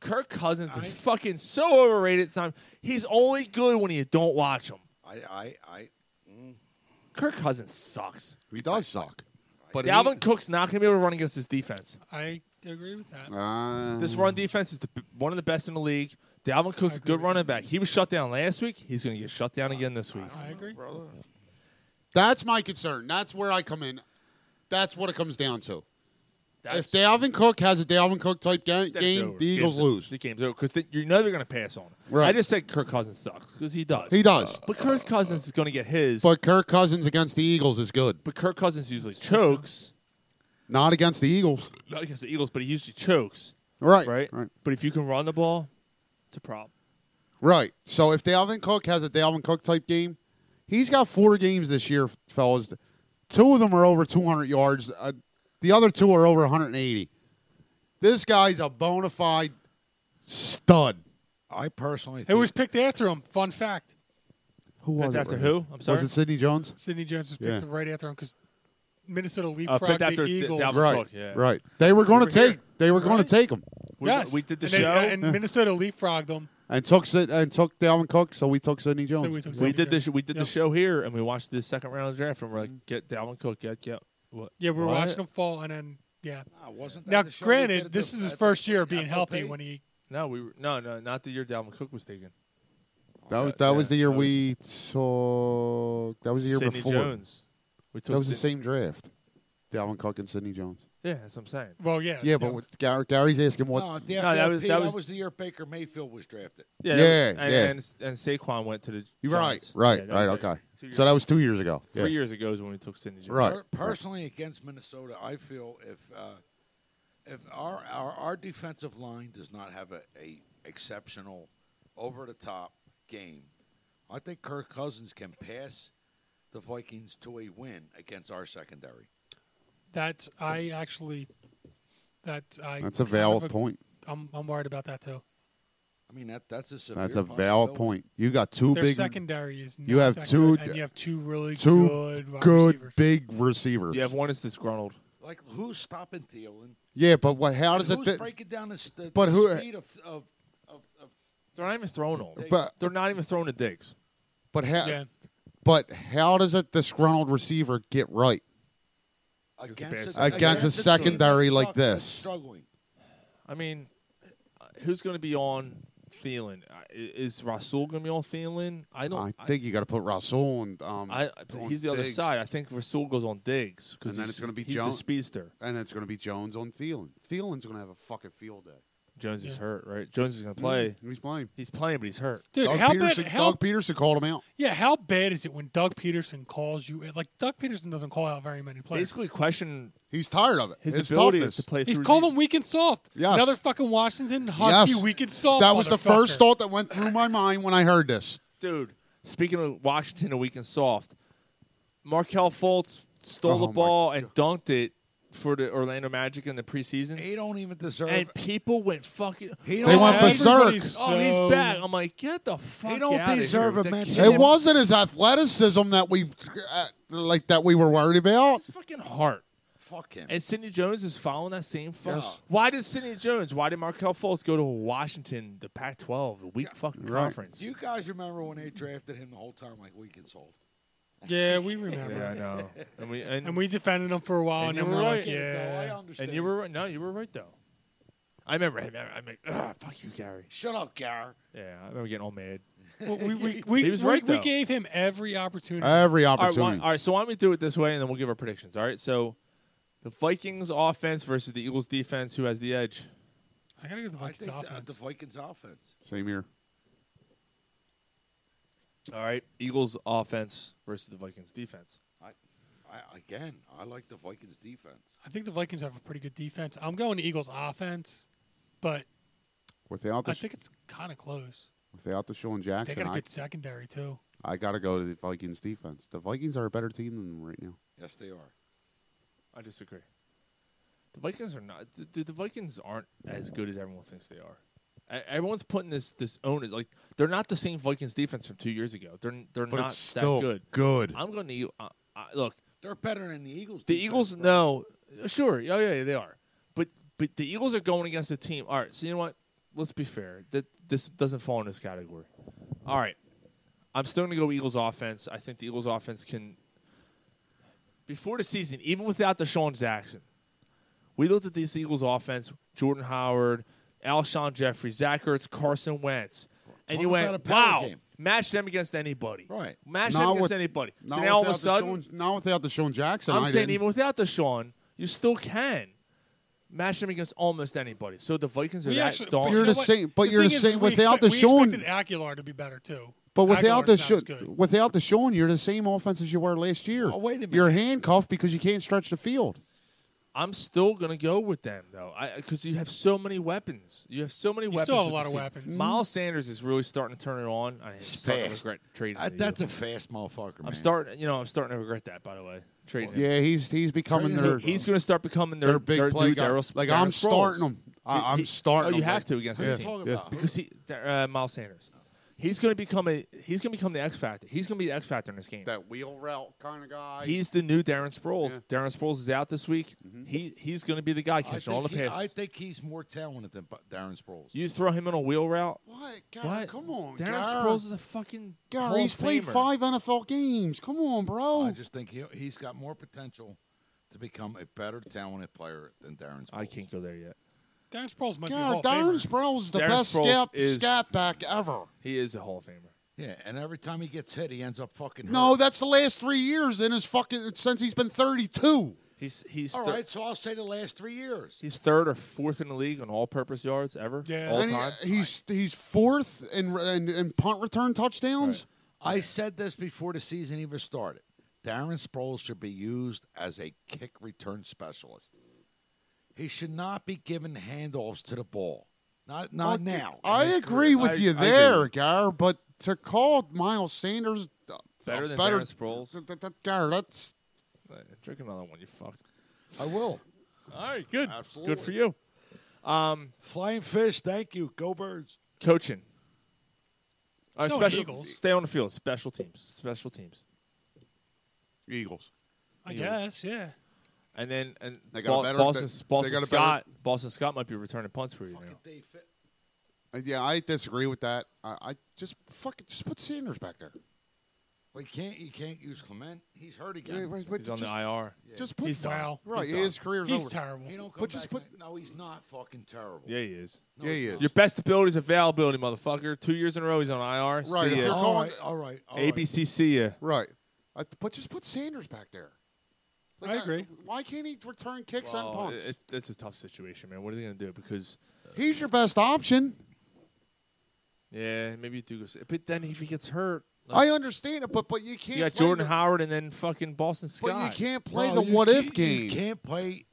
Kirk Cousins is fucking so overrated. Son, he's only good when you don't watch him.
I, I, I.
Kirk Cousins sucks.
He does suck. But
Dalvin Cook's not gonna be able to run against this defense.
I agree with that.
he, uh,
This run defense is the, one of the best in the league. Dalvin Cook's a good running back. He was shut down last week. He's gonna get shut down again this week.
I agree.
that's my concern. That's where I come in. That's what it comes down to.
That's-
if Dalvin Cook has a Dalvin Cook type ga-
That's
game,
over.
the Eagles
Game's-
lose.
The game's over because you know they're going to pass on. him.
Right.
I just said Kirk Cousins sucks because he does.
He does.
But Kirk Cousins is going to get his. But,
But Kirk Cousins against the Eagles is good.
Kirk Cousins usually chokes.
Not against the Eagles.
Not against the Eagles, but he usually chokes.
Right.
Right.
Right.
But if you can run the ball, it's a problem.
Right. So if Dalvin Cook has a Dalvin Cook type game, he's got four games this year, fellas. Two of them are over 200 yards. Uh, the other two are over 180. This guy's a bona fide stud.
I personally.
It
think-
was picked after him. Fun fact:
Who was
Picked
it?
after
Ray?
who? I'm sorry?
Was it Sidney Jones?
Sidney Jones was
Yeah.
picked right after him because Minnesota
Uh,
leapfrog
fifth
the
after D-
Eagles.
Dalvin
Right,
Cook, yeah.
right. They were going
We
to
were
take.
here.
They were going to take him,
We-
yes.
we did the
and
show.
They, and Minnesota leapfrogged them.
and took Sid- and took Dalvin Cook. So we took Sidney Jones.
we took
We did this. We did
Yep.
the show here, and we watched the second round of the draft. And we're like, get Dalvin Cook, get get. What?
Yeah, we were
what?
watching him fall, and then yeah.
wasn't that
now,
the show we did
granted,
at
this
the-
is his
at
first
the
year of being
FOP?
healthy when he
No, we were, no no not the year Dalvin Cook was taken.
That
Uh,
was that was the year we saw. That was the year
Sidney
before.
Jones. We took
that was the
Sidney-
same draft. Dalvin Cook and Sidney Jones.
Yeah, that's what I'm saying.
Well, yeah.
Yeah, but what, Gary, Gary's asking what.
No, the
No, that
FLP,
was- that
that
was-
was the year Baker Mayfield was drafted.
that was-
Yeah,
and,
yeah.
And, and Saquon went to the.
You're right,
Giants.
right,
Yeah, that
right.
was like
okay,
two years-
so that was two years ago.
Three
Yeah.
years ago is when we took Sidney Jones.
Right.
Per- personally, against Minnesota, I feel if uh, if our, our our defensive line does not have a, a exceptional over the top game, I think Kirk Cousins can pass the Vikings to a win against our secondary.
That's I actually. That's I.
That's a
kind
valid
of a-
point.
I'm I'm worried about that too.
I mean that that's a severe
That's a
possibility.
valid point. You got two
Their
big
secondary is
You
not
have
that
two.
good, and you have two really
two
good wide receivers.
big receivers.
You have one that's disgruntled.
Like who's stopping Thielen?
Yeah, but what? How does
who's
it? thi-
breaking down the, st-
But
the
who-
speed of, of, of, of
They're not even throwing them.
But-
they're not even throwing the digs.
but how?
Yeah.
But how does a disgruntled receiver get right
against,
against
a,
against,
team
a
that
secondary like
sucks, that's
this?
Struggling.
I mean, uh, who's going to be on Thielen? I- Is Rasul going to be on Thielen? I
I
don't. I,
think you got to put Rasul and um.
I,
on
he's the other
Diggs.
side. I think Rasul goes on digs
and
because
then it's going to be
he's the
Jones,
speedster.
and it's going to be Jones on Thielen. Thielen's going to have a fucking field day.
Jones is hurt, right? Jones is
Mm.
going to play.
He's playing.
He's playing, but he's hurt.
Dude,
Doug
how
Peterson,
bad? How,
Doug Peterson called him out.
yeah, how bad is it when Doug Peterson calls you? Like Doug Peterson doesn't call out very many players.
Basically, question
He's tired of it.
his
His
ability
toughness.
to play
He's
through.
called
the-
them weak and soft.
Yes.
Another fucking Washington Husky
Yes.
weak and
Oh,
soft.
that was the
motherfucker.
first thought that went through my mind when I heard this.
dude. Speaking of Washington, a weak and soft. Markel Fultz stole
Oh
the
my
ball and dunked it for the Orlando Magic in the preseason.
They don't even deserve.
and people went fucking.
He
They
don't
went
have-
berserk.
Everybody's-
Oh, he's
So-
back. I'm like, get the fuck.
don't
outta
deserve
here.
a
That
mention.
kid-
It wasn't his athleticism that we uh, like that we were worried about.
His fucking heart.
Fuck him.
And Sidney Jones is following that same fuck.
Yes.
Why did Sidney Jones? Why did Markel Fultz go to Washington, the Pac-12, the weak fucking
Right.
conference?
Do you guys remember when they drafted him the whole time like we can solve?
Yeah, we remember.
yeah, I know. And we and,
And we defended him for a while,
And
and,
you
then
were
we're
right.
like,
Yeah,
yeah.
I understand.
and you were right. No, you were right though. I remember. I remember. I mean, ugh, fuck you, Gary.
Shut up, Gar.
Yeah, I remember getting all mad.
Well, we, we, we,
He was
we-
right,
we
though.
gave him every opportunity.
Every
All right, why-
opportunity.
all right, so why don't we do it this way, and then we'll give our predictions. All right, so the Vikings offense versus the Eagles defense. Who has the edge?
I gotta go to the
I
Vikings
think the,
offense.
the Vikings offense.
Same here.
All right, Eagles offense versus the Vikings defense.
I, I again, I like the Vikings defense.
I think the Vikings have a pretty good defense. I'm going to Eagles offense, but
Without the
I think it's kind of close.
without the Sean
They
Jackson,
got a
I,
good secondary too.
I got to go to the Vikings defense. The Vikings are a better team than them right now.
Yes, they are.
I disagree. The Vikings are not. th- th- The, Vikings aren't as good as everyone thinks they are. E- Everyone's putting this this onus like they're not the same Vikings defense from two years ago. They're they're
But
not
it's still
that good.
good.
I'm going to Eagle- I, I, look.
They're better than the Eagles.
The
defense,
Eagles,
bro.
no, sure, oh, yeah, yeah, yeah, they are. But but the Eagles are going against a team. All right, so you know what? Let's be fair. That this doesn't fall in this category. All right, I'm still going to go Eagles offense. I think the Eagles offense can. Before the season, even without Deshaun Jackson, we looked at this Eagles offense: Jordan Howard, Alshon Jeffrey, Zach Ertz, Carson Wentz, and
Talk
you
about a
went,
power
"Wow,
game.
match them against anybody,
Right.
Match
Not
them against
with-
anybody." So
not
now all of a
without the
sudden,
Sean- not without the Sean Jackson.
I'm
I
saying
didn't.
even without Deshaun, you still can match them against almost anybody. So the Vikings are
We
that
actually,
darn-
but
You're
you know
the
what?
same- but
The
you're the
thing is,
same
we
without
expect-
Deshaun.
We expected Aguilar to be better too.
But without
Aguilar's
the
not
Sho-
as good.
without the Sean, you're the same offense as you were last year.
Oh, wait a minute.
You're handcuffed because you can't stretch the field.
I'm still gonna go with them though, because you have so many weapons. You have so many
You
weapons.
still have
with
a lot
this
of
team.
weapons.
Miles Sanders is really starting to turn it on. I'm starting to
fast.
regret trading.
Uh,
him to
that's
you.
a fast motherfucker.
I'm
man.
starting. You know, I'm starting to regret that. By the way, trading. him.
Yeah, he's he's becoming
Trey
their
Hill,
He's going to start becoming their,
their big
their
play
new
guy.
Darryl-
Like
Darren
I'm
Sproles.
starting him. I,
He-
I'm
he-
starting.
Oh, you
him,
have
like-
to against
Yeah.
this team
Talk about
because he, uh, Miles Sanders, He's going to become a he's going to become the X factor. He's going to be the X factor in this game.
That wheel route kind of guy.
He's the new Darren Sproles. Darren Sproles is out this week. He he's going to be the guy
I
catching all
think,
the
he-
passes.
I think he's more talented than Bu- Darren Sproles.
you throw him in a wheel route.
What? God,
What?
Come on,
Darren
Gar.
Sproles is a fucking
Gar,
Hall
he's
of
played
Famer.
five NFL games. Come on, bro.
I just think he, he's got more potential to become a better talented player than Darren Sproles. I
can't go there yet.
Darren Sproles might
God,
be a Hall
Darren
of Famer.
Sproles is the
Darren
best
Sproles
scat,
is-
scat back ever.
He is a Hall of Famer.
Yeah, and every time he gets hit, he ends up fucking.
No,
hurt.
that's the last three years in his fucking since he's been thirty-two.
He's he's
all
thir-
right. So I'll say the last three years.
he's third or fourth in the league on all-purpose yards ever. Yeah, all
and he-
time.
he's he's fourth in, in, in punt return touchdowns.
I said this before the season even started. Darren Sproles should be used as a kick return specialist. He should not be given handoffs to the ball. Not not
Okay,
now. in
I
his
agree
career.
with you there, Gar. But to call Miles Sanders uh,
Better
a
than
better,
Darren Sproles?
Th- th- th- Gar, that's
Uh, Drink another one, you fuck.
I will.
All right, good.
Absolutely.
Good for you. Um,
Flying fish, thank you. Go birds.
coaching. All right,
Go
special,
Eagles.
Stay on the field. Special teams. Special teams.
Eagles.
I guess, yeah.
And then and
They
they
got a
got
better-
Boston,
they-
Boston
they got a better-
Scott. Boston Scott might be returning punts for you now.
uh, yeah. I disagree with that. I, I just fucking just put Sanders back there.
Well, you can't you can't use Clement. He's hurt again.
Yeah, right, but
He's on the IR.
Just put
He's done.
Wow. Right,
He's
his
done.
career's
He's
over.
terrible.
He don't come
But just
back. no, he's not fucking terrible.
Yeah, he is.
No, Yeah, he he's is.
Your best ability is availability, motherfucker. Two years in a row, he's on IR.
Right,
See
if Oh,
ya.
you're
All
calling-
right, all right, all right.
ABC, see ya.
Right. I, but just put Sanders back there. uh,
I agree.
why can't he return kicks
Well,
and punts?
it- it- that's a tough situation, man. What are they going to do? Because
He's your best option.
yeah, maybe you do. Go, s- but then if he gets hurt,
I understand it, but but you can't.
you got
play
Jordan
the-
Howard and then fucking Boston Scott.
But you can't play
No,
the
you
what
can't-
if game.
You can't play.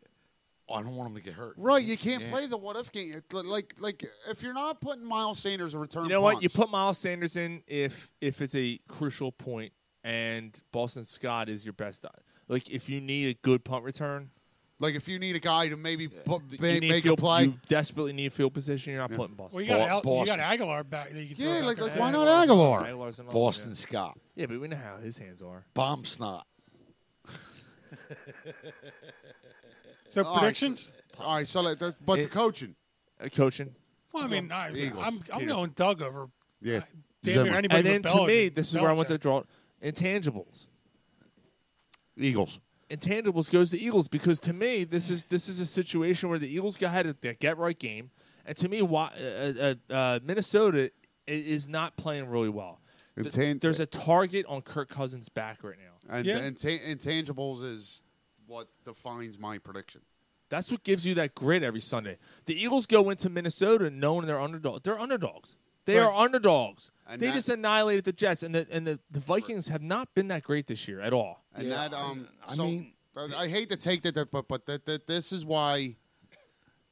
Oh, I don't want him to get hurt.
Right, you can't
Yeah.
play the what if game. It- Like like if you're not putting Miles Sanders a return,
You know
punts,
what? You put Miles Sanders in if if it's a crucial point, and Boston Scott is your best. Like if you need a good punt return,
like if you need a guy to maybe bu-
you
ma-
need
make
field,
a play.
You desperately need field position. You're not putting Boston.
Well, you got,
Scott.
Al, you got
Boston.
Aguilar back. That you can throw
Yeah,
back
like-
there.
like, why not Aguilar?
Aguilar's another one,
Boston Scott,
Yeah. yeah, but we know how his hands are.
bomb snot.
So
All right,
predictions?
so- All right, so like that, but the
It-
coaching.
Uh, coaching.
Well, I mean, I,
Eagles.
I'm, I'm
Eagles.
going Doug over.
Yeah.
Damn near anybody
and then
but
to
Belichick.
me, this is where I want
Belichick.
to draw intangibles.
Eagles.
Intangibles goes to Eagles because to me, this is this is a situation where the Eagles got had a their get right game, and to me, why, uh, uh, uh, Minnesota i- is not playing really well. Th-
Intan-
There's a target on Kirk Cousins' back right now.
And,
Yeah.
and ta- intangibles is what defines my prediction.
That's what gives you that grit every Sunday. The Eagles go into Minnesota knowing they're underdogs. They're underdogs. They
Right.
are underdogs.
And
they
that-
just annihilated the Jets, and the and the, the Vikings have not been that great this year at all.
And
Yeah,
that um,
I
so
mean-
I I hate to take that, but but that, that this is why,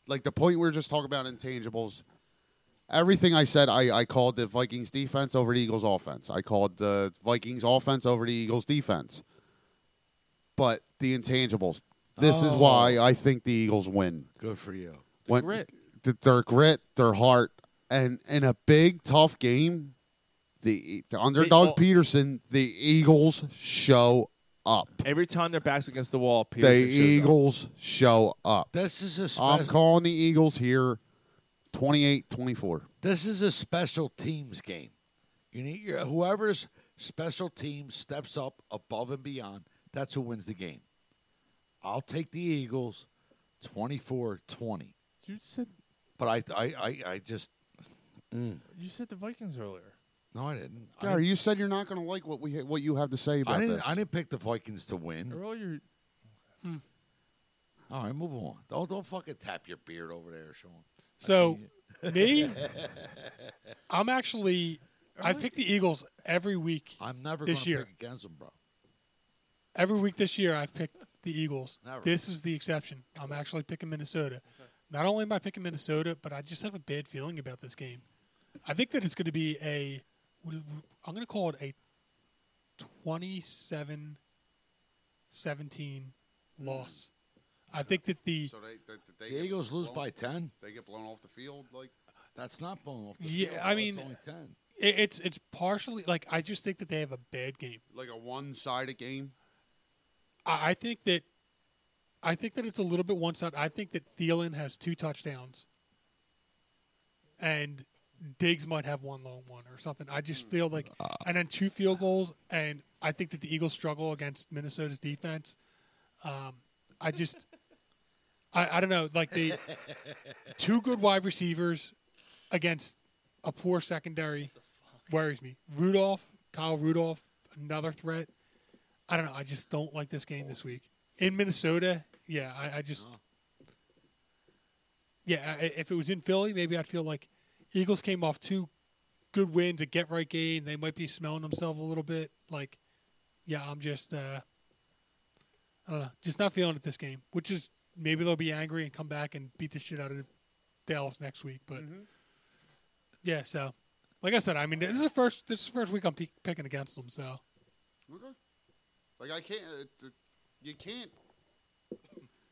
like the point we were just talking about intangibles. Everything I said, I, I called the Vikings defense over the Eagles offense. I called the Vikings offense over the Eagles defense. But the intangibles. This is why
Oh.
I think the Eagles win.
Good for you.
The when,
grit.
th- their grit, their heart, and in a big tough game, the the underdog
well-
Peterson, the Eagles show up.
Every time their backs against the wall,
The
Peterson shows up.
Eagles show up.
This is a
I'm
special.
calling the Eagles here 28-24.
this is a special teams game. You need your whoever's special team steps up above and beyond. That's who wins the game. I'll take the Eagles, 24-20.
You said
But I, I, I, I just
you said the Vikings earlier.
no, I didn't. I
Gary, you said you're not going to like what we what you have to say about
I didn't.
this.
I didn't pick the Vikings to win.
Earlier,
All right, move on. Don't don't fucking tap your beard over there, Sean.
So, me, I'm actually, I've picked the Eagles every week.
I'm never
This
going to
year.
pick against them, bro.
Every week this year, I've picked the Eagles.
Never.
This is the exception. I'm actually picking Minnesota. Not only am I picking Minnesota, but I just have a bad feeling about this game. I think that it's going to be a. I'm going to call it a 27 17 loss. I think that the.
so they, they, they,
The
get
Eagles lose
blown-
by ten.
They get blown off the field like
That's not blown off. The
Yeah,
field,
I
bro. It's
mean-
only ten.
It, it's it's partially like I just think that they have a bad game.
Like a one-sided game.
I, I think that I think that it's a little bit one sided. I think that Thielen has two touchdowns, and Diggs might have one long one or something. I just feel like, and then two field goals, and I think that the Eagles struggle against Minnesota's defense. Um, I just, I, I don't know, like the two good wide receivers against a poor secondary worries me. Rudolph, Kyle Rudolph, another threat. I don't know. I just don't like this game this week in Minnesota. Yeah, I, I just, yeah, I, if it was in Philly, maybe I'd feel like Eagles came off two good wins, a get right game. They might be smelling themselves a little bit. Like, yeah, I'm just, uh, I don't know, just not feeling it this game. Which is maybe they'll be angry and come back and beat the shit out of Dallas next week. But yeah, so like I said, I mean, this is the first this is the first week I'm pe- picking against them. So
Okay. Like I can't. It, it, you can't.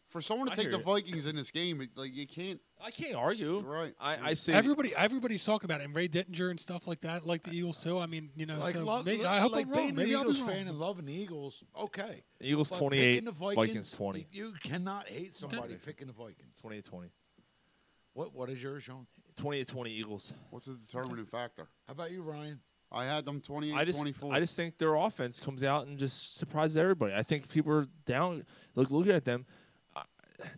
For someone to
I
take
hear
the
you.
Vikings in this game, it, like you can't.
I can't argue.
Right.
I, I see.
everybody everybody's talking about it, and Ray Dittinger and stuff like that, like the Eagles too. I mean, you know,
Like,
uh, so
love,
maybe- I hope
like
I'm wrong.
being
Maybe
an
I'll
Eagles
be wrong.
fan and loving the Eagles, okay.
Eagles
But
28,
picking the
Vikings 20.
You cannot hate somebody picking the Vikings.
28 20.
What What is yours, Sean?
28 20 Eagles.
What's the determining factor?
How about you, Ryan?
I had them 28
I just,
24.
I just think their offense comes out and just surprises everybody. I think people are down. Look, looking at them, I-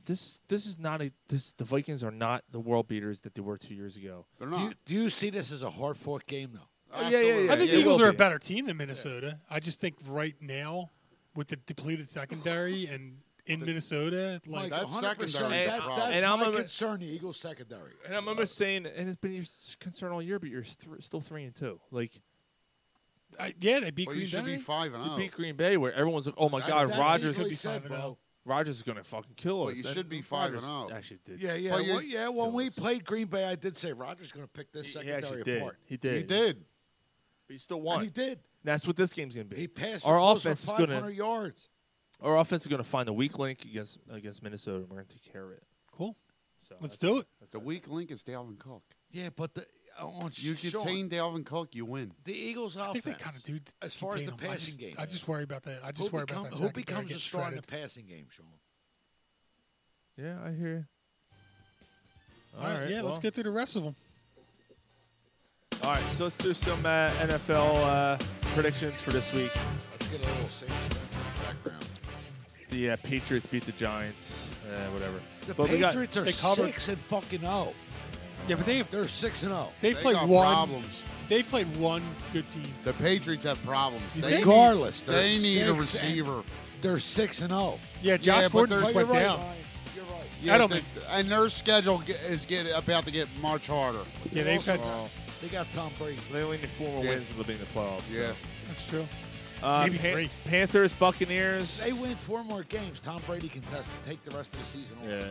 this this is not a this. The Vikings are not the world beaters that they were two years ago.
They're
Do you, do you see this as a hard fought game, though?
Oh, yeah, yeah, yeah.
I think
yeah,
the
it
Eagles
will
are a
be.
better team than Minnesota. I just think right now, with the depleted secondary and in Minnesota, like
That
100%.
secondary
That-
is a problem.
that's
And I'm
my
a-
concern, the Eagles secondary.
And I'm almost saying, and it's been your s- concern all year, but you're th- still three and two. Like
I, yeah, they beat
Well, you
Green
should
Bay.
be five and
you
zero.
beat Green Bay, where everyone's like, "Oh my God,
Oh. that's
Rodgers
easily
could be
said,
five
bro.
and Rodgers is going to fucking kill
But
us."
you
And
should be five and
Rodgers
oh.
Actually, did
Yeah, yeah,
But you-
well, yeah. When we played Green Bay, I did say Rodgers going to pick this
he actually
secondary
did.
apart.
He did.
He oh. did.
But he still
And
won.
he did.
That's what this game's going to be.
He passed
Our
close for
offense is
500
going to
yards.
our offense is going to find the weak link against against Minnesota. and We're going to take care of it.
Cool.
So that's-
Let's do it.
The weak link is Dalvin Cook.
Yeah, but the uh, on
You contain Dalvin Cook, you win.
the Eagles
I
offense.
think they kind of do.
as far as the
contain them. I
passing
just-
game.
I just worry about that. I just
who,
worry
become-
about that.
who
secondary
becomes a
getting
star in the
shredded.
passing game, Sean?
Yeah, I hear. you.
All right, yeah, let's
well.
get through the rest of them.
All right, so let's do some uh, NFL uh, predictions for this week.
Let's get a little Sam Spencer background.
The uh, Patriots beat the Giants, uh, whatever.
The
But we got-
Patriots are
they covered-
six and fucking oh. zero.
Yeah, but they've
They're six and oh. zero.
they've
They
played
got
one.
problems.
They've played one good team.
The Patriots have problems.
You
They
think?
need-
Regardless, they're
they need a
six and-
receiver.
They're six and oh. zero.
Yeah, Josh
but
Gordon
they're-
just
But
went
you're right,
down.
You're right.
Yeah,
Edelman.
they- and their schedule ge- is get about to get much harder.
Yeah, they've had.
Oh,
They got Tom Brady.
they only need four more
Yeah.
wins to being the playoffs. so.
Yeah,
That's true.
Uh,
Maybe
Pan-
three.
Panthers, Buccaneers.
They win four more games. Tom Brady can test take the rest of the season. off.
Yeah.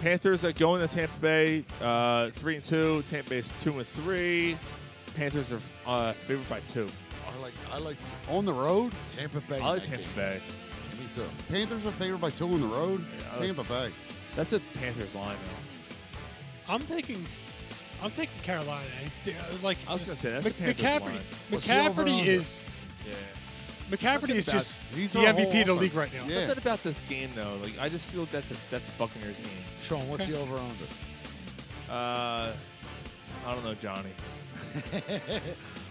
Panthers are going to Tampa Bay, uh, three and two. Tampa Bay's two and three. Panthers are uh, favored by two.
I like I like
on the road,
Tampa Bay.
I
in
like
that
Tampa
game.
Bay.
Me too.
Panthers are favored by two on the road.
Yeah, I like-
Tampa Bay.
That's a Panthers line though.
I'm taking. I'm taking Carolina. eh? Uh, Like
I was gonna say, that's
Mc-
the Panthers
McCaffrey.
line.
What's the over
McCaffrey
under?
is.
Yeah.
McCaffrey is
about-
just
He's
the
their
MVP of the
whole
league right
offense.
now.
Yeah.
Something about this game though, like I just feel that's a that's a Buccaneers game.
Sean, what's the over under?
Uh, I don't know, Johnny.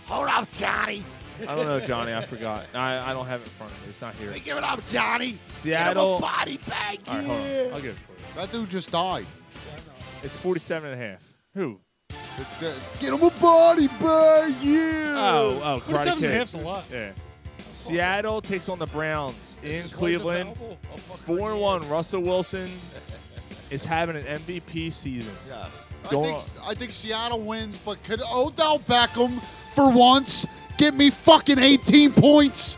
Hold up, Johnny.
I don't know, Johnny. I forgot. I, I don't have it in front of me. It's not here.
Hey, give it up, Johnny.
Seattle-
Give him a body bag.
All right, hold on.
yeah.
I'll get it for you.
That dude just died.
It's 47 and a half. Who?
The- the- Get him a body bag, yeah.
Oh, oh, Karate
47 and a
Kid.
half's a lot.
Yeah. Seattle takes on the Browns
This
in
is what's
Cleveland.
available. Oh, fuck,
Four and
yes.
one. Russell Wilson is having an MVP season.
Yes.
I
Go
think
on.
I think Seattle wins, but could Odell Beckham for once get me fucking 18 points?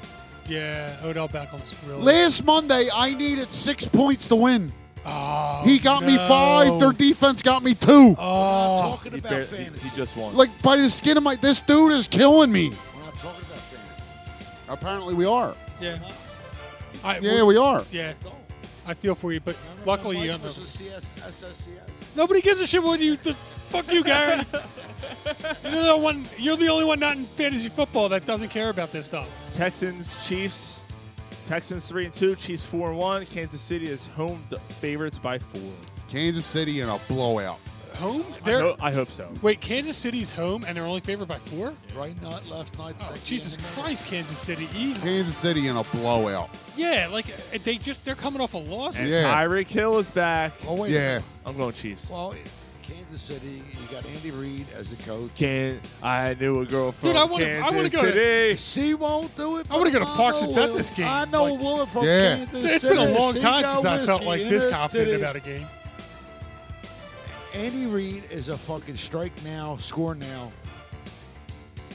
Yeah, Odell Beckham's really.
Last Monday, I needed six points to win.
Oh,
He got me
no.
five. Their defense got me two.
We're not
Oh,
talking
He,
about
bar- he-
fantasy.
he just won.
Like by the skin of my, this dude is killing me.
We're not talking about fantasy.
Apparently, we are.
yeah. I,
Yeah, we are.
yeah.
Don't.
I feel for you, but luckily
Mike
you don't know.
was with CS, SSCS.
Nobody gives a shit what you. The, fuck you, Gary. you're the one. You're the only one not in fantasy football that doesn't care about this stuff.
Texans, Chiefs. Texans three and two, Chiefs four and one. Kansas City is home d- favorites by four.
Kansas City in a blowout.
Home?
I
They're,
ho- I hope so.
Wait, Kansas City's home, and they're only favored by four.
Right night, left night.
Oh, Jesus Christ, Kansas City, easy.
Kansas City in a blowout.
Yeah, like uh, they just—they're coming off a loss.
And Tyreek Hill is back.
Oh, wait a Yeah. minute.
I'm going Chiefs.
Well, Kansas City, you got Andy Reid as the coach.
Can I knew a girl from
Dude, I wanna- I
Kansas
wanna go to-
City.
She won't do it.
I wanna
but
go to Parks and
know
bet this
a-
game.
I know
Like-
a woman from
Yeah.
Kansas
It's been a
City.
long
She
time
got
since I felt
whiskey
like
in
this
her
confident
titty.
about a game.
Andy Reid is a fucking strike now, score now.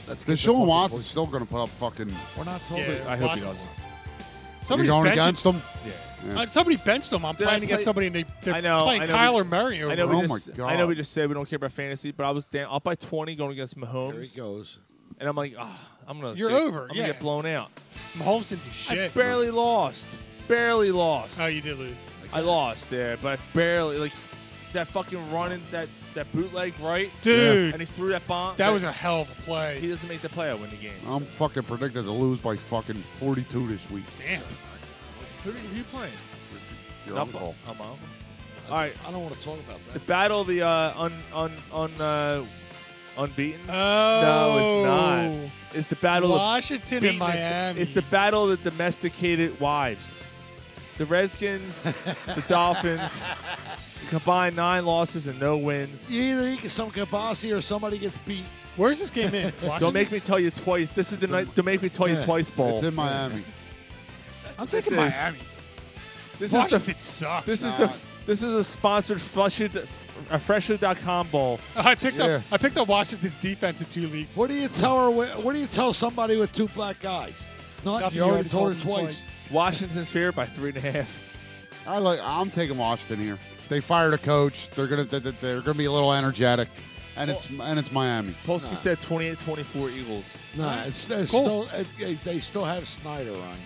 Let's get the
Deshaun
fucking
Watson's
voice.
still going to put up fucking.
We're not talking.
Yeah,
I hope he
Watson's-
doesn't.
Somebody's
You're going
benching-
against them?
Yeah.
Yeah.
Uh, somebody benched them. I'm
Did
playing
I
against
play-
somebody, and they, they're
I know,
playing
I know
Kyler
we,
Murray. Over
I know,
there.
we just, I know we just said we don't care about fantasy, but I was down, up by 20 going against Mahomes.
There he goes.
And I'm like, ah, I'm gonna.
You're
get-
over,
I'm gonna
yeah.
get blown out.
Mahomes didn't do shit.
I barely lost. Barely lost.
Oh, you did lose.
I lost there, but I barely like that fucking run in that that bootleg right,
Dude.
And he threw that bomb.
That was a hell of a play.
He doesn't make the play. I win the game.
I'm fucking predicted to lose by fucking 42 this week.
Damn.
Who, who you playing?
Your
Not
uncle.
bu- I'm uncle. All right.
I don't want to talk about that.
The battle of the uh, un un un uh, unbeaten.
Oh.
No, it's not. It's the battle
Washington and
of beaten-
Miami.
It's the battle of the domesticated wives. The Redskins, the Dolphins, combined nine losses and no wins.
You either eat some kibasi or somebody gets beat.
Where's this game in?
Don't make me tell you twice. This is the night. Don't make me tell you
Yeah.
twice, bowl.
It's in Miami.
I'm
this
taking
is.
Miami.
This is
Washington
the.
sucks.
This is the. This is a sponsored Flushid, a Freshly.com bowl.
I picked
Yeah.
up. I picked up Washington's defense in two leagues.
What do you tell her? wh- What do you tell somebody with two black eyes? Not
Nothing,
you already told her twice.
Washington's favorite by three and a half.
I like. I'm taking Washington here. They fired a coach. They're gonna. they- they- They're gonna be a little energetic, and it's and it's Miami.
Polsky said 28-24 Eagles.
Nah, it's, it's
Cool.
still it, it- they still have Snyder on.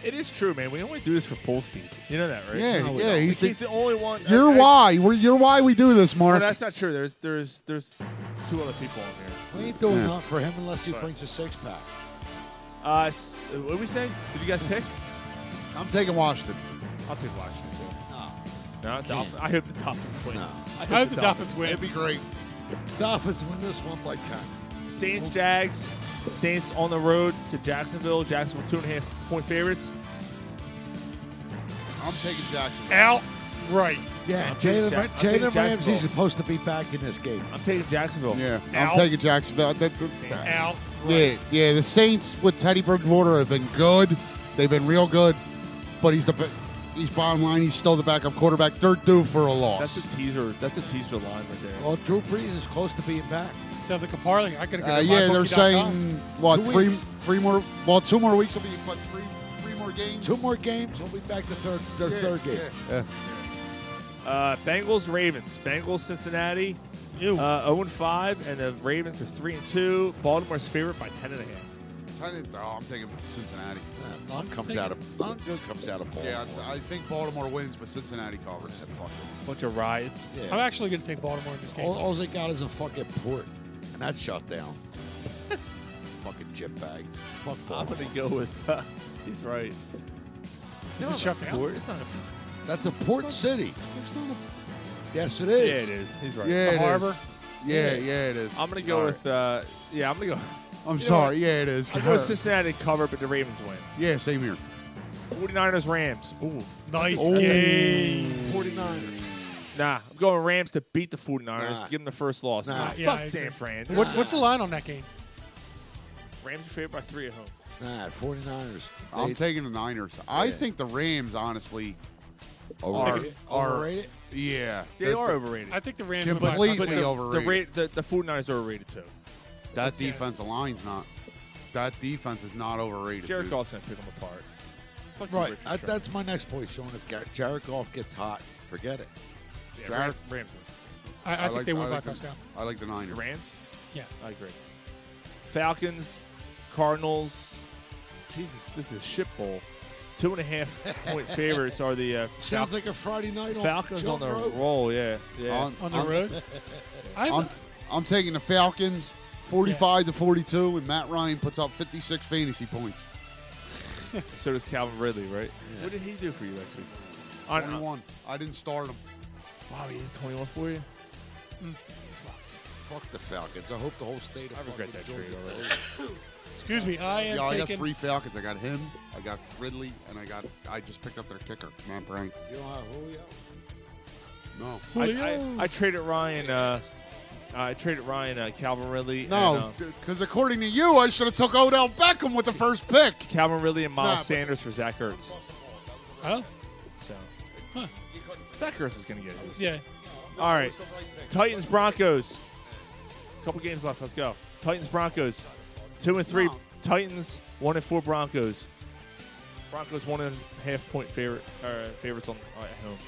It is true, man. We only do this for Polsky. You know that, right?
Yeah, No, we yeah, don't. he's
Like,
the-
he's the only one.
You're
I-
why. We're, you're why we do this,
No,
Mark.
that's not true. There's there's there's two other people on here.
We ain't doing
Yeah.
nothing for him unless he
But-
brings a six pack.
Uh, s- what did we say? Did you guys pick?
I'm taking Washington.
I'll take Washington. too.
No.
No, Dolphins. I hope the Dolphins win. I
How did the Dolphins win?
It'd be great.
Dolphins win this one by ten.
Saints, Jags. Saints on the road to Jacksonville. Jacksonville two and a half point favorites.
I'm taking Jackson.
Oh,
Out right.
Yeah,
I'm
Jalen
taking Jack-
Ra-
I'm taking
Jalen Ramsey's
Jacksonville.
supposed to be back in this game.
I'm taking Jacksonville.
Yeah,
Out.
I'm taking Jacksonville. That- that-
Out.
yeah, yeah. The Saints with Teddy Bridgewater have been good. They've been real good, but he's the b- he's bottom line. He's still the backup quarterback. They're due for a loss.
That's a teaser. That's a teaser line right there.
Well, Drew Brees is close to being back.
Sounds like a parlay. I could have.
Uh, yeah, they're saying what
Two
three
weeks.
three more well two more weeks will be what three three more games.
Two more games, he'll be back to third their
Yeah,
third game.
yeah.
Uh, Bengals, Ravens. Bengals, Cincinnati. Uh, 0 and 5, and the Ravens are 3 and 2. Baltimore's favorite by 10 and a half.
Oh, I'm taking Cincinnati.
None comes
taking-
out of none good comes out of ball.
Yeah, I, I think Baltimore wins, but Cincinnati covers. Fuck it.
Bunch of riots.
Yeah.
I'm actually going to take Baltimore in this game.
All, all they got is a fucking port, and that's shut down. fucking chip bags. Fuck
I'm
Baltimore.
going to go with. Uh, he's right.
Is it shut down?
Port? It's not a.
That's a port city.
There's not
Yes, it is.
Yeah, it is. He's right.
Yeah,
The
it is.
harbor.
Yeah, yeah, it is.
I'm going to go
All
with. Uh, yeah, I'm going to go.
I'm
know
sorry.
what?
Yeah, it is.
I'm going with Cincinnati to cover, but the Ravens win.
yeah, same here.
49ers, Rams. Ooh.
Nice game.
49ers.
Nah, I'm going Rams to beat the 49ers.
Nah.
Give them the first loss.
Nah.
Ah,
Yeah, I
fuck
agree.
San Fran.
What's what's the line on that game?
Rams are favored by three at home.
Nah, 49ers.
I'm
They-
taking the Niners. I
Yeah.
think the Rams, honestly, are,
Overrated?
are
Overrated?
Yeah,
They
The-
are
the-
overrated.
I think the Rams win by
Completely
five.
the,
overrated.
The, ra- the, the 49ers are overrated too.
That defensive line's not. That defense is not overrated.
Jared
dude.
Goff's gonna pick them apart. Fuck
Right.
Richard
I,
Sherman.
that's my next point, Sean. If Gar- Jared Goff gets hot, forget it.
yeah,
Jared-
Ram- Rams. win.
I, I, think
like-
they
I
win by
like the-
touchdown.
I like the Niners.
Rams.
Yeah.
I agree. Falcons, Cardinals. Jesus, this is a shit bowl. Two and a half point favorites are the uh,
Sounds
Falcons.
like a Friday night on
Falcons
Joe
on the
Rogan.
roll. Yeah, yeah.
On- On the on- road?
I
I'm, I'm taking the Falcons 45 to 42, and Matt Ryan puts up 56 fantasy points.
so does Calvin Ridley, right? What did he do for you last week? uh,
21. I didn't start him.
Wow, he had 21 for you?
Fuck the Falcons. I hope the whole state. Of I regret that trade already.
Excuse me, I am
Yeah, I got
taking-
three Falcons. I got him, I got Ridley, and I got. I just picked up their kicker, Matt Ryan.
You don't have Julio.
No.
I, I, I traded Ryan. Uh, I traded Ryan uh, Calvin Ridley. and,
No,
um,
because according to you, I should have took Odell Beckham with the first pick.
Calvin Ridley and Miles
Nah, but-
Sanders for Zach Ertz.
Oh,
so Zach Ertz is going to get it.
Yeah.
All right. Titans Broncos. Couple games left. Let's go. Titans Broncos. Two and three. Titans one and four. Broncos. Broncos one and a half point favorite. Uh, favorites on uh, at home.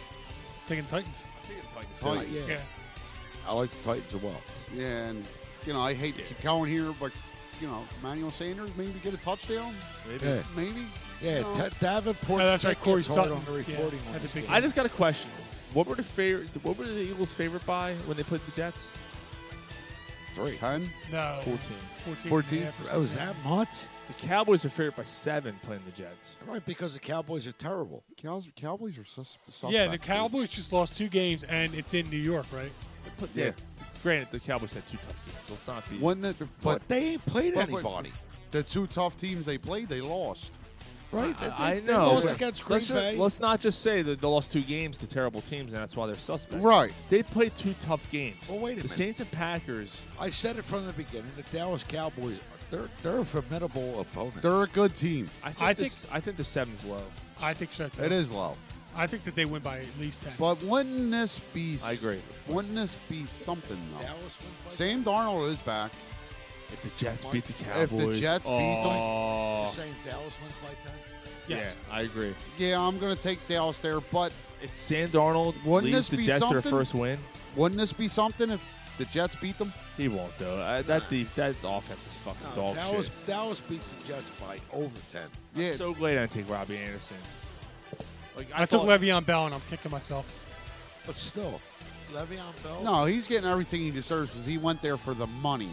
Taking Titans.
Taking Titans.
Titans.
Yeah.
I like the Titans as well.
Yeah, and you know I hate to keep going here, but you know Manuel Sanders maybe get a touchdown.
Maybe.
Yeah.
Maybe.
Yeah,
you know.
Ta- Davenport.
Oh, that's right, Corey Sutton.
on the recording.
Yeah,
on
had
this
the big
game.
I just got a question. What were the favor- What were the Eagles favorite by when they played the Jets?
Three.
Ten.
No.
14.
14.
Oh, is that much?
The Cowboys are favored by seven playing the Jets.
Right, because the Cowboys are terrible.
Cows, Cowboys are sus- suspect.
Yeah, the Cowboys just lost two games, and it's in New York, right?
Yeah.
Granted, the Cowboys had two tough games. Let's not be.
One that, but,
they ain't played
but- but
anybody.
The two tough teams they played, they lost.
Right?
I,
They-
I
they- they
know.
lost
but
against
let's,
Green
ju-
Bay.
let's not just say that they lost two games to terrible teams, and that's why they're suspect.
Right.
They played two tough games.
Well, wait a
the
minute.
Saints and Packers.
I said it from the beginning. The Dallas Cowboys, they're they're a formidable opponent.
They're a good team.
I think.
I
this, I think the seven's low.
I think so too.
It is low,
I think that they win by at least ten.
but wouldn't this be? s-
I agree.
Wouldn't this be something though?
Dallas wins by
Sam Darnold is back.
If the Jets beat the Cowboys,
If the Jets beat them-
You're
oh,
saying Dallas wins by ten?
Yes.
yeah, I agree.
Yeah, I'm gonna take Dallas there, but
If Sam Darnold
Wouldn't
leads
this
the
be
Jets to their
something?
first win,
wouldn't this be something if the Jets beat them?
he won't though. I, that def- that offense is fucking
No,
dog
Dallas
shit.
Dallas beats the Jets by over ten.
Yeah,
I'm so glad I didn't take Robbie Anderson. Like
I, took
thought,
Le'Veon Bell, and I'm kicking myself.
But still, Le'Veon Bell.
No, he's getting everything he deserves because he went there for the money,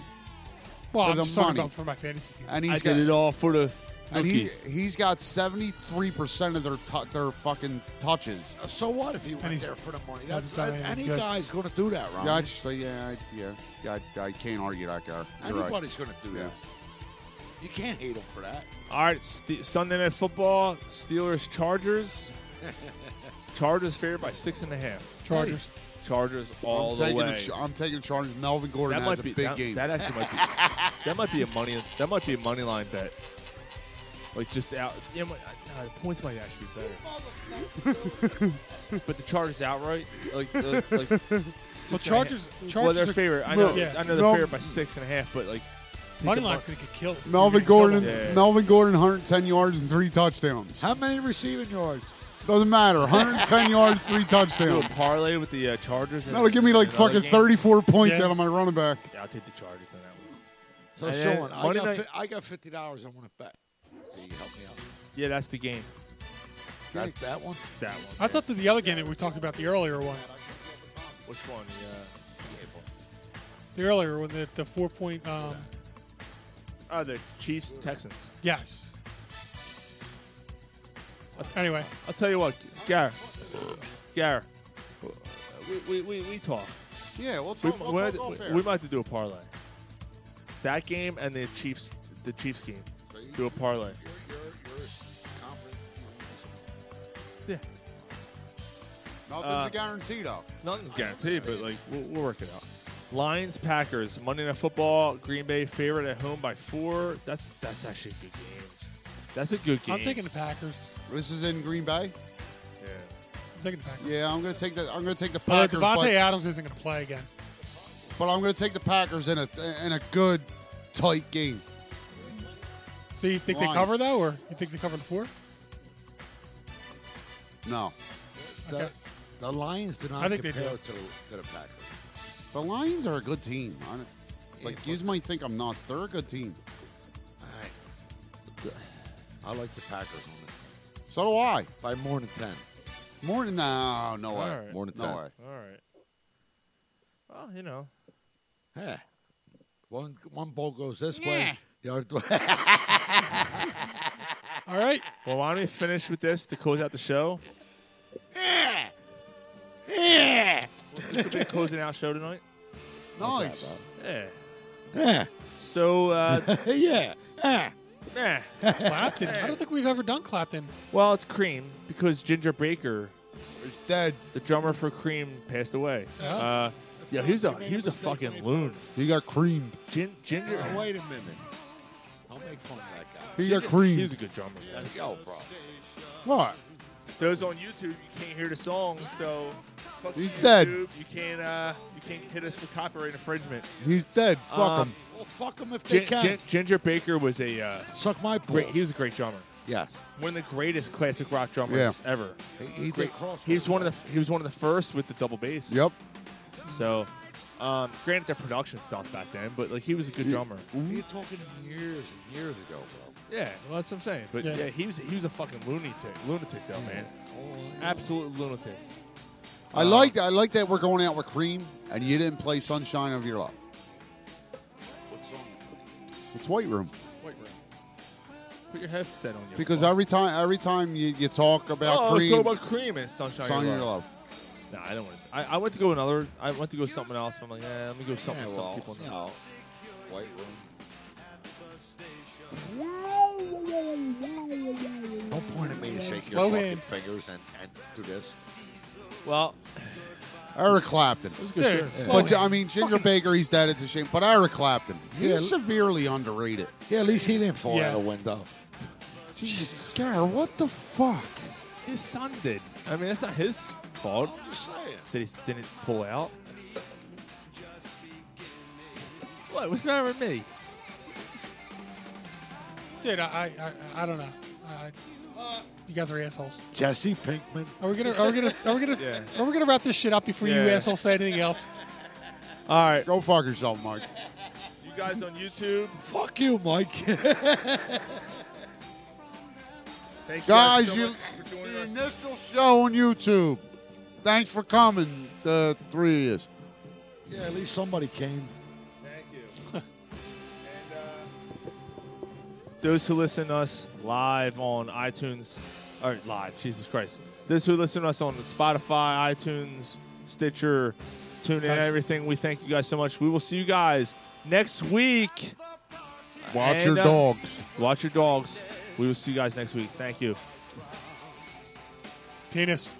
Well,
For
I'm
the
just talking
money.
about for my fantasy team.
and
I
he's
did
got
it all for the.
and he
rookie.
he's got seventy three percent of their tou- their fucking touches.
Uh, So what if he went
he's-
there for the money?
Doesn't
That's
done
and
anything
any
good.
guy's going to do that, Ron.
Yeah, I just, yeah, I, yeah, yeah, I, I can't argue that guy. You're right.
Anybody's going to do
Yeah.
that. You can't hate him for that.
All right, Ste Sunday Night Football, Steelers, Chargers. Chargers favored by six and a half.
Chargers.
Chargers all
I'm
the
taking
way.
the, I'm taking Chargers. Melvin Gordon
that
has
might
a
be
big
that,
game.
that actually might be that might be a money that might be a money line bet. Like just out, yeah, my, nah, the points might actually be better. but the Chargers outright, like, uh, like six
Well,
and a
Chargers.
half.
Chargers
Well, they're
are-
favorite. I know,
Yeah.
I know they're
Mel-
favored by six and a half, but like take
Money
the mon-
line's going to get killed.
Melvin
You're gonna kill
Gordon,
them.
Yeah.
Melvin Gordon, 110 yards and three touchdowns.
How many receiving yards?
Doesn't matter. 110 yards, three
do a
touchdowns.
parlay with the uh, Chargers. and-
That'll give me like
and another
fucking
game.
34 points
Yeah.
out of my running back.
Yeah, I'll take the Chargers on that one.
So
And
Sean,
then
I
Monday
got,
night-
fi- I got fifty dollars. I want to bet. Can you help me out?
Yeah, that's the game.
That's that one.
That one.
I thought that the other game that we talked about, the earlier one,
Which one?
the earlier one, the, the four point. Um,
Yeah. Oh, the Chiefs Texans.
yes. Anyway,
I'll tell you what, Gar, Gar, we we we, we talk.
Yeah, we'll
We,
talk. We'll
we,
talk
might-
off
we
air.
might have to do a parlay. That game and the Chiefs, the Chiefs game. Do a parlay. Yeah,
Nothing's
uh,
a guarantee though.
nothing's guaranteed, but like we'll, we'll work it out. Lions Packers Monday Night Football. Green Bay favorite at home by four. That's that's actually a good game. That's a good game.
I'm taking the Packers.
This is in Green Bay.
Yeah.
I'm taking the Packers.
Yeah, I'm gonna take the I'm gonna take the
Although
Packers,
Uh, Devontae
but,
Adams isn't going to play again.
but I'm gonna take the Packers in a in a good tight game.
So you think they
Lions.
cover though, or you think they cover the four?
No,
Okay.
The, the Lions do not
I think they
compare
do.
to to the Packers.
the Lions are a good team. I, don't- like
Yeah,
you might think I'm nuts. They're a good team.
I, I like the Packers on it.
So do I.
By more than 10.
More than, no, no
All
way.
right.
More than
no
10.
way.
All right. Well, you know.
Yeah. One one ball goes this
Yeah.
way. The other way.
All right.
Well, why don't we finish with this to close out the show?
Yeah.
This will be the closing out show tonight.
Nice.
Yeah.
Yeah.
So, uh,
yeah. Yeah.
Yeah.
Clapton. I don't think we've ever done Clapton.
Well, it's Cream because Ginger Baker is dead. The drummer for Cream passed away.
Oh.
Yeah.
Uh, yeah, he was a he was a fucking loon.
He got creamed.
Gin, ginger.
Oh, wait a minute. Don't make fun of that guy.
He got
Ginger-
creamed.
He was a good drummer. man.
Yo, bro.
What?
Those on YouTube, you can't hear the song, so fuck
He's
YouTube.
dead.
You can't uh, you can't hit us for copyright infringement.
He's dead. Fuck
Um,
him.
Well, fuck them if they
Gin,
can.
Gin, Ginger Baker was a uh,
Suck my balls.
great. He was a great drummer.
Yes.
One of the greatest classic rock drummers
Yeah.
ever.
He, he
Great.
did cross.
He was one of the he was one of the first with the double bass.
Yep.
So, um, granted, their production sucked back then, but like he was a good drummer.
You're talking years and years ago, bro.
Yeah, well, that's what I'm saying. But
Yeah.
yeah, he was he was a fucking lunatic, lunatic though, man. Absolute lunatic.
I
um,
like I like that we're going out with cream and you didn't play Sunshine of Your Love. It's White Room.
Wait, Ray. Put your headset on. Your
Because
phone.
every time every time you, you talk about
oh,
cream,
let's go about cream and sunshine.
Sunshine
Your
of Your Love.
Nah, I don't want. To, I, I went to go another. I went to go something else. But I'm like, yeah, let me go something.
Yeah,
some
well,
people
you
know.
know, White room. Don't point at me and shake
Slow
your fucking
hand.
fingers and, and do this.
Well,
Eric Clapton.
it was a good
Dude,
show.
it's
Yeah.
like-
But I mean, Ginger Baker, he's dead. It's a shame. But Eric Clapton, he's
Yeah.
severely underrated.
Yeah, at least he didn't fall
Yeah.
out a window.
Jesus, Gar, what the fuck?
His son did. I mean, that's not his fault
I'm just saying.
that he didn't pull out. What? What's the matter with me?
Dude, I I, I, I don't know. I, you guys are assholes.
Jesse Pinkman.
Are we gonna are we gonna are we gonna
Yeah.
are we gonna wrap this shit up before you
Yeah.
assholes say anything else?
All right,
Go fuck yourself, Mike.
you guys on YouTube.
Fuck you, Mike.
Thank you
Guys,
so
you,
much for joining
the
us.
initial show on YouTube. Thanks for coming, the three of us.
yeah, at least somebody came.
Thank you. and, uh, those who listen to us live on iTunes, or live, Jesus Christ. Those who listen to us on Spotify, iTunes, Stitcher, TuneIn,
Thanks.
everything, we thank you guys so much. We will see you guys next week.
Watch
And,
your
uh,
dogs.
Watch your dogs. We will see you guys next week. Thank you.
Penis.